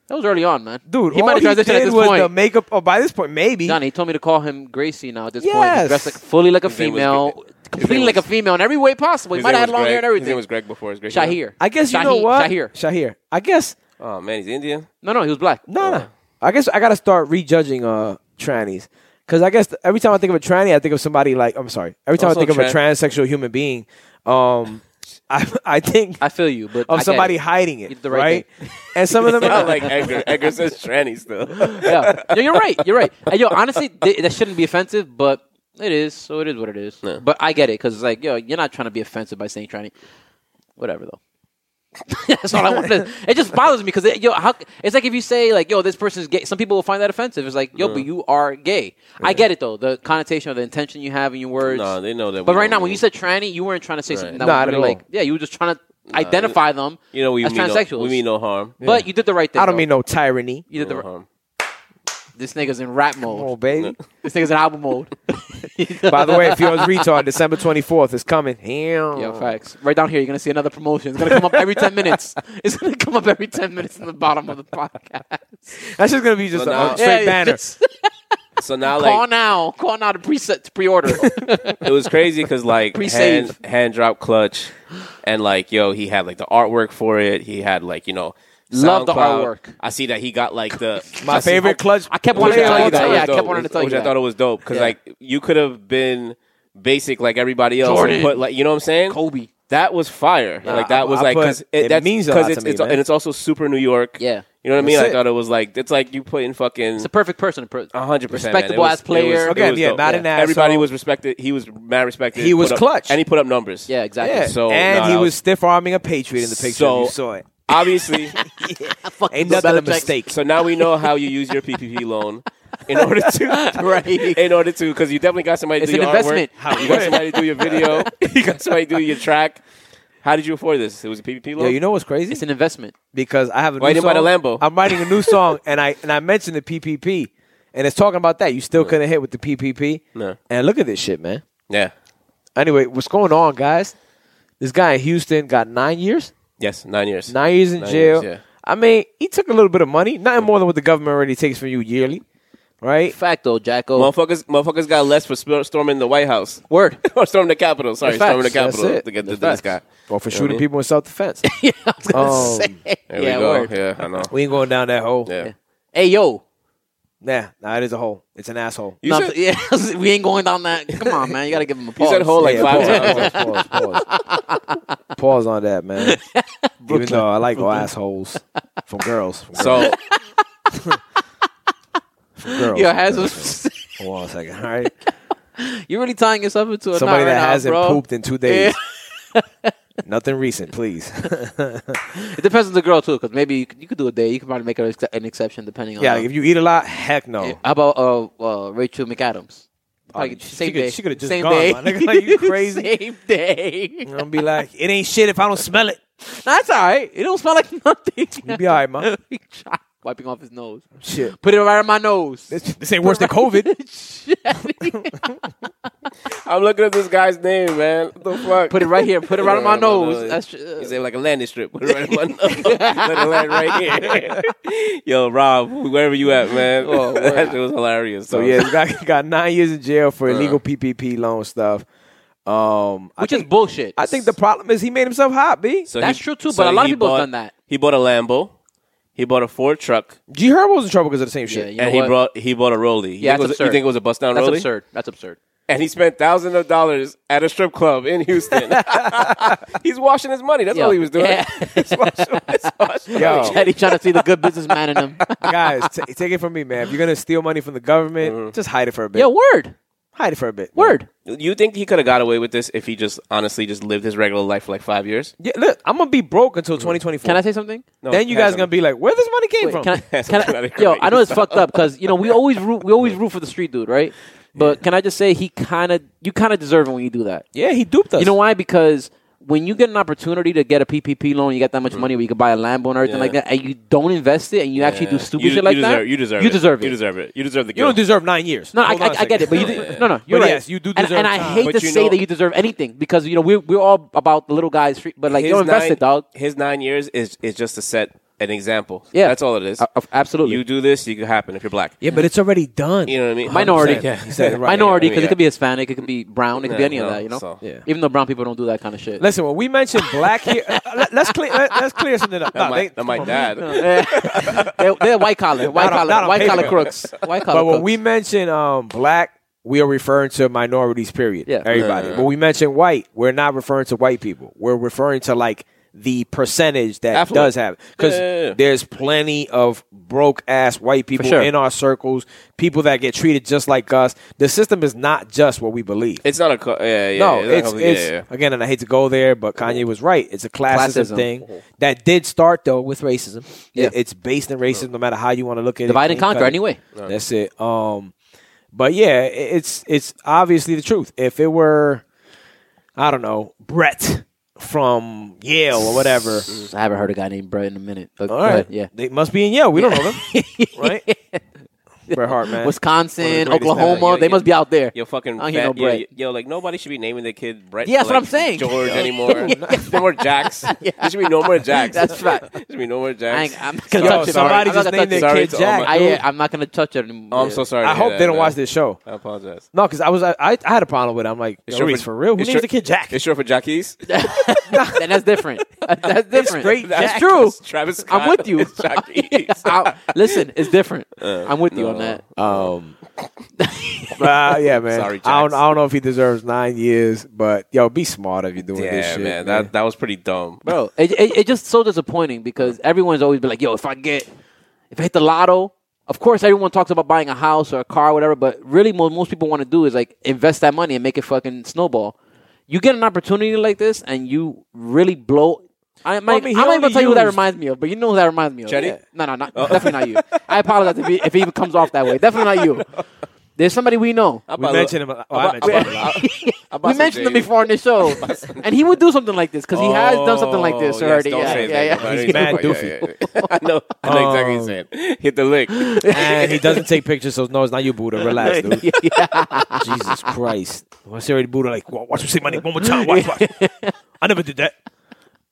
[SPEAKER 3] That was early on, man.
[SPEAKER 4] dude.
[SPEAKER 3] he
[SPEAKER 4] all
[SPEAKER 3] might have
[SPEAKER 4] he
[SPEAKER 3] transitioned at
[SPEAKER 4] did
[SPEAKER 3] this
[SPEAKER 4] was
[SPEAKER 3] point.
[SPEAKER 4] the makeup. Oh, by this point, maybe.
[SPEAKER 3] Johnny, he told me to call him Gracie now at this point. He
[SPEAKER 4] Yes.
[SPEAKER 3] dressed like, fully like a
[SPEAKER 2] name was
[SPEAKER 3] female,
[SPEAKER 2] Gra- his
[SPEAKER 3] completely
[SPEAKER 2] name
[SPEAKER 3] like a
[SPEAKER 2] was-
[SPEAKER 3] female in every way possible. He
[SPEAKER 2] his
[SPEAKER 3] might
[SPEAKER 2] name
[SPEAKER 3] have had
[SPEAKER 2] was
[SPEAKER 3] long
[SPEAKER 2] Greg.
[SPEAKER 3] hair and
[SPEAKER 2] His name
[SPEAKER 3] everything.
[SPEAKER 2] was Greg before. It's Greg.
[SPEAKER 3] Shahir.
[SPEAKER 4] I guess you
[SPEAKER 3] Shahir,
[SPEAKER 4] know what.
[SPEAKER 3] Shahir.
[SPEAKER 4] Shahir. I guess.
[SPEAKER 2] Oh man, he's Indian.
[SPEAKER 3] No, no, he was black.
[SPEAKER 4] No, no. I guess I gotta start rejudging uh trannies. Cause I guess every time I think of a tranny, I think of somebody like I'm sorry. Every time
[SPEAKER 2] Also
[SPEAKER 4] I think of a
[SPEAKER 2] tran-
[SPEAKER 4] transsexual human being, um, I I think
[SPEAKER 3] I feel you, but I
[SPEAKER 4] of
[SPEAKER 3] get it.
[SPEAKER 4] somebody hiding
[SPEAKER 3] You did
[SPEAKER 4] it,
[SPEAKER 3] the right
[SPEAKER 4] right? and some of them
[SPEAKER 2] Not
[SPEAKER 4] are
[SPEAKER 2] like Edgar. Edgar says tranny still.
[SPEAKER 3] yeah. No, you're right. You're right. And yo, honestly, th- that shouldn't be offensive, but it is. So it is what it is.
[SPEAKER 2] Yeah.
[SPEAKER 3] But I get it because it's like, yo, you're not trying to be offensive by saying tranny. Whatever though. That's all I want. to- It just bothers me because yo, how, it's like if you say like, yo, this person's gay. Some people will find that offensive. It's like, yo, but you are gay. I get it though. The connotation or the intention you have in your words.
[SPEAKER 2] No, they know that.
[SPEAKER 3] but
[SPEAKER 2] we
[SPEAKER 3] right
[SPEAKER 2] don't
[SPEAKER 3] now, when
[SPEAKER 2] mean-
[SPEAKER 3] you said tranny, you weren't trying to say something that
[SPEAKER 4] Not
[SPEAKER 3] was really
[SPEAKER 4] at all.
[SPEAKER 3] like, yeah, you were just trying to identify them.
[SPEAKER 2] you know we
[SPEAKER 3] as
[SPEAKER 2] mean
[SPEAKER 3] transsexuals,
[SPEAKER 2] No, we mean Uh-huh. no harm.
[SPEAKER 3] But you did the right thing.
[SPEAKER 4] I don't
[SPEAKER 3] though.
[SPEAKER 4] mean no tyranny.
[SPEAKER 3] You did the
[SPEAKER 2] no
[SPEAKER 3] right.
[SPEAKER 2] harm.
[SPEAKER 3] This nigga's in rap mode.
[SPEAKER 4] Oh baby.
[SPEAKER 3] This thing is an album mode.
[SPEAKER 4] By the way, if you're a retard, December twenty fourth is coming. Damn.
[SPEAKER 3] Yo, facts. Right down here, you're gonna see another promotion. It's gonna come up every ten minutes. It's gonna come up every ten minutes in the bottom of the podcast.
[SPEAKER 4] That's just gonna be just
[SPEAKER 2] So
[SPEAKER 4] a
[SPEAKER 2] now-
[SPEAKER 4] a straight
[SPEAKER 3] Yeah,
[SPEAKER 4] banner.
[SPEAKER 3] just
[SPEAKER 2] So now, like,
[SPEAKER 3] call now. Call now to preset to pre-order.
[SPEAKER 2] it was crazy because like
[SPEAKER 3] Pre-save.
[SPEAKER 2] hand, hand drop clutch and like yo he had like the artwork for it he had like you know
[SPEAKER 3] Love the
[SPEAKER 2] SoundCloud.
[SPEAKER 3] artwork.
[SPEAKER 2] i see that he got like the
[SPEAKER 4] My
[SPEAKER 2] I see-
[SPEAKER 4] favorite clutch.
[SPEAKER 3] I kept wanting to
[SPEAKER 2] which
[SPEAKER 3] tell
[SPEAKER 2] thought
[SPEAKER 3] you that.
[SPEAKER 2] was
[SPEAKER 3] Yeah, I kept
[SPEAKER 2] dope,
[SPEAKER 3] wanting to tell you
[SPEAKER 2] which
[SPEAKER 3] that.
[SPEAKER 2] i thought it was dope because
[SPEAKER 3] Yeah.
[SPEAKER 2] like you could have been basic like everybody else
[SPEAKER 3] Jordan.
[SPEAKER 2] and put like you know what i'm saying
[SPEAKER 3] Kobe.
[SPEAKER 2] that was fire like
[SPEAKER 4] I-
[SPEAKER 2] that was
[SPEAKER 4] I
[SPEAKER 2] like
[SPEAKER 4] put-
[SPEAKER 2] because
[SPEAKER 4] it
[SPEAKER 2] that
[SPEAKER 4] means a lot to
[SPEAKER 2] it's,
[SPEAKER 4] me,
[SPEAKER 2] it's
[SPEAKER 4] man.
[SPEAKER 2] and it's also super new york
[SPEAKER 3] Yeah.
[SPEAKER 2] you know what i mean
[SPEAKER 4] That's
[SPEAKER 2] i
[SPEAKER 4] it.
[SPEAKER 2] thought it was like it's like you put in fucking
[SPEAKER 3] It's a perfect person. per-
[SPEAKER 2] 100% man. It
[SPEAKER 3] respectable
[SPEAKER 2] was-
[SPEAKER 3] ass
[SPEAKER 2] it was- it
[SPEAKER 3] player.
[SPEAKER 2] was
[SPEAKER 4] Again, yeah,
[SPEAKER 2] dope.
[SPEAKER 4] not an
[SPEAKER 2] everybody
[SPEAKER 4] asshole.
[SPEAKER 2] was respected he was mad respected
[SPEAKER 4] He was
[SPEAKER 2] Put up-
[SPEAKER 4] clutch.
[SPEAKER 2] and he put up numbers
[SPEAKER 3] Yeah, exactly.
[SPEAKER 4] Yeah.
[SPEAKER 2] So,
[SPEAKER 4] and
[SPEAKER 2] nah,
[SPEAKER 4] he
[SPEAKER 2] that
[SPEAKER 4] was,
[SPEAKER 2] was-
[SPEAKER 4] stiff arming a patriot in the picture.
[SPEAKER 2] So-
[SPEAKER 4] if you saw it.
[SPEAKER 2] obviously
[SPEAKER 4] Ain't nothing a
[SPEAKER 3] Belichick.
[SPEAKER 4] mistake.
[SPEAKER 2] So now we know how you use your PPP loan. in order to
[SPEAKER 3] Right.
[SPEAKER 2] in order to because you definitely got somebody to
[SPEAKER 3] It's
[SPEAKER 2] do
[SPEAKER 3] an
[SPEAKER 2] your
[SPEAKER 3] investment.
[SPEAKER 2] artwork. You got somebody to do your video. You got somebody to do your track. How did you afford this? It was a PPP loan.
[SPEAKER 4] Yo, you know what's crazy?
[SPEAKER 3] It's an investment.
[SPEAKER 4] because I have a
[SPEAKER 2] Why
[SPEAKER 4] new
[SPEAKER 2] you didn't
[SPEAKER 4] song.
[SPEAKER 2] buy the Lambo?
[SPEAKER 4] I'm writing a new song, and I and I mentioned the PPP, and it's talking about that. You still couldn't hit with the PPP.
[SPEAKER 2] No.
[SPEAKER 4] And look at this shit, man.
[SPEAKER 2] yeah.
[SPEAKER 4] Anyway, what's going on, guys? This guy in Houston got nine years,
[SPEAKER 2] Yes. Nine years.
[SPEAKER 4] nine years in
[SPEAKER 2] Nine
[SPEAKER 4] jail.
[SPEAKER 2] years, yeah.
[SPEAKER 4] I mean, he took a little bit of money, nothing more than what the government already takes from you yearly, right?
[SPEAKER 3] Fact though, Jacko.
[SPEAKER 2] Motherfuckers, motherfuckers got less for sp- storming the White House
[SPEAKER 3] Word.
[SPEAKER 2] or storming the Capitol. Sorry,
[SPEAKER 4] Facts.
[SPEAKER 2] storming the
[SPEAKER 4] That's
[SPEAKER 2] Capitol
[SPEAKER 4] it.
[SPEAKER 2] to get to
[SPEAKER 4] That's
[SPEAKER 2] this
[SPEAKER 4] facts.
[SPEAKER 2] guy.
[SPEAKER 4] Or for
[SPEAKER 2] You know
[SPEAKER 4] shooting
[SPEAKER 2] what I mean?
[SPEAKER 4] people in self defense.
[SPEAKER 3] yeah, I was gonna
[SPEAKER 4] Um,
[SPEAKER 3] say.
[SPEAKER 2] There
[SPEAKER 3] yeah,
[SPEAKER 2] we go.
[SPEAKER 3] word.
[SPEAKER 2] Yeah, I know.
[SPEAKER 4] we ain't going down that hole.
[SPEAKER 2] Yeah.
[SPEAKER 3] Hey yo.
[SPEAKER 4] Nah, nah, it is a hole. It's an asshole.
[SPEAKER 2] You
[SPEAKER 3] No,
[SPEAKER 2] said,
[SPEAKER 3] yeah, we ain't going down that. Come on, man. You gotta give him a pause.
[SPEAKER 2] you said whole like
[SPEAKER 4] Yeah,
[SPEAKER 2] five times.
[SPEAKER 4] pause, Pause, pause, pause. Pause on that, man. Even though I like all assholes from girls. From girls,
[SPEAKER 2] So
[SPEAKER 4] from girls
[SPEAKER 3] Yo,
[SPEAKER 4] from
[SPEAKER 3] has
[SPEAKER 4] girls. Hold on a second. All right.
[SPEAKER 3] you're really tying yourself into a
[SPEAKER 4] Somebody
[SPEAKER 3] knot right
[SPEAKER 4] that
[SPEAKER 3] now,
[SPEAKER 4] hasn't
[SPEAKER 3] bro.
[SPEAKER 4] pooped in two days. Nothing recent, please.
[SPEAKER 3] It depends on the girl too, because maybe you could, you could do a day. You could probably make her ex- an exception depending on.
[SPEAKER 4] yeah,
[SPEAKER 3] how-
[SPEAKER 4] like if you eat a lot, heck no.
[SPEAKER 3] How about uh, uh, Rachel McAdams?
[SPEAKER 4] Oh,
[SPEAKER 3] Like,
[SPEAKER 4] she
[SPEAKER 3] same
[SPEAKER 4] could-
[SPEAKER 3] day.
[SPEAKER 4] she could've just
[SPEAKER 3] same
[SPEAKER 4] gone,
[SPEAKER 3] day.
[SPEAKER 4] my nigga. Like, you crazy?
[SPEAKER 3] same day.
[SPEAKER 4] I'm gonna be like, it ain't shit if I don't smell it.
[SPEAKER 3] That's all right. It don't smell like nothing.
[SPEAKER 4] You be all right, man.
[SPEAKER 3] Wiping off his nose.
[SPEAKER 4] Shit.
[SPEAKER 3] Put it right on my nose.
[SPEAKER 4] This, this ain't worse than COVID.
[SPEAKER 2] I'm looking at this guy's name, man. What the fuck?
[SPEAKER 3] Put it right here. Put it right on my nose. That's
[SPEAKER 2] He
[SPEAKER 3] tr- uh,
[SPEAKER 2] said like a landing strip. Put it right on my nose. Let it land right here. Yo, Rob, wherever you at, man.
[SPEAKER 3] Oh, word.
[SPEAKER 2] that shit was hilarious.
[SPEAKER 4] so yeah, this guy got nine years in jail
[SPEAKER 3] Uh.
[SPEAKER 4] for illegal PPP loan stuff. Um, I
[SPEAKER 3] which
[SPEAKER 4] think,
[SPEAKER 3] is bullshit.
[SPEAKER 4] I think the problem is he made himself hot, B.
[SPEAKER 2] So
[SPEAKER 3] That's true, too, but a lot of
[SPEAKER 2] he
[SPEAKER 3] people have
[SPEAKER 2] bought-
[SPEAKER 3] done that.
[SPEAKER 2] He bought a Lambo. He bought a Ford truck,
[SPEAKER 4] G Herbo was in trouble because of the same
[SPEAKER 3] yeah,
[SPEAKER 4] shit.
[SPEAKER 3] you know
[SPEAKER 2] and
[SPEAKER 3] what?
[SPEAKER 2] he brought he bought a Rolly. You
[SPEAKER 3] Yeah,
[SPEAKER 2] think it
[SPEAKER 3] that's
[SPEAKER 2] was, you
[SPEAKER 3] absurd.
[SPEAKER 2] think it was a bust down
[SPEAKER 3] That's
[SPEAKER 2] Rolly?
[SPEAKER 3] absurd. That's absurds.
[SPEAKER 2] And he spent thousands of dollars at a strip club in Houston. He's washing his money. That's
[SPEAKER 3] Yo,
[SPEAKER 2] all he was doing.
[SPEAKER 3] yeah.
[SPEAKER 2] He's washing- he's washing
[SPEAKER 4] Yo.
[SPEAKER 2] money.
[SPEAKER 3] Daddy trying to see the good businessman in him.
[SPEAKER 4] Guys, t- take it from me, man. If you're gonna steal money from the government, just hide it for a bit.
[SPEAKER 3] Mm-hmm. Yo, word,
[SPEAKER 4] hide it for a bit. man.
[SPEAKER 3] word.
[SPEAKER 2] You think he could have got away with this if he just honestly just lived his regular life for like five years?
[SPEAKER 4] Yeah, look, I'm gonna be broke until 2024.
[SPEAKER 3] Mm-hmm. Can I say something?
[SPEAKER 2] No,
[SPEAKER 4] then you
[SPEAKER 2] has
[SPEAKER 4] guys
[SPEAKER 2] him.
[SPEAKER 4] gonna be like, where this money came
[SPEAKER 3] Wait,
[SPEAKER 4] from?
[SPEAKER 3] can I,
[SPEAKER 2] That's
[SPEAKER 3] can
[SPEAKER 2] not
[SPEAKER 3] I,
[SPEAKER 2] a
[SPEAKER 3] yo,
[SPEAKER 2] great
[SPEAKER 3] I know it's fucked up because you know we always root, we always root for the street dude, right? But can I just say he kind of you kind of deserve it when you do that.
[SPEAKER 4] yeah, he duped us.
[SPEAKER 3] You know why? Because when you get an opportunity to get a PPP loan, you got that much money where you can buy a Lambo and everything
[SPEAKER 2] Mm. Yeah.
[SPEAKER 3] like that, and you don't invest it, and you actually do
[SPEAKER 2] Yeah.
[SPEAKER 3] stupid
[SPEAKER 2] you,
[SPEAKER 3] shit like
[SPEAKER 2] you
[SPEAKER 3] that.
[SPEAKER 2] Deserve, you deserve
[SPEAKER 3] you
[SPEAKER 2] it.
[SPEAKER 3] deserve it.
[SPEAKER 2] You deserve it. You deserve the
[SPEAKER 4] You don't
[SPEAKER 2] guilt.
[SPEAKER 4] deserve nine years.
[SPEAKER 3] No, I,
[SPEAKER 4] Hold
[SPEAKER 3] I,
[SPEAKER 4] on a
[SPEAKER 3] I get
[SPEAKER 4] second.
[SPEAKER 3] it, but you
[SPEAKER 2] Yeah.
[SPEAKER 3] did, no, no, you're
[SPEAKER 4] But
[SPEAKER 3] right.
[SPEAKER 4] yes, you do
[SPEAKER 3] And-
[SPEAKER 4] deserve
[SPEAKER 3] And, I
[SPEAKER 4] time.
[SPEAKER 3] hate
[SPEAKER 2] But
[SPEAKER 3] to
[SPEAKER 2] you
[SPEAKER 3] say
[SPEAKER 2] know-
[SPEAKER 3] that you deserve anything because you know we're we're all about the little guys, free- but like you don't
[SPEAKER 2] His
[SPEAKER 3] invest
[SPEAKER 2] nine-
[SPEAKER 3] it, dog.
[SPEAKER 2] His nine years is, is just to set an example.
[SPEAKER 3] Yeah.
[SPEAKER 2] That's all it is.
[SPEAKER 3] Uh, uh, absolutely.
[SPEAKER 2] You do this, you can happen if you're black.
[SPEAKER 4] yeah, but it's already done.
[SPEAKER 2] You know what I mean?
[SPEAKER 3] Minority.
[SPEAKER 2] 100%. Yeah.
[SPEAKER 4] He said it right.
[SPEAKER 3] Minority,
[SPEAKER 2] I mean,
[SPEAKER 3] because
[SPEAKER 2] Oh, yeah.
[SPEAKER 3] it could be Hispanic, it could be brown, it could be
[SPEAKER 2] Yeah,
[SPEAKER 3] any of
[SPEAKER 2] no,
[SPEAKER 3] that, you know.
[SPEAKER 2] so-
[SPEAKER 4] Yeah.
[SPEAKER 3] Even though brown people don't do that kind of shit.
[SPEAKER 4] Listen, when we mention black here, uh, let- let's clear let, us clear something up.
[SPEAKER 2] That
[SPEAKER 4] No,
[SPEAKER 2] might,
[SPEAKER 4] they-
[SPEAKER 2] that might dad.
[SPEAKER 3] they're, they're white collar, white
[SPEAKER 4] Not on-
[SPEAKER 3] collar,
[SPEAKER 4] not on
[SPEAKER 3] white collar
[SPEAKER 4] paper.
[SPEAKER 3] crooks, white collar.
[SPEAKER 4] but when
[SPEAKER 3] crooks.
[SPEAKER 4] we mention um, black, we are referring to minorities. Period.
[SPEAKER 3] Yeah.
[SPEAKER 4] everybody.
[SPEAKER 2] Yeah.
[SPEAKER 4] When we mention white, we're not referring to white people. We're referring to like the percentage that
[SPEAKER 2] Affluent.
[SPEAKER 4] does have because
[SPEAKER 2] Yeah, yeah, yeah.
[SPEAKER 4] there's plenty of broke ass white people
[SPEAKER 3] sure.
[SPEAKER 4] in our circles, people that get treated just like us. The system is not just what we believe.
[SPEAKER 2] It's not a. co- Yeah, yeah,
[SPEAKER 4] no,
[SPEAKER 2] yeah,
[SPEAKER 4] it's,
[SPEAKER 2] yeah,
[SPEAKER 4] it's
[SPEAKER 2] yeah,
[SPEAKER 4] again, and I hate to go there, but Kanye was right. It's a classism,
[SPEAKER 3] Classism. Oh.
[SPEAKER 4] thing that did start though with racism.
[SPEAKER 3] Yeah.
[SPEAKER 4] It- it's based in racism, no matter how you want to look at it.
[SPEAKER 3] divide and
[SPEAKER 4] Clean
[SPEAKER 3] conquer
[SPEAKER 4] cut.
[SPEAKER 3] anyway.
[SPEAKER 4] That's it. Um, but yeah, i- it's it's obviously the truth. If it were, I don't know, Brett from Yale or whatever.
[SPEAKER 3] I haven't heard a guy named Brett in a minute. But
[SPEAKER 4] All right,
[SPEAKER 3] yeah.
[SPEAKER 4] they must be in Yale. We don't know them, right? Bret Hart, man.
[SPEAKER 3] Wisconsin,
[SPEAKER 2] One of the greatest ever.
[SPEAKER 3] Oklahoma,
[SPEAKER 2] Yo,
[SPEAKER 3] they
[SPEAKER 2] yo-
[SPEAKER 3] must be out there.
[SPEAKER 2] Yo, fucking
[SPEAKER 3] I don't hear
[SPEAKER 2] fat-
[SPEAKER 3] no Brett.
[SPEAKER 2] Yo, yo, like nobody should be naming their kid Brett.
[SPEAKER 3] Yeah, that's
[SPEAKER 2] or,
[SPEAKER 3] what
[SPEAKER 2] like,
[SPEAKER 3] I'm saying.
[SPEAKER 2] George anymore. no more Jacks. There should be no more Jacks.
[SPEAKER 3] That's right.
[SPEAKER 2] There should be no more
[SPEAKER 3] I
[SPEAKER 2] Jacks.
[SPEAKER 3] ain't, I'm not gonna
[SPEAKER 4] Yo,
[SPEAKER 3] touch it.
[SPEAKER 4] somebody
[SPEAKER 3] I'm not
[SPEAKER 4] just
[SPEAKER 3] gonna
[SPEAKER 4] named
[SPEAKER 3] touch
[SPEAKER 4] their
[SPEAKER 3] it.
[SPEAKER 4] kid
[SPEAKER 2] Sorry to all
[SPEAKER 4] Jack.
[SPEAKER 2] my-
[SPEAKER 3] I, yeah, I'm not gonna touch it anymore.
[SPEAKER 2] Oh, I'm so sorry. to
[SPEAKER 4] I
[SPEAKER 2] hear
[SPEAKER 4] hope
[SPEAKER 2] that,
[SPEAKER 4] they don't
[SPEAKER 2] man.
[SPEAKER 4] watch this show.
[SPEAKER 2] I apologize.
[SPEAKER 4] No, because I was I, I I had a problem with. it. I'm like,
[SPEAKER 2] It's
[SPEAKER 4] yo,
[SPEAKER 2] sure
[SPEAKER 4] it's
[SPEAKER 2] for-
[SPEAKER 4] for real. Who
[SPEAKER 2] it's
[SPEAKER 4] names
[SPEAKER 2] sure-
[SPEAKER 4] the kid Jack?
[SPEAKER 2] It's short for Jackies.
[SPEAKER 3] then that's different. That's different.
[SPEAKER 4] straight
[SPEAKER 3] that's
[SPEAKER 4] Jack.
[SPEAKER 3] true.
[SPEAKER 2] It's Travis Scott.
[SPEAKER 3] I'm with you.
[SPEAKER 2] It's Jackies.
[SPEAKER 3] I- listen, it's different. I'm with you on that.
[SPEAKER 4] Um, but, uh, yeah, man.
[SPEAKER 2] Sorry,
[SPEAKER 4] I
[SPEAKER 2] Jax.
[SPEAKER 4] don't, I don't know if he deserves nine years, but yo, be smart if you're doing this
[SPEAKER 2] Yeah,
[SPEAKER 4] shit.
[SPEAKER 2] man. That that was pretty dumb.
[SPEAKER 3] bro. It, it, it's just so disappointing because everyone's always been like, "Yo, if I get, if I hit the lotto, of course everyone talks about buying a house or a car, or whatever. But really, what most people want to do is like invest that money and make it fucking snowball. You get an opportunity like this, and you really blow I, my,
[SPEAKER 4] I mean, he
[SPEAKER 3] I'm not even
[SPEAKER 4] only
[SPEAKER 3] gonna tell you who that
[SPEAKER 4] used-
[SPEAKER 3] reminds me of, but you know who that reminds me of.
[SPEAKER 2] Chetty? Oh.
[SPEAKER 3] Yeah. No, no, not, definitely not you. I apologize if he, if he even comes off that way. Definitely not you. There's somebody we know.
[SPEAKER 4] We mentioned him. a- Oh, I mentioned him. a lot.
[SPEAKER 3] We mentioned him before on the show, and he would do something like this because he has done something like this
[SPEAKER 2] Oh, yes,
[SPEAKER 3] already.
[SPEAKER 2] don't
[SPEAKER 3] yeah,
[SPEAKER 2] say
[SPEAKER 3] yeah,
[SPEAKER 2] that.
[SPEAKER 3] yeah.
[SPEAKER 2] I know
[SPEAKER 4] He's mad
[SPEAKER 2] exactly- yeah, yeah, yeah. I know, I know exactly what you're saying. Hit the lick.
[SPEAKER 4] and he doesn't take pictures, so no, it's not you, Buddha. Relax, dude. Jesus Christ. I see already Buddha like, "Wa- watch me say my name one more time. Watch, watch. I never did that.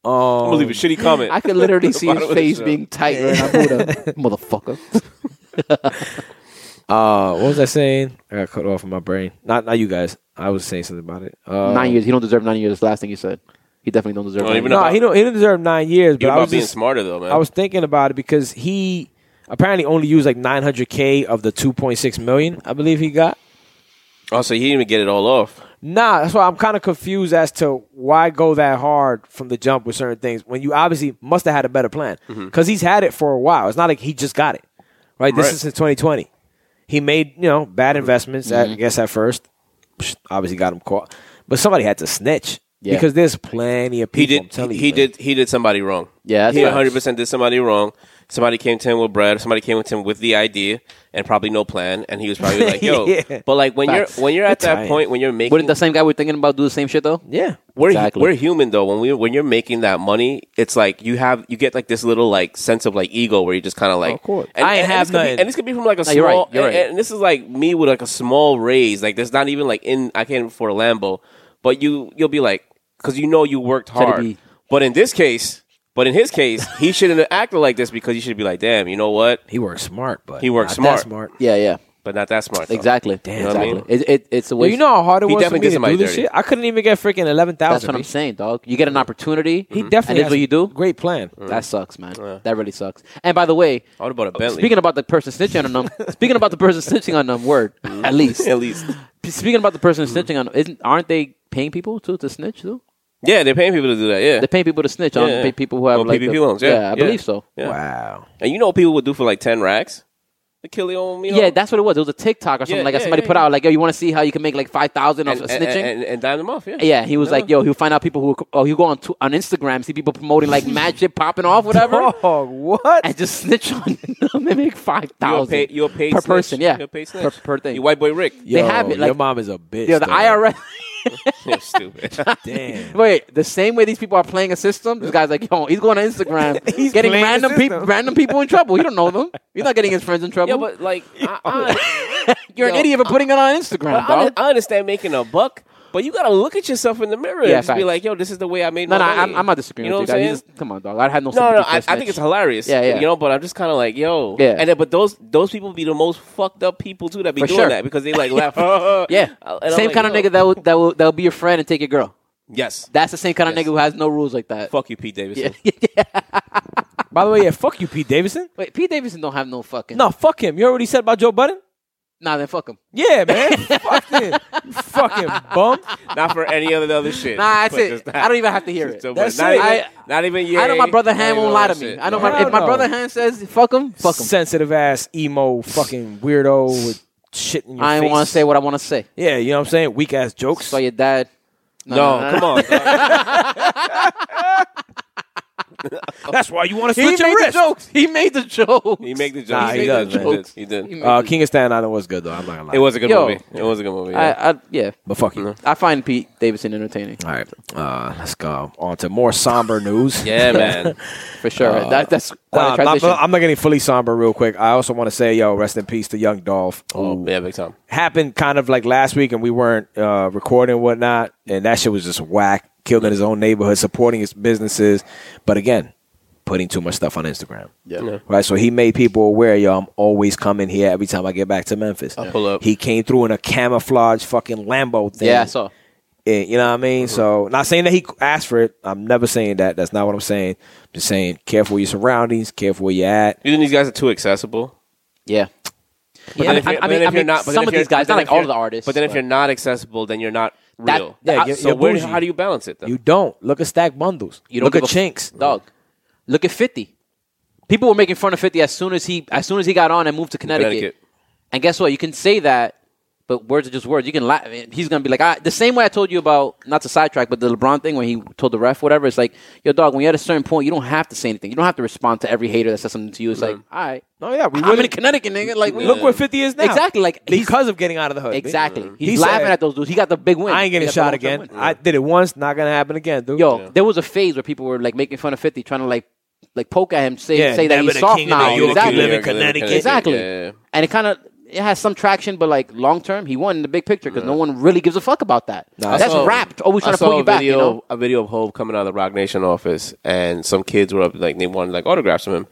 [SPEAKER 2] I'm
[SPEAKER 4] Oh,
[SPEAKER 2] gonna leave a shitty comment.
[SPEAKER 3] I could literally see his
[SPEAKER 2] bottom of the
[SPEAKER 3] face
[SPEAKER 2] show.
[SPEAKER 3] being tight right now, Buddha. motherfucker.
[SPEAKER 4] uh, what was I saying? I got cut off in my brain. Not, not you guys. I was saying something about it. Uh,
[SPEAKER 3] nine years. He don't deserve nine years. Last thing you said. He definitely don't deserve.
[SPEAKER 2] Don't
[SPEAKER 3] nine
[SPEAKER 2] even
[SPEAKER 3] years.
[SPEAKER 4] No, he don't. He didn't deserve nine years. But
[SPEAKER 2] You're
[SPEAKER 4] I
[SPEAKER 2] about
[SPEAKER 4] was
[SPEAKER 2] being
[SPEAKER 4] just,
[SPEAKER 2] smarter though, man.
[SPEAKER 4] I was thinking about it because he apparently only used like 900k of the 2.6 million. I believe he got.
[SPEAKER 2] oh, so he didn't even get it all off.
[SPEAKER 4] Nah, that's why I'm kind of confused as to why go that hard from the jump with certain things when you obviously must have had a better plan
[SPEAKER 2] Mm-hmm.
[SPEAKER 4] because he's had it for a while. It's not like he just got it, right? This
[SPEAKER 2] Right. Mm-hmm.
[SPEAKER 4] is in 2020. He made you know bad investments, at- I guess at first. Psh, Obviously, got him caught, but somebody had to snitch
[SPEAKER 3] Yeah.
[SPEAKER 4] because there's plenty of people.
[SPEAKER 2] He
[SPEAKER 4] I'm
[SPEAKER 2] did. He,
[SPEAKER 4] telling you, man.
[SPEAKER 2] did. He did somebody wrong.
[SPEAKER 3] Yeah, that's
[SPEAKER 2] he
[SPEAKER 3] facts.
[SPEAKER 2] 100 percent did somebody wrong. Somebody came to him with bread. Somebody came with him with the idea and probably no plan. And he was probably like, "Yo."
[SPEAKER 4] Yeah.
[SPEAKER 2] But like when
[SPEAKER 3] Facts.
[SPEAKER 2] you're when you're at
[SPEAKER 4] You're
[SPEAKER 2] that
[SPEAKER 4] tired.
[SPEAKER 2] point when you're making
[SPEAKER 3] Wouldn't the same guy we're thinking about do the same shit though?
[SPEAKER 4] Yeah,
[SPEAKER 2] we're hu-
[SPEAKER 3] Exactly.
[SPEAKER 2] we're human though. When we when you're making that money, it's like you have you get like this little like sense of like ego where you just kind of like
[SPEAKER 4] Oh, Of course.
[SPEAKER 3] I ain't have
[SPEAKER 2] this could be-
[SPEAKER 4] nothing.
[SPEAKER 2] and this could be from like a small.
[SPEAKER 3] you're right, you're
[SPEAKER 2] and,
[SPEAKER 3] right.
[SPEAKER 2] and this is like me with like a small raise. Like there's not even like in I can't afford a Lambo, but you you'll be like because you know you worked
[SPEAKER 3] to
[SPEAKER 2] hard.
[SPEAKER 3] be.
[SPEAKER 2] But in this case, but in his case, he shouldn't have acted like this because he should be like, damn, you know what?
[SPEAKER 4] he worked smart, but
[SPEAKER 2] He worked
[SPEAKER 4] not
[SPEAKER 2] smart.
[SPEAKER 4] That smart.
[SPEAKER 3] Yeah, yeah,
[SPEAKER 2] But not that smart. though.
[SPEAKER 3] exactly.
[SPEAKER 2] know what I
[SPEAKER 3] exactly.
[SPEAKER 2] mean?
[SPEAKER 3] it, it, it's a
[SPEAKER 4] Well,
[SPEAKER 3] waste.
[SPEAKER 4] you know how hard it
[SPEAKER 2] He
[SPEAKER 4] was for
[SPEAKER 2] definitely did
[SPEAKER 4] me to
[SPEAKER 2] somebody
[SPEAKER 4] do this
[SPEAKER 2] dirty.
[SPEAKER 4] shit. I couldn't even get freaking eleven thousand.
[SPEAKER 3] that's what I'm saying, dog. You
[SPEAKER 2] Mm-hmm.
[SPEAKER 3] get an opportunity.
[SPEAKER 4] He definitely
[SPEAKER 3] And that's what
[SPEAKER 4] has
[SPEAKER 3] you do.
[SPEAKER 4] Great plan.
[SPEAKER 3] That sucks, man. That really sucks. And by the way,
[SPEAKER 2] I would have bought a Bentley.
[SPEAKER 3] speaking about the person snitching on them, speaking about the person snitching on them, word at least.
[SPEAKER 2] Mm-hmm. at least, Mm-hmm.
[SPEAKER 3] Speaking about the person snitching on them, isn't aren't they paying people too to snitch too?
[SPEAKER 2] yeah, they're paying people to do that. Yeah,
[SPEAKER 3] They're paying people to snitch on
[SPEAKER 2] Yeah, yeah.
[SPEAKER 3] pay- people who have
[SPEAKER 2] On
[SPEAKER 3] like the-
[SPEAKER 2] PPP loans, yeah,
[SPEAKER 3] I
[SPEAKER 2] yeah.
[SPEAKER 3] believe so.
[SPEAKER 2] Yeah.
[SPEAKER 4] Wow.
[SPEAKER 2] And you know what people would do for like ten racks? They kill your own meal.
[SPEAKER 3] Yeah, that's what it was. It was a TikTok or something
[SPEAKER 2] Yeah,
[SPEAKER 3] like that.
[SPEAKER 2] yeah,
[SPEAKER 3] Somebody
[SPEAKER 2] yeah,
[SPEAKER 3] put
[SPEAKER 2] yeah.
[SPEAKER 3] out like, "Yo, you want to see how you can make like five thousand off
[SPEAKER 2] and,
[SPEAKER 3] of
[SPEAKER 2] and,
[SPEAKER 3] snitching?"
[SPEAKER 2] and, and, dime them off. Yeah,
[SPEAKER 3] yeah, he was
[SPEAKER 2] Yeah.
[SPEAKER 3] like, "Yo, he'll find out people who oh, he'll go on tw- on Instagram, see people promoting like mad shit popping off, whatever,
[SPEAKER 4] Oh, what?
[SPEAKER 3] and just snitch on them and make five
[SPEAKER 2] You're a
[SPEAKER 3] thousand.
[SPEAKER 2] paid, you're a paid
[SPEAKER 3] per
[SPEAKER 2] snitch.
[SPEAKER 3] person, yeah,
[SPEAKER 2] You're a paid
[SPEAKER 3] per,
[SPEAKER 2] snitch.
[SPEAKER 3] per thing.
[SPEAKER 2] You white boy Rick.
[SPEAKER 3] they have it,
[SPEAKER 4] your
[SPEAKER 3] like-
[SPEAKER 4] mom is a bitch.
[SPEAKER 3] yeah, the
[SPEAKER 4] though.
[SPEAKER 3] IRS.
[SPEAKER 2] You're stupid.
[SPEAKER 4] Damn.
[SPEAKER 3] Wait, the same way these people are playing a system, this guy's like, yo, he's going on Instagram, he's getting
[SPEAKER 4] playing the
[SPEAKER 3] random people,
[SPEAKER 4] system.
[SPEAKER 3] random people in trouble. He don't know them. He's not getting his friends in trouble.
[SPEAKER 2] yeah, but like, I, I,
[SPEAKER 3] you're an
[SPEAKER 2] yo,
[SPEAKER 3] idiot for putting it on Instagram,
[SPEAKER 2] I,
[SPEAKER 3] bro.
[SPEAKER 2] I understand making a buck, but you gotta look at yourself in the mirror
[SPEAKER 3] Yeah,
[SPEAKER 2] and just be
[SPEAKER 3] facts.
[SPEAKER 2] like, yo, this is the way I made
[SPEAKER 3] No, no,
[SPEAKER 2] my
[SPEAKER 3] I'm,
[SPEAKER 2] money.
[SPEAKER 3] I'm not disagreeing
[SPEAKER 2] You know
[SPEAKER 3] with
[SPEAKER 2] what
[SPEAKER 3] you.
[SPEAKER 2] I'm
[SPEAKER 3] guys.
[SPEAKER 2] saying?
[SPEAKER 3] He's just- come on, dog. I had no.
[SPEAKER 2] No,
[SPEAKER 3] sympathy
[SPEAKER 2] no,
[SPEAKER 3] for
[SPEAKER 2] I,
[SPEAKER 3] a
[SPEAKER 2] I think
[SPEAKER 3] snitch.
[SPEAKER 2] it's hilarious.
[SPEAKER 3] Yeah, yeah.
[SPEAKER 2] You know, but I'm just kind of like, yo,
[SPEAKER 3] Yeah.
[SPEAKER 2] And then, but those those people be the most fucked up people too that be
[SPEAKER 3] For
[SPEAKER 2] doing
[SPEAKER 3] sure.
[SPEAKER 2] that because they like laugh. and
[SPEAKER 3] Yeah,
[SPEAKER 2] I'm
[SPEAKER 3] same
[SPEAKER 2] like,
[SPEAKER 3] kind of
[SPEAKER 2] yo.
[SPEAKER 3] nigga that will, that will that will be your friend and take your girl.
[SPEAKER 2] Yes.
[SPEAKER 3] That's the same kind of
[SPEAKER 2] Yes.
[SPEAKER 3] nigga who has no rules like that.
[SPEAKER 2] Fuck you, Pete Davidson.
[SPEAKER 4] By the way, yeah, fuck you, Pete Davidson.
[SPEAKER 3] Wait, Pete Davidson don't have no fucking.
[SPEAKER 4] No, fuck him. You already said about Joe Budden?
[SPEAKER 3] nah, then fuck him.
[SPEAKER 4] Yeah, man. fuck him. You Fucking bum.
[SPEAKER 2] Not for any other other shit.
[SPEAKER 3] Nah, that's
[SPEAKER 2] But
[SPEAKER 3] it.
[SPEAKER 2] just that.
[SPEAKER 3] I don't even have to hear it.
[SPEAKER 2] So,
[SPEAKER 4] That's
[SPEAKER 2] but not
[SPEAKER 4] it.
[SPEAKER 2] Even,
[SPEAKER 3] I-
[SPEAKER 2] not even
[SPEAKER 3] I know
[SPEAKER 2] Ye,
[SPEAKER 3] my brother
[SPEAKER 2] not
[SPEAKER 3] Ham
[SPEAKER 2] even
[SPEAKER 3] won't
[SPEAKER 2] all
[SPEAKER 3] lie
[SPEAKER 2] that
[SPEAKER 3] to me.
[SPEAKER 2] shit.
[SPEAKER 3] I know
[SPEAKER 2] No.
[SPEAKER 3] my, if my
[SPEAKER 4] Hell no.
[SPEAKER 3] brother Ham says fuck him, fuck him.
[SPEAKER 4] Sensitive ass emo fucking weirdo with shit in your
[SPEAKER 3] I
[SPEAKER 4] face.
[SPEAKER 3] ain't want to say what I want to say.
[SPEAKER 4] Yeah, you know what I'm saying? Weak ass jokes.
[SPEAKER 3] So your dad.
[SPEAKER 2] No, come on. dog.
[SPEAKER 4] That's why you want to
[SPEAKER 3] He
[SPEAKER 4] switch
[SPEAKER 3] made
[SPEAKER 4] your
[SPEAKER 3] the
[SPEAKER 4] wrist.
[SPEAKER 3] jokes. He made the jokes.
[SPEAKER 2] He make the jokes.
[SPEAKER 4] Nah, he
[SPEAKER 2] made
[SPEAKER 4] does,
[SPEAKER 2] the
[SPEAKER 4] man.
[SPEAKER 2] jokes. He did.
[SPEAKER 3] He made
[SPEAKER 4] Uh,
[SPEAKER 3] the-
[SPEAKER 4] King of Staten Island was good though. I'm not gonna lie.
[SPEAKER 2] It was a good
[SPEAKER 3] Yo.
[SPEAKER 2] movie. It was a good movie. yeah.
[SPEAKER 3] I, I, yeah,
[SPEAKER 4] but fuck you.
[SPEAKER 3] I find Pete Davidson entertaining
[SPEAKER 4] All right, uh, let's go on to more somber news.
[SPEAKER 2] yeah, man.
[SPEAKER 3] for sure.
[SPEAKER 2] Uh,
[SPEAKER 3] that, that's
[SPEAKER 4] Nah,
[SPEAKER 3] quite a
[SPEAKER 4] not-
[SPEAKER 3] transition.
[SPEAKER 4] I'm not getting fully somber real quick. I also want to say, yo, rest in peace to Young Dolph.
[SPEAKER 2] oh,
[SPEAKER 4] who-
[SPEAKER 2] yeah, big time.
[SPEAKER 4] happened kind of like last week, and we weren't uh, recording and whatnot, and that shit was just whack. Killed in his own neighborhood, supporting his businesses, but again, putting too much stuff on Instagram.
[SPEAKER 2] Yeah.
[SPEAKER 4] Right, so he made people aware, yo, I'm always coming here every time I get back to Memphis.
[SPEAKER 2] I'll pull up.
[SPEAKER 4] He came through in a camouflage fucking Lambo thing.
[SPEAKER 3] yeah, I saw.
[SPEAKER 4] And, you know what I mean?
[SPEAKER 3] Mm-hmm.
[SPEAKER 4] So, not saying that he asked for it. I'm never saying that. That's not what I'm saying. I'm just saying, careful with your surroundings, careful where you're at.
[SPEAKER 2] You think these guys are too accessible?
[SPEAKER 3] Yeah.
[SPEAKER 2] But
[SPEAKER 3] Yeah,
[SPEAKER 2] then if
[SPEAKER 3] I-
[SPEAKER 2] you're- but
[SPEAKER 3] I mean-
[SPEAKER 2] then if
[SPEAKER 3] I
[SPEAKER 2] you're
[SPEAKER 3] mean,
[SPEAKER 2] not- but then
[SPEAKER 3] some
[SPEAKER 2] if
[SPEAKER 3] of
[SPEAKER 2] you're-
[SPEAKER 3] these guys,
[SPEAKER 2] but then
[SPEAKER 3] not
[SPEAKER 2] if
[SPEAKER 3] like all
[SPEAKER 2] you're-
[SPEAKER 3] of the artists,
[SPEAKER 2] But then if
[SPEAKER 3] but-
[SPEAKER 2] you're not accessible, then you're not
[SPEAKER 3] That-
[SPEAKER 2] real.
[SPEAKER 3] that-
[SPEAKER 4] Yeah, you're-
[SPEAKER 2] so
[SPEAKER 4] you're
[SPEAKER 2] where,
[SPEAKER 4] bougie.
[SPEAKER 2] how do you balance it? Though?
[SPEAKER 4] You don't. Look at stack bundles.
[SPEAKER 3] You
[SPEAKER 4] You
[SPEAKER 3] don't
[SPEAKER 4] don't Look at
[SPEAKER 3] give a-
[SPEAKER 4] chinks.
[SPEAKER 3] dog. Look at Fifty. People were making fun of Fifty as soon as he as soon as he got on and moved to Connecticut.
[SPEAKER 2] Connecticut.
[SPEAKER 3] And guess what? You can say that, but But words are just words. You can laugh. I mean, He's gonna be like, I, the same way I told you about not to sidetrack, but the LeBron thing when he told the ref whatever. It's like, yo, dog. When you're at a certain point, you don't have to say anything. You don't have to respond to every hater that says something to you. It's like,
[SPEAKER 2] Mm-hmm.
[SPEAKER 3] all right,
[SPEAKER 4] Oh yeah, we
[SPEAKER 3] I'm in
[SPEAKER 4] wouldn't-
[SPEAKER 3] Connecticut, nigga. Like, we-
[SPEAKER 4] Look where Fifty is now.
[SPEAKER 3] Exactly, like, he's-
[SPEAKER 4] because of getting out of the hood.
[SPEAKER 3] exactly.
[SPEAKER 2] Mm-hmm.
[SPEAKER 4] bitch.
[SPEAKER 3] He's
[SPEAKER 4] He
[SPEAKER 3] laughing
[SPEAKER 4] said,
[SPEAKER 3] at those dudes. He got the big win.
[SPEAKER 4] I ain't
[SPEAKER 3] He
[SPEAKER 4] getting
[SPEAKER 3] got the
[SPEAKER 4] shot
[SPEAKER 3] long-term
[SPEAKER 4] again.
[SPEAKER 3] win.
[SPEAKER 4] I did it once. Not gonna happen again, dude.
[SPEAKER 3] Yo, there was a phase where people were like making fun of Fifty, trying to like like poke at him, say
[SPEAKER 4] Yeah,
[SPEAKER 3] say that
[SPEAKER 4] never
[SPEAKER 3] he's
[SPEAKER 4] the
[SPEAKER 3] soft
[SPEAKER 4] king of New
[SPEAKER 3] now.
[SPEAKER 4] York, you
[SPEAKER 3] Exactly.
[SPEAKER 4] live in Connecticut.
[SPEAKER 3] Exactly.
[SPEAKER 2] Yeah.
[SPEAKER 3] And it kind of it has some traction, but like long term, he won in the big picture because no one really gives a fuck about that.
[SPEAKER 2] I
[SPEAKER 3] That's
[SPEAKER 2] saw-
[SPEAKER 3] wrapped. Always
[SPEAKER 2] I
[SPEAKER 3] trying to
[SPEAKER 2] saw
[SPEAKER 3] pull
[SPEAKER 2] a
[SPEAKER 3] you back.
[SPEAKER 2] Video,
[SPEAKER 3] You know.
[SPEAKER 2] a video of Hope coming out of the Rock Nation office, and some kids were up like they wanted like autographs from him,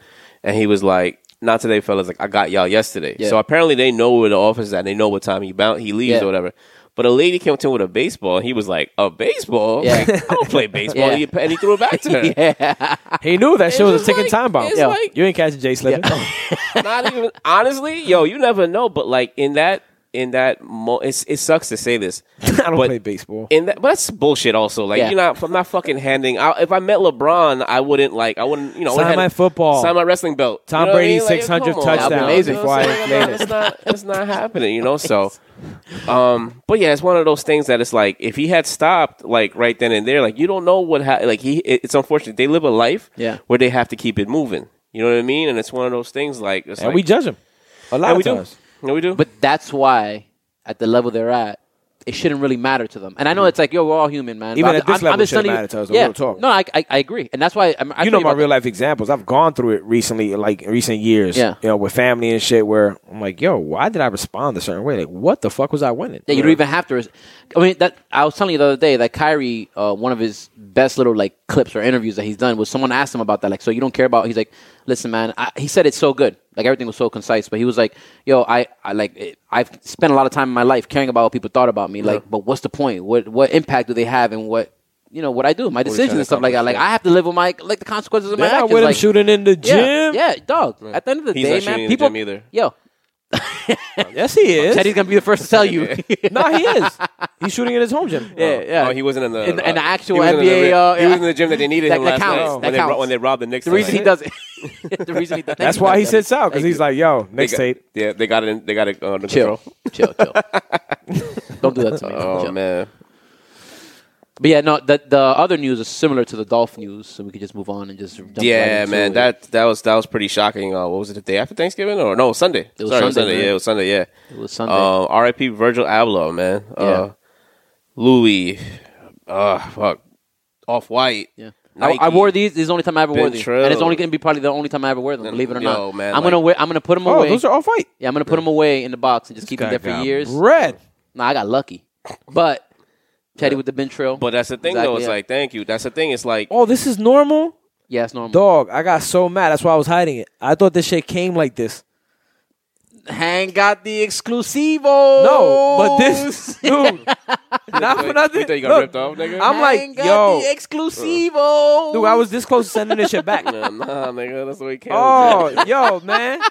[SPEAKER 2] and he was like, "Not today, fellas. Like I got y'all yesterday."
[SPEAKER 3] Yeah.
[SPEAKER 2] So apparently they know where the office is at. They know what time he bound he leaves
[SPEAKER 3] Yeah.
[SPEAKER 2] or whatever. But a lady came to him with a baseball, and he was like, "A baseball?
[SPEAKER 3] Yeah.
[SPEAKER 2] Like, I don't play baseball."
[SPEAKER 3] Yeah.
[SPEAKER 2] He- And he threw it back to her.
[SPEAKER 4] he knew that shit was a ticking time bomb.
[SPEAKER 2] it's
[SPEAKER 3] Yeah.
[SPEAKER 2] like-
[SPEAKER 4] you ain't catching Jay Slippin.
[SPEAKER 2] not even honestly, yo, you never know. But like in that in that mo- it's, it sucks to say this.
[SPEAKER 4] I don't
[SPEAKER 2] but
[SPEAKER 4] play baseball.
[SPEAKER 2] In that, but that's bullshit. Also, like
[SPEAKER 3] Yeah.
[SPEAKER 2] you're not. I'm not fucking handing. out if I met LeBron, I wouldn't like. I wouldn't. You know, I
[SPEAKER 4] Sign
[SPEAKER 2] wouldn't
[SPEAKER 4] my
[SPEAKER 2] hand-
[SPEAKER 4] football.
[SPEAKER 2] Sign my wrestling belt.
[SPEAKER 4] Tom
[SPEAKER 2] You know what I mean?
[SPEAKER 4] Brady's
[SPEAKER 2] Like,
[SPEAKER 4] 600
[SPEAKER 2] come on,
[SPEAKER 4] touchdown.
[SPEAKER 2] bro.
[SPEAKER 3] Amazing.
[SPEAKER 2] You know what I'm saying?
[SPEAKER 4] Before I
[SPEAKER 2] It's not. It's not happening. You know. So, um, but yeah, it's one of those things that it's like if he had stopped like right then and there, like you don't know what ha- like he. it- It's unfortunate they live a life
[SPEAKER 3] Yeah.
[SPEAKER 2] where they have to keep it moving. You know what I mean? And it's one of those things like it's
[SPEAKER 4] and
[SPEAKER 2] like,
[SPEAKER 4] we judge him a lot
[SPEAKER 2] yeah, we
[SPEAKER 4] of
[SPEAKER 2] do.
[SPEAKER 4] times.
[SPEAKER 2] Yeah, we do.
[SPEAKER 3] But that's why, at the level they're at, it shouldn't really matter to them. And
[SPEAKER 2] Mm-hmm.
[SPEAKER 3] I know it's like, yo, we're all human, man.
[SPEAKER 4] Even
[SPEAKER 3] But
[SPEAKER 4] at this level, it
[SPEAKER 3] just
[SPEAKER 4] shouldn't
[SPEAKER 3] telling you-
[SPEAKER 4] matter to us,
[SPEAKER 3] Yeah,
[SPEAKER 4] real talk.
[SPEAKER 3] no, I, I I agree, and that's why I'm, I
[SPEAKER 4] you know
[SPEAKER 3] think
[SPEAKER 4] my
[SPEAKER 3] about
[SPEAKER 4] real life examples. I've gone through it recently, like in recent years.
[SPEAKER 3] Yeah.
[SPEAKER 4] You know, with family and shit, where I'm like, yo, why did I respond a certain way? Like, what the fuck was I winning?
[SPEAKER 3] Yeah, you don't even have to. Res- I mean, that I was telling you the other day that Kyrie, uh, one of his best little like clips or interviews that he's done was someone asked him about that. Like, so you don't care about? He's like, listen, man. I, he said it's so good. Like everything was so concise, but he was like, yo, I, I like it, I've spent a lot of time in my life caring about what people thought about me. Like, but what's the point? What what impact do they have and what you know what I do, my decisions and stuff like that. Like I have to live with my like the consequences of my
[SPEAKER 4] Yeah,
[SPEAKER 3] actions.
[SPEAKER 4] with him
[SPEAKER 3] like-
[SPEAKER 4] shooting in the
[SPEAKER 3] Yeah,
[SPEAKER 4] gym.
[SPEAKER 3] yeah, dog. At the end of the
[SPEAKER 2] He's
[SPEAKER 3] day,
[SPEAKER 2] not shooting
[SPEAKER 3] man,
[SPEAKER 2] in the
[SPEAKER 3] people
[SPEAKER 2] gym either.
[SPEAKER 3] Yo,
[SPEAKER 4] Yes, he is.
[SPEAKER 3] Teddy's gonna be the first to tell you.
[SPEAKER 4] no, he is. He's shooting in his home gym.
[SPEAKER 3] Yeah, yeah.
[SPEAKER 2] Oh, he wasn't in the
[SPEAKER 3] In- in the actual
[SPEAKER 2] he was in the
[SPEAKER 3] NBA,
[SPEAKER 2] re-
[SPEAKER 3] uh,
[SPEAKER 2] he was in
[SPEAKER 3] yeah.
[SPEAKER 2] the gym that they needed
[SPEAKER 3] That-
[SPEAKER 2] him
[SPEAKER 3] that
[SPEAKER 2] last
[SPEAKER 3] counts.
[SPEAKER 2] night
[SPEAKER 3] That
[SPEAKER 2] when, they, ro-
[SPEAKER 3] counts.
[SPEAKER 2] when they robbed the Knicks.
[SPEAKER 3] The reason he
[SPEAKER 2] tonight.
[SPEAKER 3] does it. the reason he does.
[SPEAKER 4] That's why he sits out because he's like, yo, next
[SPEAKER 2] they
[SPEAKER 4] tape.
[SPEAKER 2] got, yeah, they got it. In, they got uh, it under
[SPEAKER 3] chill,
[SPEAKER 2] control.
[SPEAKER 3] chill, chill. Don't do that to me.
[SPEAKER 2] Oh
[SPEAKER 3] Chill.
[SPEAKER 2] man,
[SPEAKER 3] But yeah, no. The the other news is similar to the Dolph news, so we could just move on and just. Jump right
[SPEAKER 2] yeah,
[SPEAKER 3] into
[SPEAKER 2] man.
[SPEAKER 3] it.
[SPEAKER 2] That that was that was pretty shocking. Uh, what was it? The day after Thanksgiving or no Sunday?
[SPEAKER 3] It was
[SPEAKER 2] Sorry,
[SPEAKER 3] Sunday, man.
[SPEAKER 2] Yeah, it was Sunday. Yeah,
[SPEAKER 3] It was Sunday.
[SPEAKER 2] Um, R.I.P. Virgil Abloh, man.
[SPEAKER 3] Yeah.
[SPEAKER 2] Uh, Louis, uh, fuck, off white.
[SPEAKER 3] yeah. I, I wore these. This is the only time I ever wore these, and it's
[SPEAKER 2] Ventrilo.
[SPEAKER 3] only going to be probably the only time I ever wear them. Believe it or
[SPEAKER 2] yo,
[SPEAKER 3] not,
[SPEAKER 2] man,
[SPEAKER 3] I'm gonna
[SPEAKER 2] like-
[SPEAKER 3] wear. I'm gonna put them
[SPEAKER 4] Oh,
[SPEAKER 3] away.
[SPEAKER 4] those are all fight.
[SPEAKER 3] yeah, I'm gonna put them away in the box and just keep them
[SPEAKER 5] guy
[SPEAKER 3] there for
[SPEAKER 5] got
[SPEAKER 3] years.
[SPEAKER 4] Red.
[SPEAKER 3] Nah, I got lucky, but Teddy with the bin trail.
[SPEAKER 2] But that's the thing,
[SPEAKER 3] Exactly,
[SPEAKER 2] though. It's
[SPEAKER 3] yeah.
[SPEAKER 2] like, thank you. That's the thing. It's like,
[SPEAKER 4] Oh, this is normal?
[SPEAKER 3] yeah, it's normal.
[SPEAKER 4] Dog, I got so mad. That's why I was hiding it. I thought this shit came like this.
[SPEAKER 3] Hang got the exclusivo.
[SPEAKER 4] No, but this,
[SPEAKER 3] Oh,
[SPEAKER 4] dude, not for
[SPEAKER 2] you
[SPEAKER 4] nothing.
[SPEAKER 2] thought you got
[SPEAKER 4] Look,
[SPEAKER 2] ripped off, nigga?
[SPEAKER 4] I'm like, yo,
[SPEAKER 3] exclusivo.
[SPEAKER 4] dude, I was this close to sending this shit back.
[SPEAKER 2] nah, nigga, that's what he came.
[SPEAKER 4] Oh, yo, man.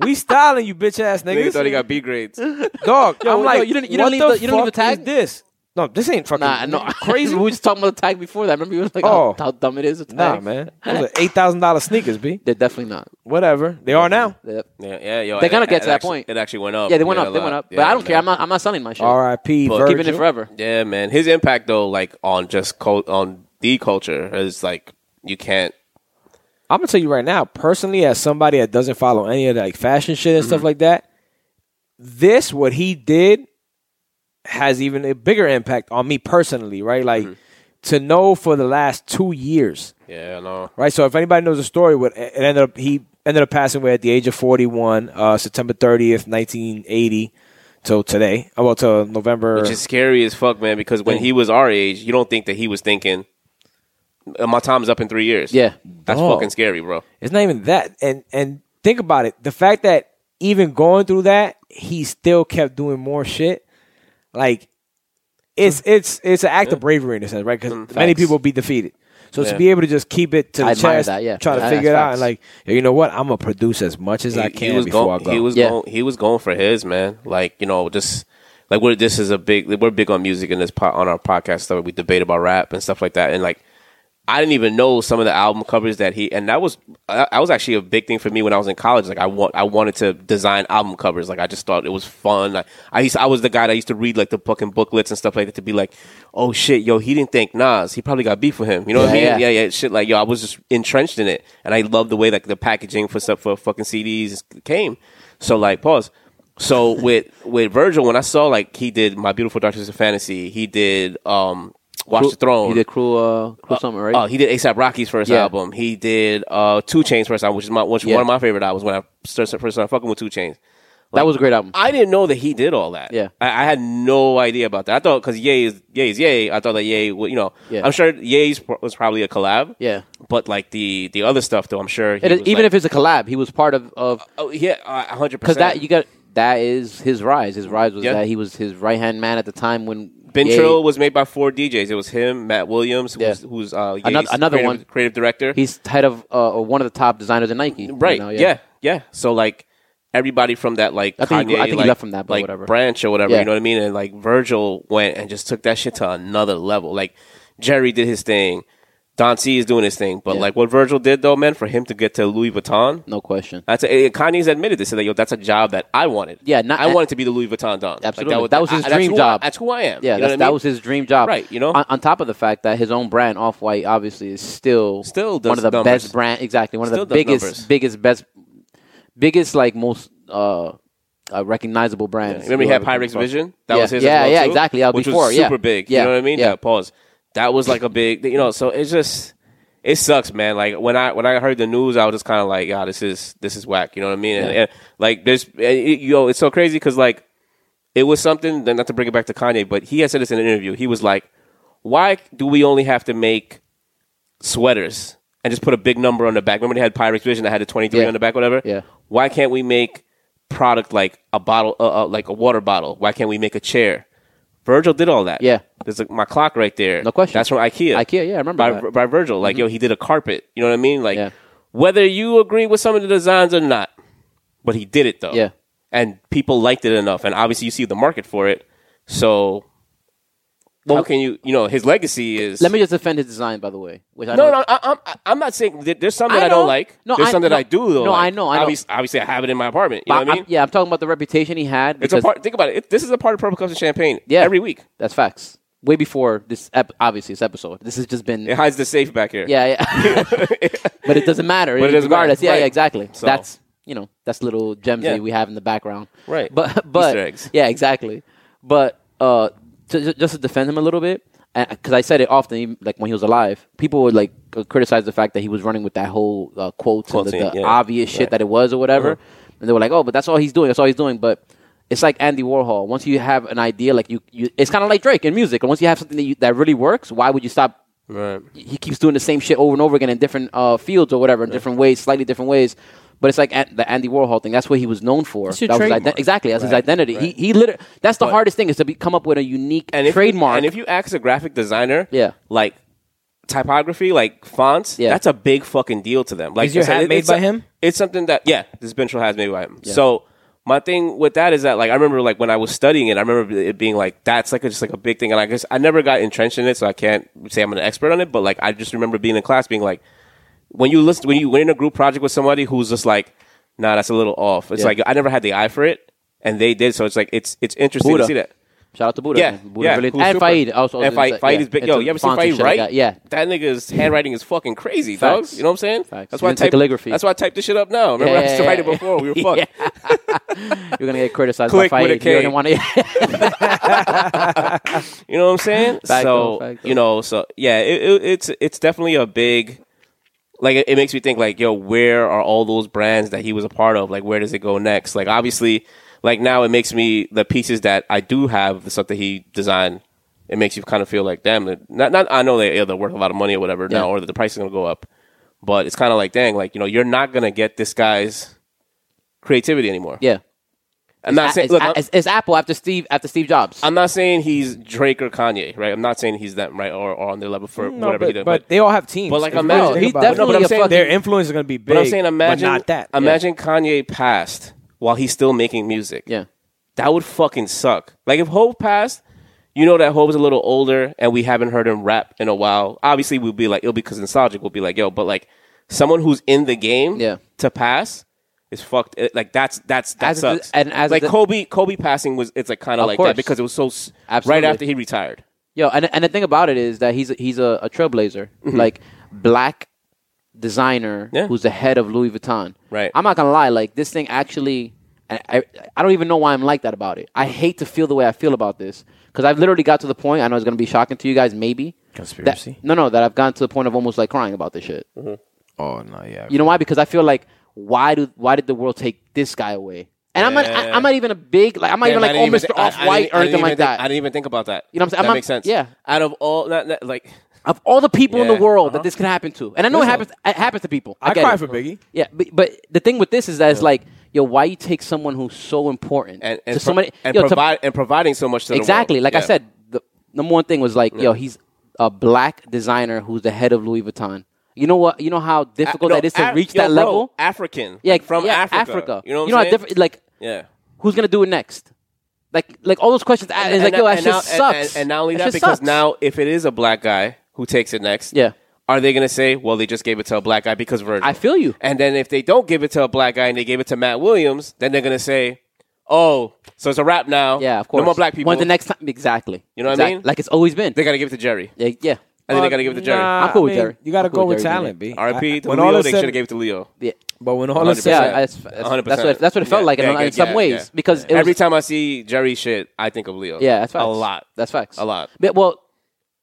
[SPEAKER 4] We styling you, bitch ass
[SPEAKER 2] Nigga thought he
[SPEAKER 4] niggas.
[SPEAKER 2] got B grades.
[SPEAKER 4] Dog, I'm
[SPEAKER 3] yo,
[SPEAKER 4] like,
[SPEAKER 3] you didn't- you didn't
[SPEAKER 4] what
[SPEAKER 3] leave
[SPEAKER 4] the
[SPEAKER 3] the- you didn't leave
[SPEAKER 4] fuck
[SPEAKER 3] the tag?
[SPEAKER 4] is this? No, this ain't fucking
[SPEAKER 3] Nah, no,
[SPEAKER 4] crazy.
[SPEAKER 3] we were just talking about the tag before that. Remember, you was like,
[SPEAKER 4] Oh.
[SPEAKER 3] oh, how dumb it is. It's
[SPEAKER 4] Nah,
[SPEAKER 3] tag.
[SPEAKER 4] man. Those are eight thousand dollar sneakers, b.
[SPEAKER 3] They're definitely not.
[SPEAKER 4] Whatever they are now.
[SPEAKER 3] They're-
[SPEAKER 2] Yeah, yeah, yo.
[SPEAKER 3] They
[SPEAKER 2] it-
[SPEAKER 3] kinda
[SPEAKER 2] it
[SPEAKER 3] get to that
[SPEAKER 2] actually-
[SPEAKER 3] point.
[SPEAKER 2] It actually went up.
[SPEAKER 3] yeah, they went
[SPEAKER 2] Yeah,
[SPEAKER 3] up. They
[SPEAKER 2] a
[SPEAKER 3] went
[SPEAKER 2] lot.
[SPEAKER 3] up. but I
[SPEAKER 2] Yeah,
[SPEAKER 3] don't care.
[SPEAKER 2] man.
[SPEAKER 3] I'm not. I'm not selling my shit.
[SPEAKER 4] R.I.P.
[SPEAKER 2] But
[SPEAKER 3] Keeping
[SPEAKER 4] Virgil.
[SPEAKER 3] it forever.
[SPEAKER 2] Yeah, man. His impact though, like on just cult, on the culture, is like you can't.
[SPEAKER 4] I'm gonna tell you right now, personally, as somebody that doesn't follow any of the like fashion shit and
[SPEAKER 2] Mm-hmm.
[SPEAKER 4] stuff like that, this what he did has even a bigger impact on me personally, right? Like
[SPEAKER 2] Mm-hmm.
[SPEAKER 4] to know for the last two years,
[SPEAKER 2] Yeah, no.
[SPEAKER 4] right? So if anybody knows the story, what it ended up he ended up passing away at the age of 41, uh, September 30th, 1980, till today, oh, well, till November.
[SPEAKER 2] Which is scary as fuck, man. Because when he was our age, you don't think that he was thinking, "Uh, "My time's up in three years."
[SPEAKER 3] Yeah.
[SPEAKER 2] that's
[SPEAKER 4] Dog.
[SPEAKER 2] fucking scary, bro.
[SPEAKER 4] It's not even that. And and think about it. The fact that even going through that, he still kept doing more shit. Like it's it's it's an act of bravery in a sense, right? Because many
[SPEAKER 2] facts.
[SPEAKER 4] people be defeated. So to
[SPEAKER 2] Yeah.
[SPEAKER 4] be able to just keep it to the
[SPEAKER 3] I admire
[SPEAKER 4] chest,
[SPEAKER 3] that, yeah.
[SPEAKER 4] try to
[SPEAKER 3] Yeah,
[SPEAKER 4] figure it
[SPEAKER 3] that's
[SPEAKER 4] out,
[SPEAKER 3] facts.
[SPEAKER 4] and like yo, you know what, I'm gonna produce as much as I can
[SPEAKER 2] was
[SPEAKER 4] before
[SPEAKER 2] going,
[SPEAKER 4] I go.
[SPEAKER 2] He was
[SPEAKER 3] Yeah.
[SPEAKER 2] going. He was going for his man. Like you know, just like we're this is a big. We're big on music in this po- on our podcast stuff. We debate about rap and stuff like that. And like I didn't even know some of the album covers that he and that was I I was actually a big thing for me when I was in college. Like I want I wanted to design album covers. Like I just thought it was fun. Like I used I was the guy that used to read like the fucking booklets and stuff like that to be like, oh shit, yo, he didn't think Nas, he probably got beef with him. You know what I mean?
[SPEAKER 3] Yeah,
[SPEAKER 2] yeah, yeah, shit. Like yo, I was just entrenched in it, and I loved the way like the packaging for stuff for fucking CDs came. So like pause. So with with Virgil, when I saw like he did My Beautiful Dark Twisted Fantasy, he did um Watch the Throne.
[SPEAKER 3] You did Cruel, uh, Cruel Summer, right?
[SPEAKER 2] Oh, he did ASAP Rocky's first
[SPEAKER 3] Yeah.
[SPEAKER 2] album. He did uh, Two Chains first album, which is my which is
[SPEAKER 3] Yeah.
[SPEAKER 2] one of my favorite albums. When I first first started fucking with Two Chains,
[SPEAKER 3] that was a great album.
[SPEAKER 2] I didn't know that he did all that.
[SPEAKER 3] Yeah.
[SPEAKER 2] I, I had no idea about that. I thought because Ye is Ye is Ye. I thought that Ye, would, you know,
[SPEAKER 3] Yeah.
[SPEAKER 2] I'm sure Ye's pro- was probably a collab.
[SPEAKER 3] Yeah.
[SPEAKER 2] but like the the other stuff though, I'm sure. He
[SPEAKER 3] It is-
[SPEAKER 2] was,
[SPEAKER 3] even
[SPEAKER 2] like-
[SPEAKER 3] if it's a collab, he was part of of
[SPEAKER 2] oh yeah, hundred
[SPEAKER 3] because
[SPEAKER 2] percent.
[SPEAKER 3] that you got that is his rise. His rise was
[SPEAKER 2] Yeah.
[SPEAKER 3] that he was his right hand man at the time when
[SPEAKER 2] Ben
[SPEAKER 3] Ye-
[SPEAKER 2] Trill was made by four DJs. It was him, Matt Williams,
[SPEAKER 3] Yeah.
[SPEAKER 2] who's, who's uh, Ye's
[SPEAKER 3] Another- another
[SPEAKER 2] creative,
[SPEAKER 3] one.
[SPEAKER 2] creative director.
[SPEAKER 3] He's head of uh, or one of the top designers at Nike.
[SPEAKER 2] Right.
[SPEAKER 3] you know,
[SPEAKER 2] yeah. yeah. So like everybody from that like
[SPEAKER 3] I think he-
[SPEAKER 2] Kanye,
[SPEAKER 3] I think he
[SPEAKER 2] like-
[SPEAKER 3] left from that, but
[SPEAKER 2] like
[SPEAKER 3] whatever.
[SPEAKER 2] branch or whatever.
[SPEAKER 3] Yeah.
[SPEAKER 2] You know what I mean? And like Virgil went and just took that shit to another level. Like Jerry did his thing. Don C is doing his thing, but
[SPEAKER 3] Yeah.
[SPEAKER 2] like what Virgil did though, man, for him to get to Louis Vuitton,
[SPEAKER 3] No question.
[SPEAKER 2] that's a, and Kanye's admitted this. Said that yo, that's a job that I wanted.
[SPEAKER 3] Yeah, not-
[SPEAKER 2] I wanted to be the Louis Vuitton Don. Like,
[SPEAKER 3] Absolutely. That was his
[SPEAKER 2] I- that's
[SPEAKER 3] dream
[SPEAKER 2] who I-
[SPEAKER 3] job.
[SPEAKER 2] that's who I am.
[SPEAKER 3] Yeah,
[SPEAKER 2] You know
[SPEAKER 3] that's,
[SPEAKER 2] what I
[SPEAKER 3] that
[SPEAKER 2] mean?
[SPEAKER 3] was his dream job.
[SPEAKER 2] Right, you know?
[SPEAKER 3] On, on top of the fact that his own brand, Off White, obviously is still
[SPEAKER 2] Still does
[SPEAKER 3] one of the
[SPEAKER 2] numbers.
[SPEAKER 3] best brand. Exactly, one of
[SPEAKER 2] Still
[SPEAKER 3] the
[SPEAKER 2] does
[SPEAKER 3] biggest,
[SPEAKER 2] numbers.
[SPEAKER 3] biggest, best, biggest, like most uh, uh recognizable brands.
[SPEAKER 2] Remember he
[SPEAKER 3] you
[SPEAKER 2] had
[SPEAKER 3] know,
[SPEAKER 2] Pyrex
[SPEAKER 3] from-
[SPEAKER 2] Vision? That
[SPEAKER 3] Yeah,
[SPEAKER 2] was his.
[SPEAKER 3] yeah,
[SPEAKER 2] as well
[SPEAKER 3] yeah,
[SPEAKER 2] too,
[SPEAKER 3] exactly. That was
[SPEAKER 2] which
[SPEAKER 3] before,
[SPEAKER 2] was
[SPEAKER 3] yeah.
[SPEAKER 2] super big.
[SPEAKER 3] Yeah,
[SPEAKER 2] You know what I mean?
[SPEAKER 3] yeah.
[SPEAKER 2] Yeah. Pause. That was like a big. You know, so it's just it sucks, man. Like when I when I heard the news, I was just kind of like, yeah, this is this is whack. You know what I mean? And, and, like there's and it- yo, it's so crazy because like it was something. Then not to bring it back to Kanye, but he had said this in an interview. He was like, why do we only have to make sweaters and just put a big number on the back. Remember they had Pyrex Vision that had a 23
[SPEAKER 3] Yeah.
[SPEAKER 2] on the back, whatever.
[SPEAKER 3] Yeah.
[SPEAKER 2] Why can't we make product like a bottle, uh, uh, like a water bottle? Why can't we make a chair? Virgil did all that.
[SPEAKER 3] Yeah.
[SPEAKER 2] there's like my clock right there.
[SPEAKER 3] No question.
[SPEAKER 2] That's from IKEA.
[SPEAKER 3] IKEA, yeah, I remember
[SPEAKER 2] by,
[SPEAKER 3] that. Mm-hmm.
[SPEAKER 2] by Virgil. Like yo, he did a carpet. You know what I mean? Like
[SPEAKER 3] Yeah.
[SPEAKER 2] whether you agree with some of the designs or not, but he did it though.
[SPEAKER 3] Yeah.
[SPEAKER 2] and people liked it enough, and obviously you see the market for it. So. how can you? You know his legacy is.
[SPEAKER 3] Let me just defend his design, by the way. Which I
[SPEAKER 2] No,
[SPEAKER 3] know-
[SPEAKER 2] no, I, I'm I'm not saying that there's some
[SPEAKER 3] I
[SPEAKER 2] that I,
[SPEAKER 3] know.
[SPEAKER 2] don't like.
[SPEAKER 3] No,
[SPEAKER 2] there's
[SPEAKER 3] I-
[SPEAKER 2] some that
[SPEAKER 3] no,
[SPEAKER 2] I do though.
[SPEAKER 3] no,
[SPEAKER 2] like.
[SPEAKER 3] I know, I know.
[SPEAKER 2] Obviously, obviously, I have it in my apartment. You know
[SPEAKER 3] I-
[SPEAKER 2] what I
[SPEAKER 3] I'm-
[SPEAKER 2] mean?
[SPEAKER 3] yeah, I'm talking about the reputation he had.
[SPEAKER 2] it's a
[SPEAKER 3] because-
[SPEAKER 2] part. Think about it. it. This is a part of Purple Cups and Champagne.
[SPEAKER 3] Yeah.
[SPEAKER 2] every week
[SPEAKER 3] That's facts. Way before this, ep- obviously, this episode. This has just been.
[SPEAKER 2] it hides the safe back here.
[SPEAKER 3] Yeah, yeah. but it doesn't matter.
[SPEAKER 2] But it doesn't
[SPEAKER 3] regardless.
[SPEAKER 2] matter.
[SPEAKER 3] Yeah, yeah,
[SPEAKER 2] Right.
[SPEAKER 3] exactly.
[SPEAKER 2] So-
[SPEAKER 3] That's you know that's little gems
[SPEAKER 2] Yeah.
[SPEAKER 3] that we have in the background.
[SPEAKER 2] Right.
[SPEAKER 3] But but
[SPEAKER 2] Easter eggs.
[SPEAKER 3] yeah, exactly. But uh, to, ju- just to defend him a little bit, because I said it often, even, like when he was alive, people would like uh, criticize the fact that he was running with that whole uh, quotes and the,
[SPEAKER 2] Quoting,
[SPEAKER 3] the
[SPEAKER 2] yeah. Uh-huh.
[SPEAKER 3] obvious shit that it was or whatever, and they were like, oh, but that's all he's doing. That's all he's doing. But it's like Andy Warhol. Once you have an idea, like you, you it's kind of like Drake in music. And once you have something that, you, that really works, why would you stop
[SPEAKER 2] right.
[SPEAKER 3] he keeps doing the same shit over and over again in different uh, fields or whatever, in different ways, slightly different ways. But it's like an- the Andy Warhol thing. That's what he was known for.
[SPEAKER 5] That's your
[SPEAKER 3] that was his
[SPEAKER 5] trademark.
[SPEAKER 3] exactly. That's his identity. He he literally. That's the hardest thing is to be, come up with a unique
[SPEAKER 2] and if,
[SPEAKER 3] trademark.
[SPEAKER 2] And if you act as a graphic designer,
[SPEAKER 3] Yeah.
[SPEAKER 2] like typography, like fonts,
[SPEAKER 3] Yeah.
[SPEAKER 2] that's a big fucking deal to them. Like
[SPEAKER 4] Is your
[SPEAKER 2] it's-
[SPEAKER 4] hat
[SPEAKER 2] it-
[SPEAKER 4] made
[SPEAKER 2] it's
[SPEAKER 4] by
[SPEAKER 2] a-
[SPEAKER 4] him?
[SPEAKER 2] It's something that yeah, this Benchel has made by him. So my thing with that is that like I remember like when I was studying it, I remember it being like that's like a, just like a big thing, and I guess I never got entrenched in it, so I can't say I'm an expert on it, but like I just remember being in class being like when you listen when you when in a group project with somebody who's just like, nah, that's a little off. It's
[SPEAKER 3] Yeah.
[SPEAKER 2] like I never had the eye for it, and they did, so it's like it's it's interesting
[SPEAKER 3] Buddha.
[SPEAKER 2] to see that.
[SPEAKER 3] Shout out to Buddha.
[SPEAKER 2] Yeah,
[SPEAKER 3] Buddha
[SPEAKER 2] yeah.
[SPEAKER 3] really-
[SPEAKER 2] who's
[SPEAKER 3] and
[SPEAKER 2] super-
[SPEAKER 3] Faid also.
[SPEAKER 2] and Faid, Faid is big. Yo, you ever seen Faid
[SPEAKER 3] right?
[SPEAKER 2] write?
[SPEAKER 3] Yeah,
[SPEAKER 2] that nigga's handwriting is fucking crazy, dog.
[SPEAKER 3] Facts.
[SPEAKER 2] You know what I'm saying?
[SPEAKER 3] Facts.
[SPEAKER 2] That's why I
[SPEAKER 3] Even to
[SPEAKER 2] type,
[SPEAKER 3] calligraphy.
[SPEAKER 2] That's why I typed this shit up now. Remember,
[SPEAKER 3] Yeah,
[SPEAKER 2] I used
[SPEAKER 3] yeah,
[SPEAKER 2] to write
[SPEAKER 3] yeah.
[SPEAKER 2] it before. We were fucked.
[SPEAKER 3] you're gonna get criticized
[SPEAKER 2] Click
[SPEAKER 3] by
[SPEAKER 2] with a
[SPEAKER 3] Faid. You
[SPEAKER 2] K.
[SPEAKER 3] don't want to.
[SPEAKER 2] You know what I'm saying?
[SPEAKER 3] though,
[SPEAKER 2] so
[SPEAKER 3] fact
[SPEAKER 2] you know, so yeah, it, it, it's it's definitely a big. Like it, it makes me think, like, yo, where are all those brands that he was a part of? Like, where does it go next? Like, obviously, like now it makes me the pieces that I do have, the stuff that he designed. It makes you kind of feel like, damn, they're- not not. I know they yeah, they're worth a lot of money or whatever
[SPEAKER 3] Yeah.
[SPEAKER 2] now, or that the price is gonna go up. But it's kind of like, dang, like you know, you're not gonna get this guy's creativity anymore.
[SPEAKER 3] yeah,
[SPEAKER 2] I'm not saying.
[SPEAKER 3] it's,
[SPEAKER 2] Look, uh, I'm-
[SPEAKER 3] it's, it's Apple after Steve after Steve Jobs.
[SPEAKER 2] I'm not saying he's Drake or Kanye, right? I'm not saying he's that right or, or on their level for
[SPEAKER 4] No,
[SPEAKER 2] whatever
[SPEAKER 4] but,
[SPEAKER 2] he did.
[SPEAKER 4] but they all have teams.
[SPEAKER 2] But like,
[SPEAKER 4] If you
[SPEAKER 2] imagine-
[SPEAKER 4] really think
[SPEAKER 3] He
[SPEAKER 4] about it.
[SPEAKER 3] definitely
[SPEAKER 4] No,
[SPEAKER 3] a
[SPEAKER 4] but I'm saying
[SPEAKER 3] fucking-
[SPEAKER 4] their influence is going to be big.
[SPEAKER 2] but I'm saying, imagine
[SPEAKER 4] but not that.
[SPEAKER 2] Imagine Kanye passed while he's still making music.
[SPEAKER 3] yeah,
[SPEAKER 2] that would fucking suck. Like if Hope passed, you know that Hope's a little older and we haven't heard him rap in a while. Obviously, we'll be like, it'll be because nostalgic. We'll be like, yo, but like someone who's in the game
[SPEAKER 3] Yeah.
[SPEAKER 2] to pass is fucked. It- like that's that's that
[SPEAKER 3] As a-
[SPEAKER 2] sucks.
[SPEAKER 3] and as
[SPEAKER 2] like
[SPEAKER 3] the-
[SPEAKER 2] Kobe, Kobe passing was it's like kind of
[SPEAKER 3] Of
[SPEAKER 2] like
[SPEAKER 3] course.
[SPEAKER 2] that because it was so s right
[SPEAKER 3] Absolutely.
[SPEAKER 2] after he retired.
[SPEAKER 3] Yo, and and the thing about it is that he's a, he's a, a trailblazer, like black designer
[SPEAKER 2] Mm-hmm. Yeah.
[SPEAKER 3] who's the head of Louis Vuitton.
[SPEAKER 2] Right.
[SPEAKER 3] I'm not gonna lie, like this thing actually, I, I I don't even know why I'm like that about it. I hate to feel the way I feel about this because I've literally got to the point. I know it's gonna be shocking to you guys, maybe.
[SPEAKER 5] Conspiracy.
[SPEAKER 3] That, no, no, that I've gotten to the point of almost like crying about this shit.
[SPEAKER 2] Mm-hmm.
[SPEAKER 5] oh no, yeah.
[SPEAKER 3] You know why? Because I feel like why do why did the world take this guy away? And I'm not I,
[SPEAKER 2] Yeah.
[SPEAKER 3] I'm not even a big like I'm not even
[SPEAKER 2] And I
[SPEAKER 3] like oh
[SPEAKER 2] didn't
[SPEAKER 3] Mr.
[SPEAKER 2] even- I- I
[SPEAKER 3] Off White
[SPEAKER 2] didn't- I
[SPEAKER 3] or
[SPEAKER 2] didn't
[SPEAKER 3] anything
[SPEAKER 2] even
[SPEAKER 3] like
[SPEAKER 2] think-
[SPEAKER 3] that.
[SPEAKER 2] I didn't even think about that.
[SPEAKER 3] You know what I'm saying?
[SPEAKER 2] That
[SPEAKER 3] I'm not-
[SPEAKER 2] makes sense.
[SPEAKER 3] yeah.
[SPEAKER 2] Out of all, not, not, like,
[SPEAKER 3] of all the people in
[SPEAKER 2] Yeah,
[SPEAKER 3] the world
[SPEAKER 2] uh-huh.
[SPEAKER 3] that this can happen to, and I know it happens. It happens to people. I,
[SPEAKER 4] I
[SPEAKER 3] get
[SPEAKER 4] cry
[SPEAKER 3] it.
[SPEAKER 4] for Biggie.
[SPEAKER 3] Yeah, but, but the thing with this is that it's like, yo, why you take someone who's so important
[SPEAKER 2] and
[SPEAKER 3] to
[SPEAKER 2] and, pro-
[SPEAKER 3] somebody
[SPEAKER 2] and
[SPEAKER 3] yo, to-
[SPEAKER 2] provide and providing so much to the
[SPEAKER 3] exactly
[SPEAKER 2] world.
[SPEAKER 3] like I
[SPEAKER 2] Yeah.
[SPEAKER 3] said, the number one thing was like, yo, he's a black designer who's the head of Louis Vuitton. You know what? You know how
[SPEAKER 2] A-
[SPEAKER 3] difficult
[SPEAKER 2] no,
[SPEAKER 3] that is to
[SPEAKER 2] Af-
[SPEAKER 3] reach
[SPEAKER 2] yo,
[SPEAKER 3] that
[SPEAKER 2] bro,
[SPEAKER 3] level.
[SPEAKER 2] African,
[SPEAKER 3] yeah,
[SPEAKER 2] like, from
[SPEAKER 3] yeah,
[SPEAKER 2] Africa. You know what I'm
[SPEAKER 3] how
[SPEAKER 2] saying?
[SPEAKER 3] different like
[SPEAKER 2] yeah.
[SPEAKER 3] who's gonna do it next? Like, like all those questions. And, it's like,
[SPEAKER 2] now-
[SPEAKER 3] yo, that shit
[SPEAKER 2] now-
[SPEAKER 3] sucks.
[SPEAKER 2] And, and not only that,
[SPEAKER 3] shit
[SPEAKER 2] because
[SPEAKER 3] sucks.
[SPEAKER 2] now if it is a black guy who takes it next,
[SPEAKER 3] Yeah.
[SPEAKER 2] are they going to say, well, they just gave it to a black guy because Virgil?
[SPEAKER 3] I feel you.
[SPEAKER 2] And then if they don't give it to a black guy and they gave it to Matt Williams, then they're going to say, oh, so it's a rap now.
[SPEAKER 3] Yeah, of course.
[SPEAKER 2] No more black people.
[SPEAKER 3] When the next time, exactly.
[SPEAKER 2] You know what I
[SPEAKER 3] Exact-
[SPEAKER 2] mean?
[SPEAKER 3] Like it's always been.
[SPEAKER 2] they got to give it to Jerry.
[SPEAKER 3] Yeah, yeah.
[SPEAKER 2] I think they got to give it to Jerry.
[SPEAKER 4] Nah,
[SPEAKER 3] I'm cool with
[SPEAKER 4] I mean,
[SPEAKER 3] Jerry.
[SPEAKER 4] You got to
[SPEAKER 3] I'm cool
[SPEAKER 4] go
[SPEAKER 3] with
[SPEAKER 4] with
[SPEAKER 3] Jerry,
[SPEAKER 4] talent, B.
[SPEAKER 2] RP to
[SPEAKER 4] When all
[SPEAKER 2] Leo,
[SPEAKER 4] is
[SPEAKER 2] they
[SPEAKER 4] said-
[SPEAKER 2] should have gave it to Leo.
[SPEAKER 3] yeah.
[SPEAKER 4] But when all is
[SPEAKER 2] 100%.
[SPEAKER 4] said,
[SPEAKER 3] Yeah, that's, that's,
[SPEAKER 2] 100%.
[SPEAKER 3] that's what that's what it felt
[SPEAKER 2] Yeah,
[SPEAKER 3] like in,
[SPEAKER 2] yeah,
[SPEAKER 3] a lot-
[SPEAKER 2] yeah,
[SPEAKER 3] in some
[SPEAKER 2] yeah,
[SPEAKER 3] ways
[SPEAKER 2] yeah.
[SPEAKER 3] because it was,
[SPEAKER 2] Every time I see Jerry shit, I think of Leo.
[SPEAKER 3] yeah, that's facts.
[SPEAKER 2] a lot.
[SPEAKER 3] That's facts.
[SPEAKER 2] A lot.
[SPEAKER 3] But, well,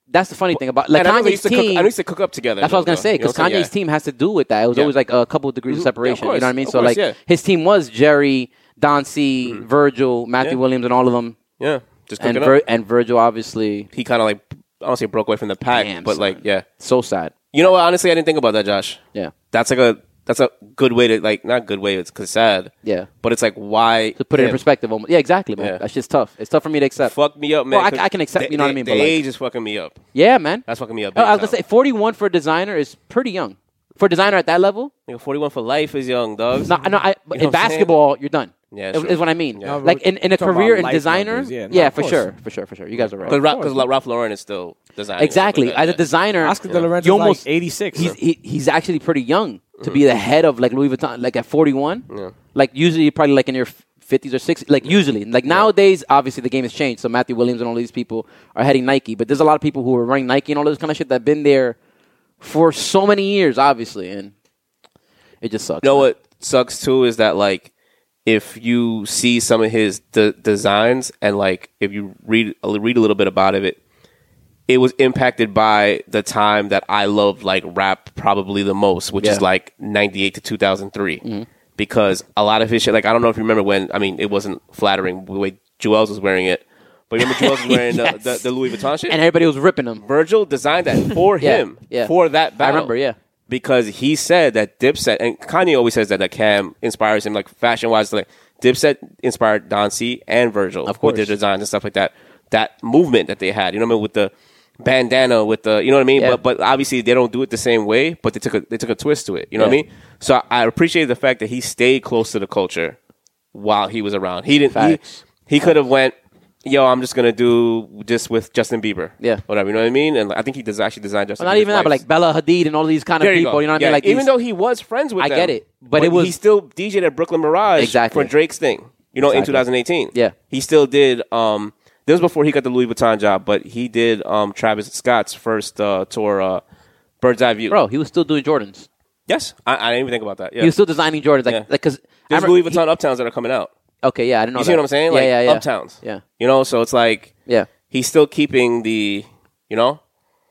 [SPEAKER 3] that's the funny thing about like
[SPEAKER 2] And I remember they
[SPEAKER 3] Kanye's
[SPEAKER 2] used to cook-
[SPEAKER 3] team.
[SPEAKER 2] I used to cook up together.
[SPEAKER 3] that's what I was gonna say
[SPEAKER 2] You know
[SPEAKER 3] because
[SPEAKER 2] what I'm saying?
[SPEAKER 3] Kanye's
[SPEAKER 2] Yeah.
[SPEAKER 3] team has to do with that. It was
[SPEAKER 2] Yeah.
[SPEAKER 3] always like a couple of degrees of
[SPEAKER 2] Mhm. Yeah, of
[SPEAKER 3] separation. you
[SPEAKER 2] course.
[SPEAKER 3] know what I mean?
[SPEAKER 2] Of
[SPEAKER 3] so
[SPEAKER 2] course,
[SPEAKER 3] like
[SPEAKER 2] yeah.
[SPEAKER 3] his team was Jerry, Don C, Virgil, Matthew
[SPEAKER 2] Yeah.
[SPEAKER 3] Williams, and all of them.
[SPEAKER 2] Yeah, just cook
[SPEAKER 3] And
[SPEAKER 2] it up.
[SPEAKER 3] Vir- and Virgil obviously
[SPEAKER 2] he kind of like I don't say broke away from the pack,
[SPEAKER 3] Damn,
[SPEAKER 2] but
[SPEAKER 3] son.
[SPEAKER 2] like yeah.
[SPEAKER 3] so sad.
[SPEAKER 2] You know what? Honestly, I didn't think about that, Josh.
[SPEAKER 3] Yeah.
[SPEAKER 2] That's like a that's a good way to like not good way. It's cause sad.
[SPEAKER 3] Yeah.
[SPEAKER 2] but it's like why
[SPEAKER 3] To put it in
[SPEAKER 2] him?
[SPEAKER 3] perspective, almost. yeah, exactly, man.
[SPEAKER 2] Yeah.
[SPEAKER 3] That shit's tough. It's tough for me to accept.
[SPEAKER 2] Fuck me up, man.
[SPEAKER 3] Well, I-
[SPEAKER 2] 'cause
[SPEAKER 3] I can accept-
[SPEAKER 2] the-
[SPEAKER 3] you know what I
[SPEAKER 2] the-
[SPEAKER 3] mean,
[SPEAKER 2] The
[SPEAKER 3] but, like-
[SPEAKER 2] age is fucking me up.
[SPEAKER 3] Yeah, man.
[SPEAKER 2] That's fucking me up.
[SPEAKER 3] Oh, I was
[SPEAKER 2] big
[SPEAKER 3] gonna say
[SPEAKER 2] time.
[SPEAKER 3] forty-one for a designer is pretty young. For a designer at that level,
[SPEAKER 2] Nigga, forty-one for life is young, dog.
[SPEAKER 3] no, I- no.
[SPEAKER 2] know
[SPEAKER 3] I, but in
[SPEAKER 2] what I'm saying?
[SPEAKER 3] basketball, you're done.
[SPEAKER 2] Yeah,
[SPEAKER 3] is,
[SPEAKER 2] sure.
[SPEAKER 3] is what I mean.
[SPEAKER 2] Yeah. No,
[SPEAKER 3] Like in, in a
[SPEAKER 4] talking about
[SPEAKER 3] career in
[SPEAKER 4] life
[SPEAKER 3] designer,
[SPEAKER 4] numbers,
[SPEAKER 3] yeah,
[SPEAKER 4] yeah, no, of
[SPEAKER 3] for
[SPEAKER 4] course.
[SPEAKER 3] sure, for sure, for sure. You guys are right.
[SPEAKER 2] Because Ralph, 'cause Ralph Lauren is still designing. and stuff
[SPEAKER 3] exactly.
[SPEAKER 2] like
[SPEAKER 3] As a
[SPEAKER 2] that, yeah.
[SPEAKER 3] designer,
[SPEAKER 4] Oscar De La Renta
[SPEAKER 3] you almost
[SPEAKER 4] like 86.
[SPEAKER 3] He's he, he's actually pretty young to be
[SPEAKER 2] Mm-hmm.
[SPEAKER 3] the head of like Louis Vuitton. Like at forty-one, like usually you're probably like in your fifties or sixties. Like usually, like nowadays, obviously the game has changed. So Matthew Williams and all these people are heading Nike, but there's a lot of people who are running Nike and all this kind of shit that have been there for so many years, obviously, and it just sucks.
[SPEAKER 2] You know
[SPEAKER 3] man.
[SPEAKER 2] what sucks too is that like if you see some of his de- designs and like if you read read a little bit about it, it was impacted by the time that I loved like rap probably the most, which
[SPEAKER 3] Yeah. Mm-hmm.
[SPEAKER 2] is like ninety eight to two because a lot of his shit. Like I don't know if you remember when I mean it wasn't flattering the way Jewels was wearing it, but remember Jewels was wearing
[SPEAKER 3] Yes.
[SPEAKER 2] the, the, the Louis Vuitton shit.
[SPEAKER 3] And everybody was ripping them.
[SPEAKER 2] Virgil designed that for
[SPEAKER 3] Yeah,
[SPEAKER 2] him
[SPEAKER 3] yeah.
[SPEAKER 2] for that battle.
[SPEAKER 3] remember, yeah.
[SPEAKER 2] Because he said that Dipset and Kanye always says that that Cam inspires him like fashion wise like Dipset inspired Don C and Virgil
[SPEAKER 3] Of course.
[SPEAKER 2] with their designs and stuff like that. That movement that they had, you know what I mean, with the bandana with the you know what I mean?
[SPEAKER 3] Yeah.
[SPEAKER 2] But but obviously they don't do it the same way, but they took a they took a twist to it, you know what
[SPEAKER 3] Yeah.
[SPEAKER 2] I mean? So I, I appreciate the fact that he stayed close to the culture while he was around. He didn't he-
[SPEAKER 3] Facts.
[SPEAKER 2] he could have went yo, I'm just gonna do this with Justin Bieber.
[SPEAKER 3] Yeah.
[SPEAKER 2] whatever. You know what I mean? And I think he does actually designed Justin.
[SPEAKER 3] Well, not
[SPEAKER 2] Bieber's
[SPEAKER 3] even that, but
[SPEAKER 2] wife's-
[SPEAKER 3] like Bella Hadid and all these kind of
[SPEAKER 2] There
[SPEAKER 3] people. You know what I
[SPEAKER 2] Yeah,
[SPEAKER 3] mean? Like
[SPEAKER 2] even
[SPEAKER 3] these-
[SPEAKER 2] though he was friends with,
[SPEAKER 3] I
[SPEAKER 2] them,
[SPEAKER 3] get it, but it was-
[SPEAKER 2] he still DJed at Brooklyn Mirage
[SPEAKER 3] Exactly.
[SPEAKER 2] for Drake's thing. You know, in 2018.
[SPEAKER 3] Yeah.
[SPEAKER 2] he still did. Um, this was before he got the Louis Vuitton job, but he did um Travis Scott's first uh, tour, uh, Bird's Eye View.
[SPEAKER 3] bro, he was still doing Jordans.
[SPEAKER 2] yes, I, I didn't even think about that. Yeah,
[SPEAKER 3] He was still designing Jordans, like
[SPEAKER 2] Yeah.
[SPEAKER 3] like because
[SPEAKER 2] there's Louis Vuitton uptowns that are coming out.
[SPEAKER 3] okay, yeah, I didn't know.
[SPEAKER 2] You
[SPEAKER 3] that.
[SPEAKER 2] see what I'm saying?
[SPEAKER 3] Yeah,
[SPEAKER 2] like
[SPEAKER 3] yeah, yeah.
[SPEAKER 2] uptowns.
[SPEAKER 3] Yeah,
[SPEAKER 2] you know, so it's like
[SPEAKER 3] yeah.
[SPEAKER 2] he's still keeping the, you know,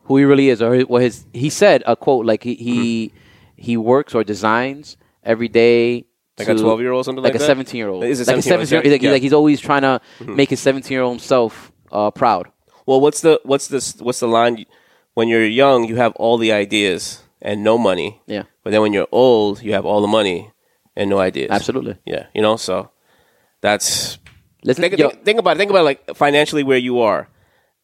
[SPEAKER 3] Who he really is, or what his he said a quote like he he he works or designs every day.
[SPEAKER 2] Mm-hmm. Like a
[SPEAKER 3] to-
[SPEAKER 2] 12-year-old, something like
[SPEAKER 3] a
[SPEAKER 2] that?
[SPEAKER 3] seventeen year old.
[SPEAKER 2] Is it
[SPEAKER 3] like a
[SPEAKER 2] 17-year-old?
[SPEAKER 3] year old. Like,
[SPEAKER 2] Yeah. Mm-hmm.
[SPEAKER 3] like he's always trying to make his seventeen year old self uh, proud.
[SPEAKER 2] Well, what's the what's this what's the line? When you're young, you have all the ideas and no money.
[SPEAKER 3] Yeah.
[SPEAKER 2] But then when you're old, you have all the money and no ideas.
[SPEAKER 3] Absolutely.
[SPEAKER 2] Yeah. You know. So that's
[SPEAKER 3] Listen,
[SPEAKER 2] think,
[SPEAKER 3] yo,
[SPEAKER 2] think, think about it. Think about like financially where you are,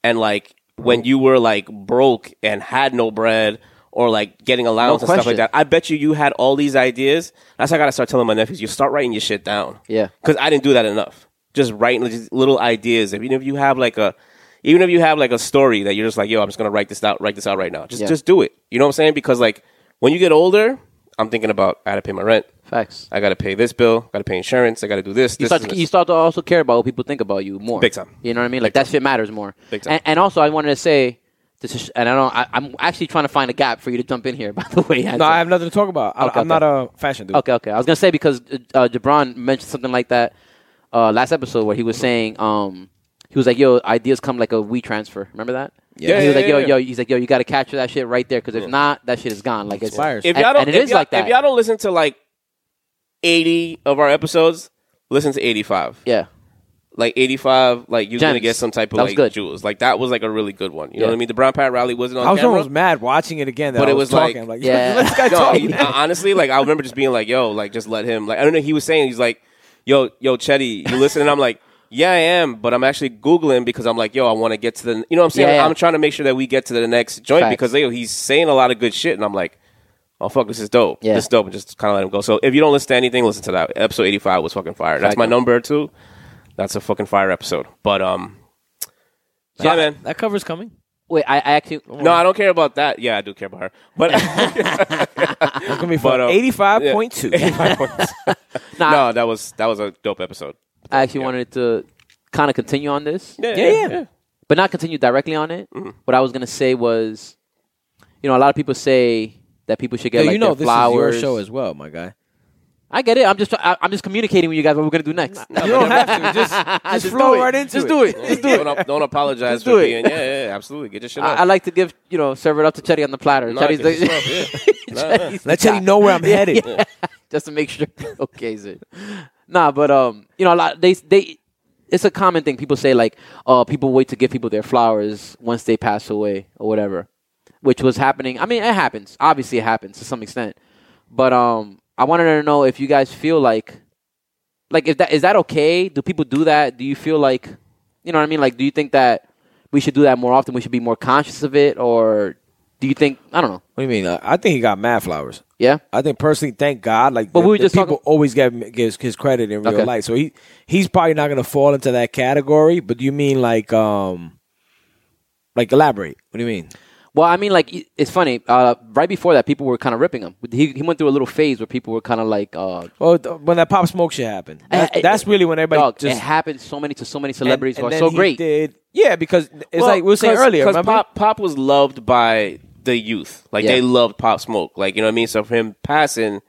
[SPEAKER 2] and like when you were like broke and had no bread or like getting allowance and stuff
[SPEAKER 3] question.
[SPEAKER 2] like that. I bet you you had all these ideas. That's how I gotta start telling my nephews. You start writing your shit down.
[SPEAKER 3] Yeah.
[SPEAKER 2] because I didn't do that enough. Just writing just little ideas. If- Even if you have like a even if you have like a story that you're just like, yo, I'm just gonna write this out, write this out right now. Just
[SPEAKER 3] Yeah.
[SPEAKER 2] just do it. You know what I'm saying? Because like when you get older, I'm thinking about I gotta pay my rent,
[SPEAKER 3] Facts.
[SPEAKER 2] I gotta pay this bill, I gotta pay insurance, I gotta do this.
[SPEAKER 3] You
[SPEAKER 2] this,
[SPEAKER 3] start,
[SPEAKER 2] and
[SPEAKER 3] to,
[SPEAKER 2] this.
[SPEAKER 3] you start to also care about what people think about you more.
[SPEAKER 2] Big time.
[SPEAKER 3] You know what I mean? Like that shit matters more.
[SPEAKER 2] Big time.
[SPEAKER 3] And, and also, I wanted to say this is, and I don't. I, I'm actually trying to find a gap for you to jump in here. By the way,
[SPEAKER 4] No, I have nothing to talk about. I,
[SPEAKER 3] Okay,
[SPEAKER 4] I'm not a fashion dude.
[SPEAKER 3] Okay, okay. I was gonna say because uh, Jabron mentioned something like that uh, last episode where he was saying um, he was like, "Yo, ideas come like a we transfer." Remember that?
[SPEAKER 5] Yeah.
[SPEAKER 3] he was like,
[SPEAKER 2] Yeah,
[SPEAKER 3] "Yo,
[SPEAKER 2] yeah,
[SPEAKER 3] yo." He's like, "Yo, you got to capture that shit right there because if not, that shit is gone." Like it's
[SPEAKER 4] Inspires.
[SPEAKER 2] if
[SPEAKER 3] and,
[SPEAKER 2] y'all don't,
[SPEAKER 3] and it
[SPEAKER 2] if
[SPEAKER 3] is
[SPEAKER 2] y'all-
[SPEAKER 3] like that.
[SPEAKER 2] If y'all don't listen to like 80 of our episodes, listen to 85.
[SPEAKER 3] yeah,
[SPEAKER 2] Like 85, like you're gonna
[SPEAKER 3] Gems.
[SPEAKER 2] get some type of
[SPEAKER 3] That was
[SPEAKER 2] like
[SPEAKER 3] good.
[SPEAKER 2] jewels. Like that was like a really good one. You know
[SPEAKER 3] Yeah.
[SPEAKER 2] what I mean? The Brown Pat Rally wasn't on
[SPEAKER 4] I was
[SPEAKER 2] camera.
[SPEAKER 4] almost mad watching it again. That
[SPEAKER 2] But
[SPEAKER 4] I
[SPEAKER 2] it
[SPEAKER 4] was
[SPEAKER 2] was like-
[SPEAKER 4] talking. I'm like,
[SPEAKER 3] Yeah.
[SPEAKER 4] let this guy
[SPEAKER 2] Yo,
[SPEAKER 4] talk.
[SPEAKER 2] he- honestly, like I remember just being like, "Yo, like just let him." Like I don't know. He was saying he's like, "Yo, yo, Chetty, you listening?" I'm like, "Yeah, I am," but I'm actually googling because I'm like, "Yo, I want to get to the." You know what I'm saying?
[SPEAKER 3] Yeah, yeah.
[SPEAKER 2] I'm trying to make sure that we get to the next joint
[SPEAKER 3] Facts.
[SPEAKER 2] because yo, he's saying a lot of good shit, and I'm like, "Oh fuck, this is dope.
[SPEAKER 3] Yeah.
[SPEAKER 2] This is dope." And just kind of let him go. So if you don't listen to anything, listen to that. Episode 85 was fucking fire. That's my
[SPEAKER 3] Facto.
[SPEAKER 2] number two. That's a fucking fire episode. But um, yeah, man.
[SPEAKER 4] That cover's coming.
[SPEAKER 3] wait, I, I actually
[SPEAKER 2] No, I don't care about that. Yeah, I do care about her, but.
[SPEAKER 4] It's gonna be fun.
[SPEAKER 2] But, uh,
[SPEAKER 4] Eighty-five point two.
[SPEAKER 3] Nah.
[SPEAKER 2] no, that was that was a dope episode.
[SPEAKER 3] I actually wanted to kind of continue on this.
[SPEAKER 4] yeah, yeah.
[SPEAKER 3] but not continue directly on it.
[SPEAKER 2] Mm-hmm.
[SPEAKER 3] What I was gonna say was, you know, a lot of people say that people should get
[SPEAKER 5] Yo,
[SPEAKER 3] like
[SPEAKER 5] you know this
[SPEAKER 3] their flowers.
[SPEAKER 5] is your show as well, my guy.
[SPEAKER 3] I get it. I'm just I, I'm just communicating with you guys what we're gonna do next.
[SPEAKER 4] You don't have to. Just, just, flow right into
[SPEAKER 3] just
[SPEAKER 4] it.
[SPEAKER 3] do it. Just do it.
[SPEAKER 2] Don't, don't apologize
[SPEAKER 3] Just do
[SPEAKER 2] for
[SPEAKER 3] it.
[SPEAKER 2] being. Yeah, yeah, absolutely. Get your shit
[SPEAKER 3] I,
[SPEAKER 2] up.
[SPEAKER 3] I like to give you know serve it up to Chetty on the platter.
[SPEAKER 2] No,
[SPEAKER 3] Chetty's
[SPEAKER 2] get
[SPEAKER 3] the,
[SPEAKER 2] your shit up, yeah. No, no.
[SPEAKER 3] Chetty's the
[SPEAKER 4] Let Chetty
[SPEAKER 3] guy.
[SPEAKER 4] know where I'm headed.
[SPEAKER 3] just to make sure okay is it nah but um you know a lot they they it's a common thing people say like uh people wait to give people their flowers once they pass away or whatever which was happening i mean it happens obviously it happens to some extent but um i wanted to know if you guys feel like like if that is that okay do people do that do you feel like you know what i mean like do you think that we should do that more often we should be more conscious of it or do you think i don't know
[SPEAKER 4] What do you mean? Uh, I think he got mad flowers.
[SPEAKER 3] yeah
[SPEAKER 4] I think personally, thank God. Like,
[SPEAKER 3] But
[SPEAKER 4] the,
[SPEAKER 3] we were
[SPEAKER 4] the
[SPEAKER 3] just
[SPEAKER 4] people
[SPEAKER 3] talking-
[SPEAKER 4] always get gives his credit in real
[SPEAKER 3] Okay.
[SPEAKER 4] life, so he he's probably not gonna fall into that category. But you mean like um, like elaborate? What do you mean?
[SPEAKER 3] Well, I mean, like it's funny. Uh, right before that, people were kind of ripping him. He, he went through a little phase where people were kind of like, uh,
[SPEAKER 4] Well, th- when that pop smoke shit happened, that's,
[SPEAKER 3] eh,
[SPEAKER 4] that's really when everybody
[SPEAKER 3] "Dog,
[SPEAKER 4] just
[SPEAKER 3] it happened so many to so many celebrities
[SPEAKER 4] and-
[SPEAKER 3] who are
[SPEAKER 4] and
[SPEAKER 3] so
[SPEAKER 4] then he
[SPEAKER 3] great."
[SPEAKER 4] did- yeah, because it's like we were saying
[SPEAKER 2] Cause-
[SPEAKER 4] earlier.
[SPEAKER 2] cause
[SPEAKER 4] Remember?
[SPEAKER 2] Pop Pop was loved by the youth. Like
[SPEAKER 3] Yeah.
[SPEAKER 2] they loved Pop Smoke. Like you know what I mean. So for him passing,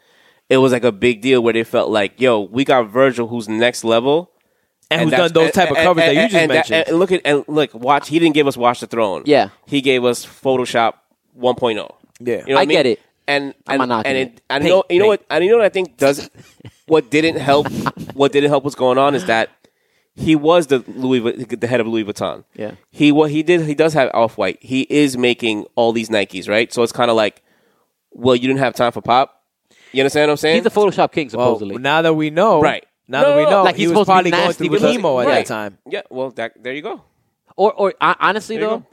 [SPEAKER 2] it was like a big deal where they felt like, yo, we got Virgil who's next level.
[SPEAKER 4] and who's
[SPEAKER 2] that's-
[SPEAKER 4] done those type of
[SPEAKER 2] and-
[SPEAKER 4] covers that
[SPEAKER 2] and-
[SPEAKER 4] you just
[SPEAKER 2] and
[SPEAKER 4] mentioned?
[SPEAKER 2] and look at and look, watch. He didn't give us Watch the Throne.
[SPEAKER 3] Yeah.
[SPEAKER 2] he gave us Photoshop 1.0.
[SPEAKER 4] Yeah.
[SPEAKER 2] you know what
[SPEAKER 3] I get
[SPEAKER 2] mean?
[SPEAKER 3] it.
[SPEAKER 2] And and,
[SPEAKER 3] I'm not knocking
[SPEAKER 2] and
[SPEAKER 3] it.
[SPEAKER 2] I
[SPEAKER 4] Paint,
[SPEAKER 2] know you know
[SPEAKER 4] paint.
[SPEAKER 2] what and you know what I think does what didn't help what didn't help what's going on is that he was the Louis Vu- the head of Louis Vuitton.
[SPEAKER 3] Yeah.
[SPEAKER 2] He what he did he does have off white. He is making all these Nikes, right? So it's kind of like well, you didn't have time for pop. You understand what I'm saying?
[SPEAKER 3] He's the Photoshop king,
[SPEAKER 4] Well,
[SPEAKER 3] supposedly.
[SPEAKER 4] now that we know,
[SPEAKER 2] Right.
[SPEAKER 4] Now
[SPEAKER 2] No,
[SPEAKER 4] that we
[SPEAKER 2] no,
[SPEAKER 4] know,
[SPEAKER 3] like
[SPEAKER 4] he
[SPEAKER 3] he's
[SPEAKER 4] was
[SPEAKER 3] supposed to be
[SPEAKER 4] probably going
[SPEAKER 3] nasty
[SPEAKER 4] through
[SPEAKER 3] with us.
[SPEAKER 4] chemo at
[SPEAKER 2] Right.
[SPEAKER 4] that time.
[SPEAKER 2] Yeah, well, that, there you go.
[SPEAKER 3] or, or I, honestly
[SPEAKER 2] There you
[SPEAKER 3] though,
[SPEAKER 2] go.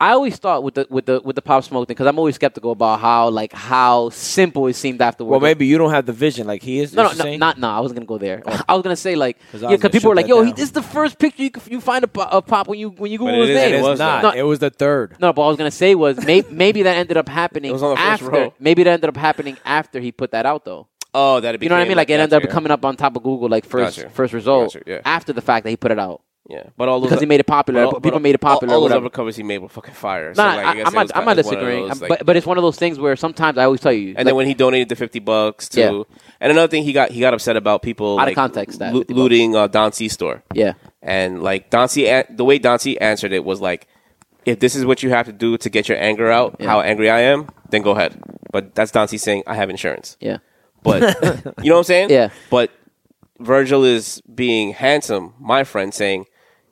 [SPEAKER 3] I always thought with the with the with the pop smoke thing because I'm always skeptical about how like how simple it seemed afterwards.
[SPEAKER 4] Well, maybe you don't have the vision like he is.
[SPEAKER 3] No,
[SPEAKER 4] is
[SPEAKER 3] no,
[SPEAKER 4] you
[SPEAKER 3] no,
[SPEAKER 4] saying?
[SPEAKER 3] not no. I was gonna go there. I was gonna say like,
[SPEAKER 4] Oh. 'Cause I
[SPEAKER 3] yeah,
[SPEAKER 4] was
[SPEAKER 3] because
[SPEAKER 4] gonna
[SPEAKER 3] people were
[SPEAKER 4] shut
[SPEAKER 3] like,
[SPEAKER 4] that
[SPEAKER 3] "Yo, he,
[SPEAKER 4] down.
[SPEAKER 3] this is the first picture you, c- you find of, of pop when you when you Google
[SPEAKER 2] it
[SPEAKER 3] his
[SPEAKER 2] is-
[SPEAKER 3] name."
[SPEAKER 4] It
[SPEAKER 2] was
[SPEAKER 4] was not.
[SPEAKER 3] though.
[SPEAKER 4] It was the third.
[SPEAKER 3] No, but what I was gonna say was maybe, maybe that ended up happening
[SPEAKER 2] It was on the first
[SPEAKER 3] after.
[SPEAKER 2] row.
[SPEAKER 3] Maybe that ended up happening after he put that out, though.
[SPEAKER 2] Oh, that'd be
[SPEAKER 3] You know what I mean? Like it ended up coming up on top of Google, like first
[SPEAKER 2] Gotcha.
[SPEAKER 3] first result
[SPEAKER 2] Gotcha, yeah.
[SPEAKER 3] after the fact that he put it out
[SPEAKER 2] Yeah, but all those
[SPEAKER 3] because he made it popular.
[SPEAKER 2] all-
[SPEAKER 3] but people made it popular.
[SPEAKER 2] All, all
[SPEAKER 3] or
[SPEAKER 2] those
[SPEAKER 3] whatever.
[SPEAKER 2] other covers he made were fucking fire.
[SPEAKER 3] No,
[SPEAKER 2] So,
[SPEAKER 3] no,
[SPEAKER 2] like, I guess
[SPEAKER 3] I, I'm
[SPEAKER 2] it
[SPEAKER 3] not.
[SPEAKER 2] was
[SPEAKER 3] I'm
[SPEAKER 2] kind
[SPEAKER 3] not
[SPEAKER 2] of one of
[SPEAKER 3] disagreeing.
[SPEAKER 2] those,
[SPEAKER 3] I'm-
[SPEAKER 2] like-
[SPEAKER 3] but but it's one of those things where sometimes I always tell you,
[SPEAKER 2] And then when he donated the fifty bucks to,
[SPEAKER 3] Yeah.
[SPEAKER 2] and another thing he got he got upset about people
[SPEAKER 3] Out of
[SPEAKER 2] like,
[SPEAKER 3] context, that
[SPEAKER 2] loo-
[SPEAKER 3] 50 bucks.
[SPEAKER 2] looting uh, Don C store.
[SPEAKER 3] yeah,
[SPEAKER 2] and like Don C, an- the way Don C answered it was like, if this is what you have to do to get your anger out, how angry I am, then go ahead. But that's Don C saying I have insurance.
[SPEAKER 3] yeah,
[SPEAKER 2] But you know what I'm saying?
[SPEAKER 3] Yeah.
[SPEAKER 2] But Virgil is being handsome, my friend, saying,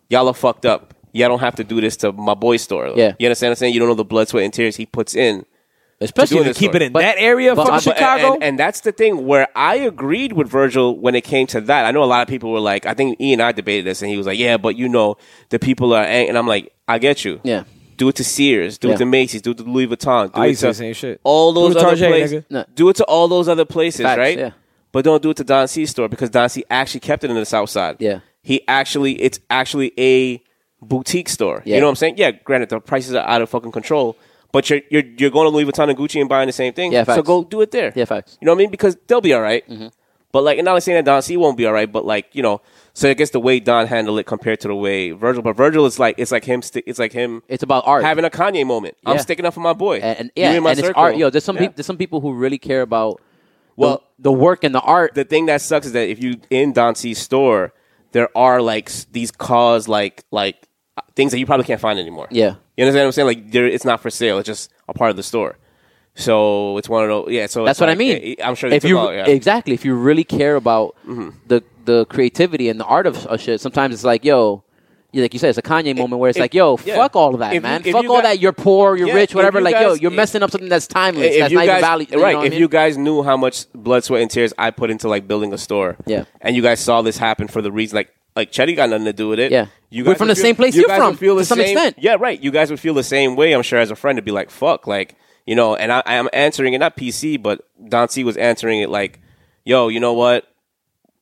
[SPEAKER 2] Y'all are fucked up. Y'all don't have to do this to my boy store.
[SPEAKER 3] Yeah.
[SPEAKER 2] You understand what I'm saying? You don't know the blood, sweat, and tears he puts in.
[SPEAKER 4] Especially
[SPEAKER 2] doing
[SPEAKER 4] to
[SPEAKER 2] this
[SPEAKER 4] keep
[SPEAKER 2] for.
[SPEAKER 4] it in
[SPEAKER 3] But-
[SPEAKER 4] that area
[SPEAKER 3] but-
[SPEAKER 4] from
[SPEAKER 3] but-
[SPEAKER 2] But-
[SPEAKER 4] Chicago.
[SPEAKER 2] And, and that's the thing where I agreed with Virgil when it came to that. I know a lot of people were like, I think E and I debated this, and he was like, Yeah, but you know, the people are angry. And I'm like, I get you.
[SPEAKER 3] Yeah.
[SPEAKER 2] Do it to Sears. Do
[SPEAKER 3] Yeah.
[SPEAKER 2] it to Macy's. Do it to Louis Vuitton. Do
[SPEAKER 4] I
[SPEAKER 2] it
[SPEAKER 4] used to
[SPEAKER 2] to
[SPEAKER 4] the same shit.
[SPEAKER 2] all
[SPEAKER 4] Do it
[SPEAKER 2] those
[SPEAKER 4] to
[SPEAKER 2] other
[SPEAKER 4] Target,
[SPEAKER 2] places.
[SPEAKER 4] nigga.
[SPEAKER 3] No.
[SPEAKER 2] Do it to all those other places,
[SPEAKER 3] Facts,
[SPEAKER 2] right?
[SPEAKER 3] yeah.
[SPEAKER 2] But don't do it to Don C store because Don C actually kept it in the South Side.
[SPEAKER 3] Yeah.
[SPEAKER 2] He actually, it's actually a boutique store.
[SPEAKER 3] Yeah.
[SPEAKER 2] You know what I'm saying? Yeah, granted the prices are out of fucking control, but you're you're you're going to Louis Vuitton and Gucci and buying the same thing.
[SPEAKER 3] Yeah,
[SPEAKER 2] so
[SPEAKER 3] facts.
[SPEAKER 2] go do it there.
[SPEAKER 3] Yeah, facts. Mm-hmm.
[SPEAKER 2] You know what I mean? Because they'll be all right. But like, and not like saying that Don C won't be all right, but like, you know, so I guess the way Don handled it compared to the way Virgil, but Virgil is like, it's like him, sti- it's like him
[SPEAKER 3] It's about art.
[SPEAKER 2] having a Kanye moment. I'm
[SPEAKER 3] Yeah.
[SPEAKER 2] sticking up for my boy.
[SPEAKER 3] and, and-
[SPEAKER 2] You
[SPEAKER 3] yeah,
[SPEAKER 2] in my
[SPEAKER 3] and it's
[SPEAKER 2] circle.
[SPEAKER 3] art. Yo, there's some
[SPEAKER 2] Yeah.
[SPEAKER 3] people. There's some people who really care about
[SPEAKER 2] Well-
[SPEAKER 3] the, the work and the art.
[SPEAKER 2] the thing that sucks is that if you in Don C's store, there are like s- these cause like like uh, things that you probably can't find anymore.
[SPEAKER 3] Yeah.
[SPEAKER 2] you understand what I'm saying? Like there, it's not for sale. It's just a part of the store. So it's one of those. Yeah, so
[SPEAKER 3] That's
[SPEAKER 2] it's
[SPEAKER 3] what I
[SPEAKER 2] like-
[SPEAKER 3] mean.
[SPEAKER 2] yeah, I'm sure they
[SPEAKER 3] if
[SPEAKER 2] took
[SPEAKER 3] you
[SPEAKER 2] all- yeah. Mm-hmm.
[SPEAKER 3] exactly if you really care about the the creativity and the art of, of shit, sometimes it's like yo. yeah, Like you said, it's a Kanye moment where it's
[SPEAKER 2] if-
[SPEAKER 3] like, "Yo,
[SPEAKER 2] yeah.
[SPEAKER 3] fuck all of that,
[SPEAKER 2] If you-
[SPEAKER 3] man.
[SPEAKER 2] if
[SPEAKER 3] fuck
[SPEAKER 2] you
[SPEAKER 3] all
[SPEAKER 2] got-
[SPEAKER 3] that. You're poor, you're
[SPEAKER 2] Yeah,
[SPEAKER 3] rich,
[SPEAKER 2] if
[SPEAKER 3] whatever.
[SPEAKER 2] you
[SPEAKER 3] Like, yo,
[SPEAKER 2] guys-
[SPEAKER 3] you're messing up something that's timeless.
[SPEAKER 2] if
[SPEAKER 3] that's
[SPEAKER 2] you
[SPEAKER 3] not
[SPEAKER 2] guys,
[SPEAKER 3] even valid. you know
[SPEAKER 2] right?
[SPEAKER 3] what I
[SPEAKER 2] if
[SPEAKER 3] mean?
[SPEAKER 2] you guys knew how much blood, sweat, and tears I put into like building a store,
[SPEAKER 3] Yeah.
[SPEAKER 2] and you guys saw this happen for the reason, like like Chetty got nothing to do with it,
[SPEAKER 3] Yeah.
[SPEAKER 2] You
[SPEAKER 3] We're
[SPEAKER 2] guys
[SPEAKER 3] from
[SPEAKER 2] would
[SPEAKER 3] the same place
[SPEAKER 2] you
[SPEAKER 3] you're
[SPEAKER 2] guys
[SPEAKER 3] from,
[SPEAKER 2] would feel the
[SPEAKER 3] to some
[SPEAKER 2] same,
[SPEAKER 3] extent.
[SPEAKER 2] Yeah, right. You guys would feel the same way, I'm sure, as a friend, to be like, fuck, like you know. And I, I'm answering it not PC, but Don C was answering it like, yo, you know what?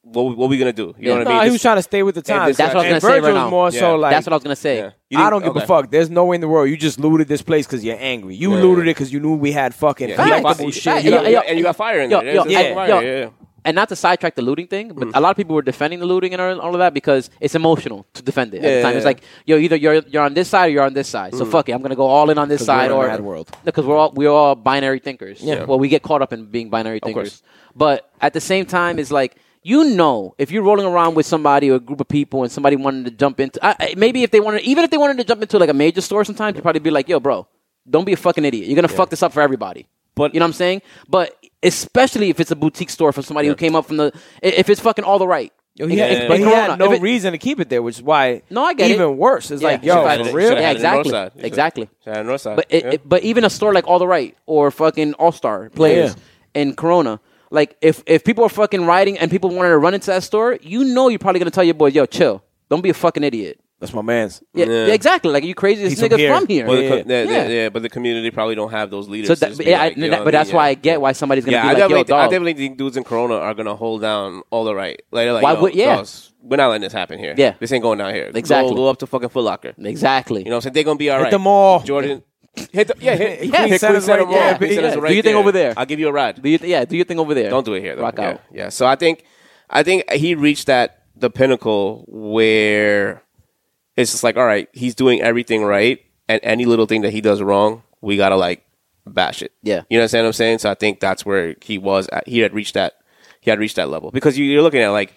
[SPEAKER 2] What we- what we gonna do? You
[SPEAKER 3] Yeah.
[SPEAKER 2] know what I
[SPEAKER 4] No,
[SPEAKER 2] mean?
[SPEAKER 4] he
[SPEAKER 2] This-
[SPEAKER 4] was trying to stay with the times.
[SPEAKER 2] that's what I was
[SPEAKER 4] And
[SPEAKER 3] gonna say right
[SPEAKER 4] Virgil's
[SPEAKER 3] now.
[SPEAKER 4] more
[SPEAKER 2] Yeah.
[SPEAKER 4] so like
[SPEAKER 3] that's what I was gonna say.
[SPEAKER 2] yeah. You
[SPEAKER 4] I
[SPEAKER 2] think-
[SPEAKER 4] don't give
[SPEAKER 2] okay.
[SPEAKER 4] a fuck. There's no way in the world you just looted this place because you're angry. You
[SPEAKER 2] Yeah,
[SPEAKER 4] looted
[SPEAKER 2] yeah.
[SPEAKER 4] it because you knew we had fucking
[SPEAKER 2] Yeah, you got
[SPEAKER 4] yeah,
[SPEAKER 2] fi-
[SPEAKER 4] shit.
[SPEAKER 3] Fact.
[SPEAKER 2] you
[SPEAKER 3] Yo,
[SPEAKER 2] got-
[SPEAKER 3] yo,
[SPEAKER 2] and you got fire in
[SPEAKER 3] yo,
[SPEAKER 2] there.
[SPEAKER 3] yo,
[SPEAKER 2] There's- there's
[SPEAKER 3] I-
[SPEAKER 2] fire,
[SPEAKER 3] yo.
[SPEAKER 2] yeah, Mm. yeah.
[SPEAKER 3] and not to sidetrack the looting thing, but a lot of people were defending the looting and all all of that because it's emotional to defend it. at the
[SPEAKER 2] Yeah,
[SPEAKER 3] time,
[SPEAKER 2] yeah,
[SPEAKER 3] it's
[SPEAKER 2] yeah. Mm.
[SPEAKER 3] like yo, either you're you're on this side or you're on this side. So fuck it, I'm gonna go all in on this
[SPEAKER 4] 'Cause we're
[SPEAKER 3] side
[SPEAKER 4] in a
[SPEAKER 3] or
[SPEAKER 4] mad world.
[SPEAKER 3] because we're all we're all binary thinkers.
[SPEAKER 2] Yeah.
[SPEAKER 3] Well, we get caught up in being binary
[SPEAKER 2] course.
[SPEAKER 3] thinkers, but at the same time, it's like. You know, if you're rolling around with somebody or a group of people, and somebody wanted to jump into, I, I- maybe if they wanted, even if they wanted to jump into like a major store, sometimes you'd probably be like, "Yo, bro, don't be a fucking idiot. You're gonna fuck this up for everybody."
[SPEAKER 2] But-
[SPEAKER 3] you know what I'm saying? But especially if it's a boutique store for somebody who came up from the, i- if it's fucking all the right.
[SPEAKER 4] Yo, he
[SPEAKER 2] Yeah,
[SPEAKER 4] had,
[SPEAKER 2] yeah,
[SPEAKER 4] but he
[SPEAKER 3] yeah.
[SPEAKER 4] had
[SPEAKER 3] Corona.
[SPEAKER 4] no
[SPEAKER 3] If it-
[SPEAKER 4] reason to keep it there, which is why
[SPEAKER 3] No, I get it.
[SPEAKER 4] even worse. It's
[SPEAKER 3] Yeah.
[SPEAKER 4] like,
[SPEAKER 2] Should've
[SPEAKER 4] yo,
[SPEAKER 2] had it-
[SPEAKER 4] for real?
[SPEAKER 2] should've
[SPEAKER 3] Yeah,
[SPEAKER 2] had it on the north
[SPEAKER 3] exactly.
[SPEAKER 2] side. You should've-
[SPEAKER 3] Exactly.
[SPEAKER 2] should've had it on the north side.
[SPEAKER 3] But it,
[SPEAKER 2] Yeah.
[SPEAKER 3] it, but even a store like All the Right or fucking All Star players in Corona, like if if people are fucking riding and people wanted to run into that store, you know you're probably gonna tell your boy, yo, chill, don't be a fucking idiot.
[SPEAKER 4] That's my man's.
[SPEAKER 3] Yeah,
[SPEAKER 2] Yeah.
[SPEAKER 3] yeah, exactly. Like you crazy, this
[SPEAKER 4] He's from
[SPEAKER 3] nigga
[SPEAKER 4] here.
[SPEAKER 3] from here.
[SPEAKER 2] Well, the
[SPEAKER 4] Yeah,
[SPEAKER 2] co- yeah,
[SPEAKER 3] yeah.
[SPEAKER 2] yeah, but the community probably don't have those leaders.
[SPEAKER 3] So
[SPEAKER 2] to
[SPEAKER 3] that,
[SPEAKER 2] just be
[SPEAKER 3] yeah,
[SPEAKER 2] like, you
[SPEAKER 3] I- that-
[SPEAKER 2] know
[SPEAKER 3] but
[SPEAKER 2] what
[SPEAKER 3] that's
[SPEAKER 2] mean?
[SPEAKER 3] why
[SPEAKER 2] Yeah.
[SPEAKER 3] I get why somebody's gonna
[SPEAKER 2] yeah,
[SPEAKER 3] be
[SPEAKER 2] I
[SPEAKER 3] like,
[SPEAKER 2] definitely,
[SPEAKER 3] yo,
[SPEAKER 2] I
[SPEAKER 3] dog.
[SPEAKER 2] definitely think dudes in Corona are gonna hold down all the right. Like, they're like
[SPEAKER 3] Why
[SPEAKER 2] yo,
[SPEAKER 3] would- yeah.
[SPEAKER 2] dogs, we're not letting this happen here.
[SPEAKER 3] Yeah.
[SPEAKER 2] this ain't going down here.
[SPEAKER 3] Exactly.
[SPEAKER 2] go, go up to fucking Foot Locker. You
[SPEAKER 3] exactly.
[SPEAKER 2] know, what I'm saying they're gonna be all right.
[SPEAKER 4] the mall.
[SPEAKER 2] Jordan. Hit the yeah, hit,
[SPEAKER 4] Queen
[SPEAKER 2] yeah, hit
[SPEAKER 4] Center's
[SPEAKER 2] Queen Center
[SPEAKER 4] right
[SPEAKER 2] Mall.
[SPEAKER 4] there,
[SPEAKER 2] Queen
[SPEAKER 4] bitch.
[SPEAKER 2] Center's
[SPEAKER 4] Yeah.
[SPEAKER 2] right
[SPEAKER 3] Do your thing over there.
[SPEAKER 2] I'll give you a ride.
[SPEAKER 3] do you th- yeah, do your thing over there.
[SPEAKER 2] Don't do it here. Though.
[SPEAKER 3] Rock
[SPEAKER 2] yeah.
[SPEAKER 3] out.
[SPEAKER 2] Yeah. So I think, I think he reached that the pinnacle where it's just like, all right, he's doing everything right, and any little thing that he does wrong, we gotta like bash it.
[SPEAKER 3] Yeah.
[SPEAKER 2] You know what I'm saying? So I think that's where he was. At. He had reached that. He had reached that level because you, you're looking at like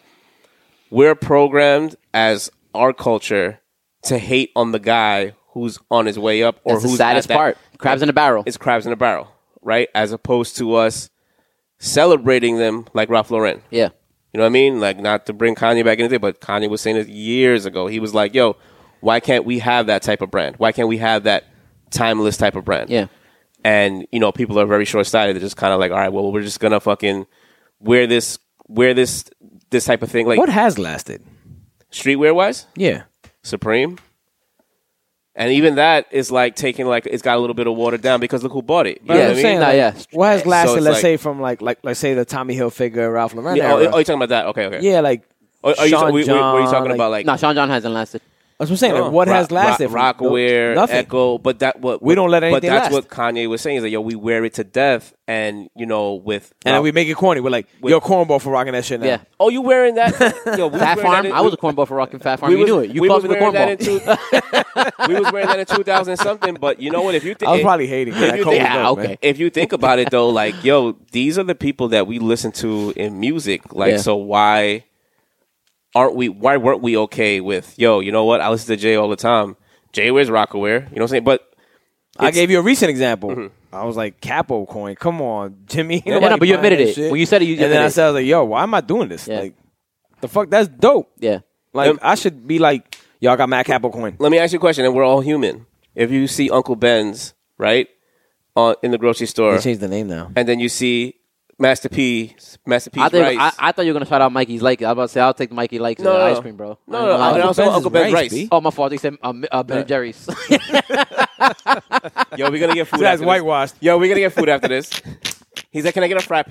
[SPEAKER 2] we're programmed as our culture to hate on the guy who's on his way up or
[SPEAKER 3] That's the
[SPEAKER 2] who's
[SPEAKER 3] saddest
[SPEAKER 2] at that-
[SPEAKER 3] part. Crabs in a barrel.
[SPEAKER 2] it's crabs in a barrel, right? As opposed to us celebrating them like Ralph Lauren.
[SPEAKER 3] yeah.
[SPEAKER 2] You know what I mean? Like not to bring Kanye back into it, but Kanye was saying this years ago. He was like, "Yo, why can't we have that type of brand? Why can't we have that timeless type of brand?"
[SPEAKER 3] Yeah.
[SPEAKER 2] And you know, people are very short sighted. They're just kind of like, "All right, well, we're just gonna fucking wear this, wear this, this type of thing." Like
[SPEAKER 4] What has lasted?
[SPEAKER 2] streetwear wise,
[SPEAKER 4] Yeah.
[SPEAKER 2] Supreme. And even that is like taking like it's got a little bit of watered down because look who bought it. You know
[SPEAKER 4] But
[SPEAKER 2] what
[SPEAKER 4] I'm
[SPEAKER 2] I mean?
[SPEAKER 4] saying,
[SPEAKER 3] Nah,
[SPEAKER 4] like,
[SPEAKER 3] yeah.
[SPEAKER 4] what has
[SPEAKER 2] So
[SPEAKER 4] lasted,
[SPEAKER 2] it's
[SPEAKER 4] let's
[SPEAKER 2] like-
[SPEAKER 4] say, from like, like, let's say the Tommy Hilfiger, Ralph Lauren
[SPEAKER 2] Yeah, oh, oh,
[SPEAKER 4] era.
[SPEAKER 2] you're talking about that? Okay, okay.
[SPEAKER 4] yeah, like,
[SPEAKER 2] Are, are you,
[SPEAKER 4] Sean
[SPEAKER 2] were, were- were you
[SPEAKER 4] John,
[SPEAKER 2] talking about
[SPEAKER 3] No,
[SPEAKER 2] like
[SPEAKER 3] nah, Sean John hasn't lasted.
[SPEAKER 4] That's what I'm saying.
[SPEAKER 2] no,
[SPEAKER 3] Uh-huh.
[SPEAKER 4] Like, what
[SPEAKER 2] Rock-
[SPEAKER 4] has lasted? from-
[SPEAKER 2] Rock, Rockware,
[SPEAKER 4] Nothing.
[SPEAKER 2] Echo, but that what
[SPEAKER 4] We don't let
[SPEAKER 2] But
[SPEAKER 4] anything
[SPEAKER 2] that's
[SPEAKER 4] last.
[SPEAKER 2] what Kanye was saying is that yo, we wear it to death, and you know with
[SPEAKER 4] And then we make it corny. We're like, yo, cornball for rocking that shit now.
[SPEAKER 3] Yeah.
[SPEAKER 2] oh you wearing that? yo, we
[SPEAKER 3] Fat
[SPEAKER 2] wearing
[SPEAKER 3] Farm.
[SPEAKER 2] that in-
[SPEAKER 3] I was a cornball for rocking Fat Farm.
[SPEAKER 2] we
[SPEAKER 3] you
[SPEAKER 2] was-
[SPEAKER 3] knew it. You
[SPEAKER 2] we
[SPEAKER 3] called me
[SPEAKER 2] was
[SPEAKER 3] the
[SPEAKER 2] wearing that
[SPEAKER 3] cornball.
[SPEAKER 2] in two- we was wearing that in two thousand something, but you know what? If you think
[SPEAKER 4] I was probably hating. when
[SPEAKER 2] if
[SPEAKER 4] that
[SPEAKER 2] you
[SPEAKER 4] cold
[SPEAKER 2] think-
[SPEAKER 4] was
[SPEAKER 3] Yeah,
[SPEAKER 4] up, man.
[SPEAKER 3] okay.
[SPEAKER 2] if you think about it though, like yo, these are the people that we listen to in music. Like,
[SPEAKER 3] Yeah.
[SPEAKER 2] so why aren't we? Why weren't we okay with yo? You know what? I listen to Jay all the time. Jay wears Rockaware. You know what I'm saying? But
[SPEAKER 4] I gave you a recent example. I was like, Capo coin, come on, Jimmy.
[SPEAKER 3] Mm-hmm. no,
[SPEAKER 4] Nobody
[SPEAKER 3] but you
[SPEAKER 4] buying
[SPEAKER 3] admitted
[SPEAKER 4] that
[SPEAKER 3] it.
[SPEAKER 4] shit.
[SPEAKER 3] When you said it, you
[SPEAKER 4] and then I
[SPEAKER 3] admitted it.
[SPEAKER 4] said, I was like, yo, why am I doing this?
[SPEAKER 3] Yeah.
[SPEAKER 4] Like, the fuck, that's dope.
[SPEAKER 3] yeah.
[SPEAKER 4] Like,
[SPEAKER 2] Yep.
[SPEAKER 4] I should be like, y'all got my Capo coin.
[SPEAKER 2] let me ask you a question, and we're all human. If you see Uncle Ben's right on in the grocery store,
[SPEAKER 4] They changed the name now.
[SPEAKER 2] and then you see Master P, Master P's
[SPEAKER 3] I, think,
[SPEAKER 2] rice.
[SPEAKER 3] I, I thought you were gonna shout out Mikey's like. I was about to say I'll take Mikey likes
[SPEAKER 2] no, no,
[SPEAKER 3] ice
[SPEAKER 2] no.
[SPEAKER 3] cream, bro.
[SPEAKER 2] No, no,
[SPEAKER 3] I
[SPEAKER 2] no, and
[SPEAKER 3] ain't gonna
[SPEAKER 2] also
[SPEAKER 4] Ben's
[SPEAKER 2] Uncle
[SPEAKER 4] is
[SPEAKER 2] Ben's
[SPEAKER 4] rice,
[SPEAKER 2] rice.
[SPEAKER 4] B.
[SPEAKER 3] lie. oh my fault. They said um, uh, Ben and Jerry's.
[SPEAKER 2] Yo, we're gonna get food. after
[SPEAKER 4] That's
[SPEAKER 2] this.
[SPEAKER 4] whitewashed.
[SPEAKER 2] Yo, we're gonna get food after this. He's like, "Can I get a frappe?"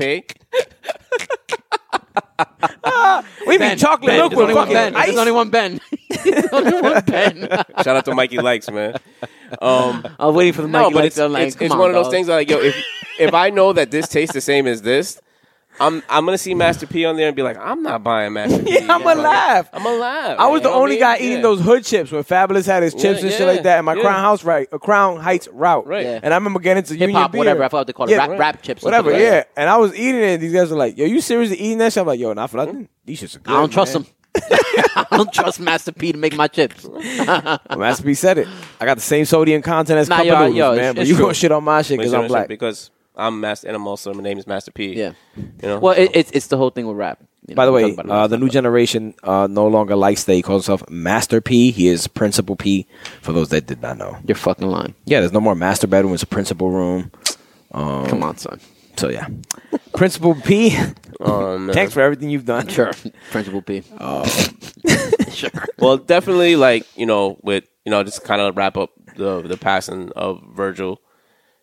[SPEAKER 4] We mean chocolate milk
[SPEAKER 3] There's
[SPEAKER 4] with
[SPEAKER 3] only one
[SPEAKER 4] fucking
[SPEAKER 3] Ben. There's
[SPEAKER 4] ice.
[SPEAKER 3] only one Ben. It's only one pen.
[SPEAKER 2] Shout out to Mikey Likes, man. Um,
[SPEAKER 3] I was waiting for the mic.
[SPEAKER 2] no, but it's,
[SPEAKER 3] i like,
[SPEAKER 2] it's,
[SPEAKER 3] come
[SPEAKER 2] it's
[SPEAKER 3] on,
[SPEAKER 2] one of those
[SPEAKER 3] dog.
[SPEAKER 2] things that, like, yo, if if I know that this tastes the same as this, I'm I'm gonna see Master P on there and be like, I'm not buying Master P.
[SPEAKER 4] Yeah, I'm
[SPEAKER 2] Like,
[SPEAKER 4] gonna laugh.
[SPEAKER 2] I'm alive.
[SPEAKER 4] I was
[SPEAKER 2] You know
[SPEAKER 4] the
[SPEAKER 2] what I
[SPEAKER 4] only
[SPEAKER 2] mean?
[SPEAKER 4] guy
[SPEAKER 2] Yeah.
[SPEAKER 4] eating those hood chips when Fabulous had his chips
[SPEAKER 2] Yeah,
[SPEAKER 4] and shit
[SPEAKER 2] yeah,
[SPEAKER 4] like that. And my
[SPEAKER 2] yeah.
[SPEAKER 4] Crown House right, uh, Crown Heights route.
[SPEAKER 2] Right.
[SPEAKER 3] Yeah.
[SPEAKER 4] And I remember getting to
[SPEAKER 3] hip
[SPEAKER 4] Union
[SPEAKER 3] hop,
[SPEAKER 4] Beer,
[SPEAKER 3] whatever. I forgot what they call it.
[SPEAKER 4] Yeah,
[SPEAKER 3] rap,
[SPEAKER 4] right.
[SPEAKER 3] rap chips. or something
[SPEAKER 4] whatever.
[SPEAKER 3] like
[SPEAKER 4] Yeah.
[SPEAKER 3] that.
[SPEAKER 4] And I was eating it. and These guys were like, "Yo, you seriously eating that shit?" I'm like, "Yo, not for nothing. These shits are good."
[SPEAKER 3] Hmm. I don't trust
[SPEAKER 4] man.
[SPEAKER 3] him. I don't trust Master P to make my chips.
[SPEAKER 4] Well, Master P said it. I got the same sodium content as
[SPEAKER 3] Nah,
[SPEAKER 4] cup of
[SPEAKER 3] yo,
[SPEAKER 4] noodles,
[SPEAKER 3] yo,
[SPEAKER 4] man.
[SPEAKER 3] it's-
[SPEAKER 4] But
[SPEAKER 3] it's
[SPEAKER 4] you
[SPEAKER 3] true.
[SPEAKER 4] gonna shit on my
[SPEAKER 2] Like,
[SPEAKER 4] shit because
[SPEAKER 2] you know
[SPEAKER 4] I'm
[SPEAKER 2] what I'm saying?
[SPEAKER 4] black.
[SPEAKER 2] because I'm Master and I'm also my name is Master P.
[SPEAKER 3] Yeah.
[SPEAKER 2] You know.
[SPEAKER 3] Well, it, it's it's the whole thing with rap. You know,
[SPEAKER 4] By the
[SPEAKER 3] we
[SPEAKER 4] way,
[SPEAKER 3] talk about it.
[SPEAKER 4] uh, the new generation uh, no longer likes that he calls himself Master P. He is Principal P. For those that did not know,
[SPEAKER 3] you're fucking lying.
[SPEAKER 4] yeah, there's no more master bedroom. It's a principal room.
[SPEAKER 3] Come on, son.
[SPEAKER 4] So yeah, Principal P.
[SPEAKER 2] um,
[SPEAKER 4] Thanks for everything you've done.
[SPEAKER 3] Sure, Principal P. Oh, sure.
[SPEAKER 2] well, definitely, like you know, with you know, just kind of wrap up the the passing of Virgil.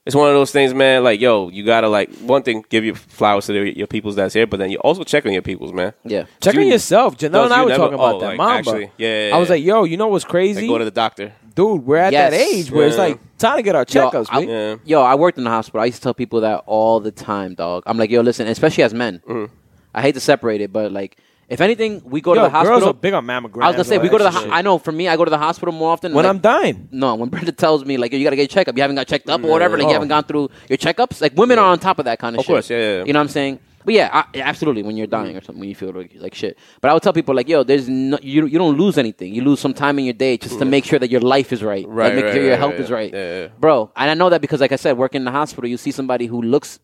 [SPEAKER 2] It's one of those things, man. Like, yo, you gotta like one thing, give your flowers to the, your peoples that's here, but then you also check on your peoples, man.
[SPEAKER 3] Yeah.
[SPEAKER 4] Check on
[SPEAKER 2] You-
[SPEAKER 4] yourself. Janelle
[SPEAKER 2] Does
[SPEAKER 4] and I
[SPEAKER 2] you
[SPEAKER 4] were
[SPEAKER 2] never-
[SPEAKER 4] talking about
[SPEAKER 2] oh,
[SPEAKER 4] that,
[SPEAKER 2] like,
[SPEAKER 4] Mamba.
[SPEAKER 2] actually, yeah, yeah,
[SPEAKER 4] I was
[SPEAKER 2] yeah.
[SPEAKER 4] like, "Yo, you know what's
[SPEAKER 2] Like,
[SPEAKER 4] crazy,
[SPEAKER 2] go to the doctor.
[SPEAKER 4] dude? We're at that
[SPEAKER 3] Yes.
[SPEAKER 4] age where it's
[SPEAKER 2] Yeah.
[SPEAKER 4] like time to get our
[SPEAKER 3] Yo,
[SPEAKER 4] checkups.
[SPEAKER 3] I,
[SPEAKER 4] man.
[SPEAKER 2] Yeah.
[SPEAKER 3] yo, I worked in the hospital. I used to tell people that all the time, dog. I'm like, yo, listen, especially as men. I hate to separate it, but like, if anything, we go
[SPEAKER 4] Yo,
[SPEAKER 3] to the
[SPEAKER 4] girls
[SPEAKER 3] hospital.
[SPEAKER 4] are big on mammograms.
[SPEAKER 3] I was gonna say
[SPEAKER 4] and
[SPEAKER 3] we go
[SPEAKER 4] all
[SPEAKER 3] to the.
[SPEAKER 4] that
[SPEAKER 3] Ho-
[SPEAKER 4] shit.
[SPEAKER 3] I know for me, I go to the hospital more often.
[SPEAKER 4] when
[SPEAKER 3] like-
[SPEAKER 4] I'm dying.
[SPEAKER 3] No, when Brenda tells me like yo, you gotta get a checkup, you haven't got checked up or whatever, like
[SPEAKER 4] Oh.
[SPEAKER 3] you haven't gone through your checkups. Like women are on top of that kind
[SPEAKER 2] Mm,
[SPEAKER 3] of,
[SPEAKER 2] Of
[SPEAKER 3] shit.
[SPEAKER 2] course, yeah, yeah, Mm. yeah.
[SPEAKER 3] You know what I'm saying? But yeah, I, yeah, absolutely. When you're dying or something, when you feel like, like shit. But I would tell people like, yo, there's no, you you don't lose anything. You lose some time in your day just to make sure that your life is right,
[SPEAKER 2] Right,
[SPEAKER 3] Like, make
[SPEAKER 2] right,
[SPEAKER 3] sure your
[SPEAKER 2] right,
[SPEAKER 3] health
[SPEAKER 2] right,
[SPEAKER 3] is right,
[SPEAKER 2] yeah, yeah.
[SPEAKER 3] bro. And I know that because like I said, working in the hospital, you see somebody who looks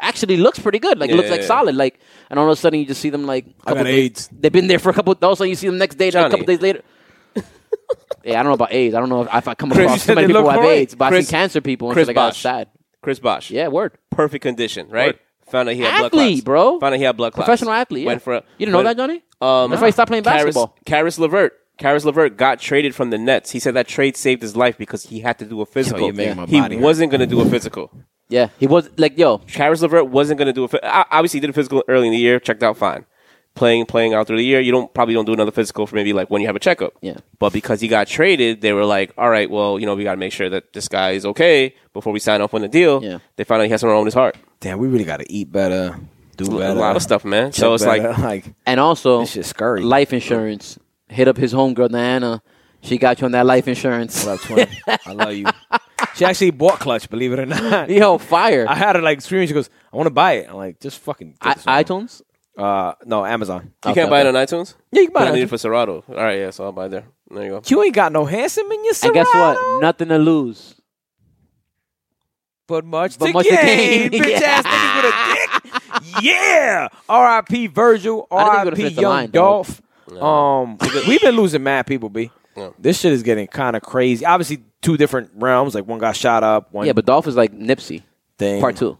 [SPEAKER 3] actually looks pretty good, like
[SPEAKER 2] Yeah,
[SPEAKER 3] looks
[SPEAKER 2] yeah,
[SPEAKER 3] like
[SPEAKER 2] yeah.
[SPEAKER 3] solid, like, and all of a sudden you just see them like
[SPEAKER 4] I got
[SPEAKER 3] couple days-
[SPEAKER 4] AIDS.
[SPEAKER 3] They've been there for a couple. All of a sudden you see them next day, like, a couple
[SPEAKER 2] Johnny.
[SPEAKER 3] days later. Yeah, Eh, I don't know about AIDS. I don't know if, if I come
[SPEAKER 4] you
[SPEAKER 3] across
[SPEAKER 4] said
[SPEAKER 3] so many
[SPEAKER 4] they
[SPEAKER 3] people who
[SPEAKER 4] look
[SPEAKER 3] have
[SPEAKER 4] great.
[SPEAKER 3] AIDS, but I
[SPEAKER 2] Chris-
[SPEAKER 3] see cancer people and
[SPEAKER 2] Chris
[SPEAKER 3] shit like that.
[SPEAKER 2] Bosch.
[SPEAKER 3] Sad.
[SPEAKER 2] Chris Bosch.
[SPEAKER 3] Yeah, word.
[SPEAKER 2] Perfect condition, right?
[SPEAKER 4] Word.
[SPEAKER 2] Found out he had blood
[SPEAKER 3] Athlete,
[SPEAKER 2] clots.
[SPEAKER 3] bro.
[SPEAKER 2] Found out he had blood clots.
[SPEAKER 3] Professional athlete. Yeah.
[SPEAKER 2] Went for a,
[SPEAKER 3] you didn't know that,
[SPEAKER 2] went-
[SPEAKER 3] Johnny?
[SPEAKER 2] Um,
[SPEAKER 3] That's why he stopped playing
[SPEAKER 2] Karis-
[SPEAKER 3] basketball.
[SPEAKER 2] Karis Levert. Karis Levert got traded from the Nets. He said that trade saved his life because he had to do a physical.
[SPEAKER 5] you make my
[SPEAKER 2] he
[SPEAKER 5] body hurt.
[SPEAKER 2] wasn't going to do a physical.
[SPEAKER 3] Yeah, he was like, yo,
[SPEAKER 2] Karis Levert wasn't going to do a phy- o- obviously he did a physical early in the year, checked out fine. Playing playing out through the year, you don't probably don't do another physical for maybe like when you have a checkup.
[SPEAKER 3] Yeah.
[SPEAKER 2] But because he got traded, they were like, all right, well, you know, we got to make sure that this guy is okay before we sign off on the deal.
[SPEAKER 3] Yeah.
[SPEAKER 2] They found out he has something wrong with his heart.
[SPEAKER 4] Damn, we really gotta eat better, do
[SPEAKER 2] A
[SPEAKER 4] better,
[SPEAKER 2] lot of stuff, man.
[SPEAKER 4] check
[SPEAKER 2] So it's like,
[SPEAKER 4] better. like
[SPEAKER 3] and also
[SPEAKER 4] This shit's scary.
[SPEAKER 3] life insurance. Hit up his homegirl Diana. She got you on that life insurance.
[SPEAKER 4] Clutch 20. I love you. She actually bought Clutch, believe it or not.
[SPEAKER 3] yo, fire.
[SPEAKER 4] I had her like screaming. She goes, "I want to buy it." I'm like, "Just fucking." get
[SPEAKER 3] I,
[SPEAKER 4] this one."
[SPEAKER 3] iTunes.
[SPEAKER 4] uh, no, Amazon.
[SPEAKER 2] you
[SPEAKER 3] Okay,
[SPEAKER 2] can't buy it
[SPEAKER 3] okay.
[SPEAKER 2] on iTunes?
[SPEAKER 4] Yeah, you can buy
[SPEAKER 2] But
[SPEAKER 4] it
[SPEAKER 2] I
[SPEAKER 4] on
[SPEAKER 2] need it
[SPEAKER 4] iTunes.
[SPEAKER 2] for Serato. All right, yeah, so I'll buy it there. There you go.
[SPEAKER 4] You ain't got no handsome in your.
[SPEAKER 3] And guess
[SPEAKER 4] Serato,
[SPEAKER 3] what? Nothing to lose.
[SPEAKER 4] But much
[SPEAKER 3] But
[SPEAKER 4] to
[SPEAKER 3] much to
[SPEAKER 4] gain.
[SPEAKER 3] gain.
[SPEAKER 4] Bitch ass niggas with a dick. Yeah. R.I.P. Virgil.
[SPEAKER 3] I didn't think we would've
[SPEAKER 4] R.I.P.
[SPEAKER 3] finished the
[SPEAKER 4] Young
[SPEAKER 3] line, dog.
[SPEAKER 4] Dolph. Um, we've been losing mad people, b.
[SPEAKER 2] Yeah.
[SPEAKER 4] This shit is getting kind of crazy. Obviously, two different realms. Like one got shot up. One
[SPEAKER 3] Yeah, but Dolph is like Nipsey,
[SPEAKER 4] thing.
[SPEAKER 3] part two.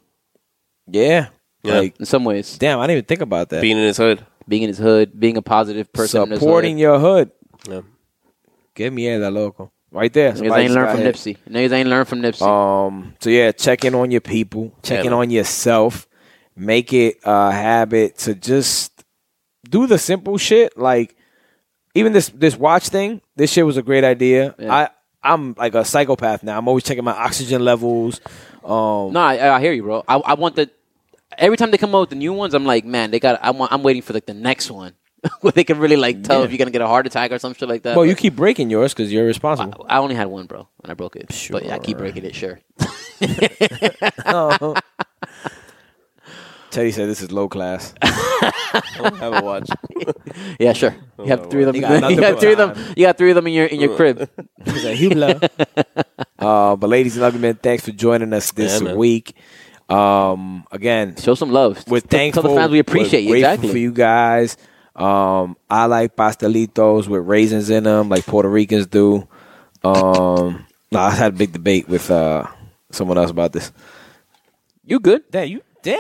[SPEAKER 4] Yeah.
[SPEAKER 2] Yeah.
[SPEAKER 4] Like
[SPEAKER 3] In some ways,
[SPEAKER 4] damn, I didn't even think about that.
[SPEAKER 2] Being in his hood.
[SPEAKER 3] being in his hood, being a positive person, in his
[SPEAKER 4] Supporting
[SPEAKER 3] hood.
[SPEAKER 4] your hood.
[SPEAKER 2] Yeah.
[SPEAKER 4] Give me that local. Right there.
[SPEAKER 3] Niggas
[SPEAKER 4] Somebody
[SPEAKER 3] ain't
[SPEAKER 4] just
[SPEAKER 3] learn
[SPEAKER 4] got
[SPEAKER 3] from
[SPEAKER 4] hit.
[SPEAKER 3] Nipsey. Niggas ain't learn from Nipsey.
[SPEAKER 4] Um. So yeah, check in on your people. Check in
[SPEAKER 2] man.
[SPEAKER 4] on yourself. Make it a habit to just do the simple shit. Like even this this watch thing. This shit was a great idea.
[SPEAKER 3] Yeah.
[SPEAKER 4] I I'm like a psychopath now. I'm always checking my oxygen levels. Um.
[SPEAKER 3] No, I, I hear you, bro. I, I want the every time they come out with the new ones, I'm like, man, they got. I want, I'm waiting for like the next one where they can really like tell if you're gonna get a heart attack or some shit like that.
[SPEAKER 4] Well,
[SPEAKER 3] But
[SPEAKER 4] you keep breaking yours because you're responsible.
[SPEAKER 3] I only had one, bro, and I broke it. But yeah, I keep breaking it. Sure.
[SPEAKER 4] No. Teddy said this is low class.
[SPEAKER 2] Have a watch.
[SPEAKER 3] Yeah, sure. You have three of them.
[SPEAKER 4] Oh, You
[SPEAKER 3] You got,
[SPEAKER 4] got nothing but
[SPEAKER 3] three of them. You got three of them in your in your crib.
[SPEAKER 4] He's like, "Hula." uh, but ladies and gentlemen, thanks for joining us this
[SPEAKER 2] Yeah, man.
[SPEAKER 4] week. Um, again,
[SPEAKER 3] Show some love.
[SPEAKER 4] We're
[SPEAKER 3] Tell- tell
[SPEAKER 4] thankful.
[SPEAKER 3] the fans we
[SPEAKER 4] we're
[SPEAKER 3] appreciate you.
[SPEAKER 4] grateful
[SPEAKER 3] Exactly.
[SPEAKER 4] for you guys. Um, I like pastelitos with raisins in them, like Puerto Ricans do. Um, no, I had a big debate with uh, someone else about this.
[SPEAKER 3] You good?
[SPEAKER 4] Damn, you damn,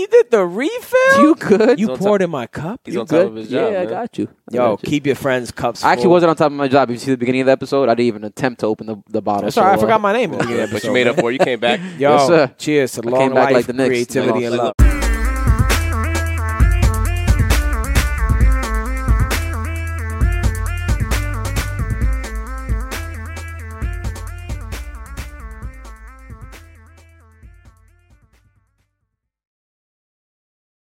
[SPEAKER 4] you did the refill.
[SPEAKER 3] You good?
[SPEAKER 4] You
[SPEAKER 2] on
[SPEAKER 4] poured in my cup.
[SPEAKER 2] He's
[SPEAKER 4] You
[SPEAKER 2] on top
[SPEAKER 3] good?
[SPEAKER 2] of his
[SPEAKER 3] yeah,
[SPEAKER 2] job.
[SPEAKER 3] I
[SPEAKER 2] man.
[SPEAKER 3] got you. I
[SPEAKER 4] Yo,
[SPEAKER 3] got you.
[SPEAKER 4] keep your friends' cups.
[SPEAKER 3] I actually
[SPEAKER 4] full.
[SPEAKER 3] wasn't on top of my job. If you see the beginning of the episode, I didn't even attempt to open the, the bottle.
[SPEAKER 4] That's all right. I
[SPEAKER 3] so, uh,
[SPEAKER 4] forgot my name. at the beginning of the
[SPEAKER 2] But you
[SPEAKER 4] episode,
[SPEAKER 2] made up
[SPEAKER 4] man.
[SPEAKER 2] for it. You came back.
[SPEAKER 4] Yo,
[SPEAKER 3] Yes, sir.
[SPEAKER 4] cheers to
[SPEAKER 3] I
[SPEAKER 4] long
[SPEAKER 3] came back
[SPEAKER 4] life,
[SPEAKER 3] like the Knicks.
[SPEAKER 4] creativity, and
[SPEAKER 3] Like
[SPEAKER 4] love.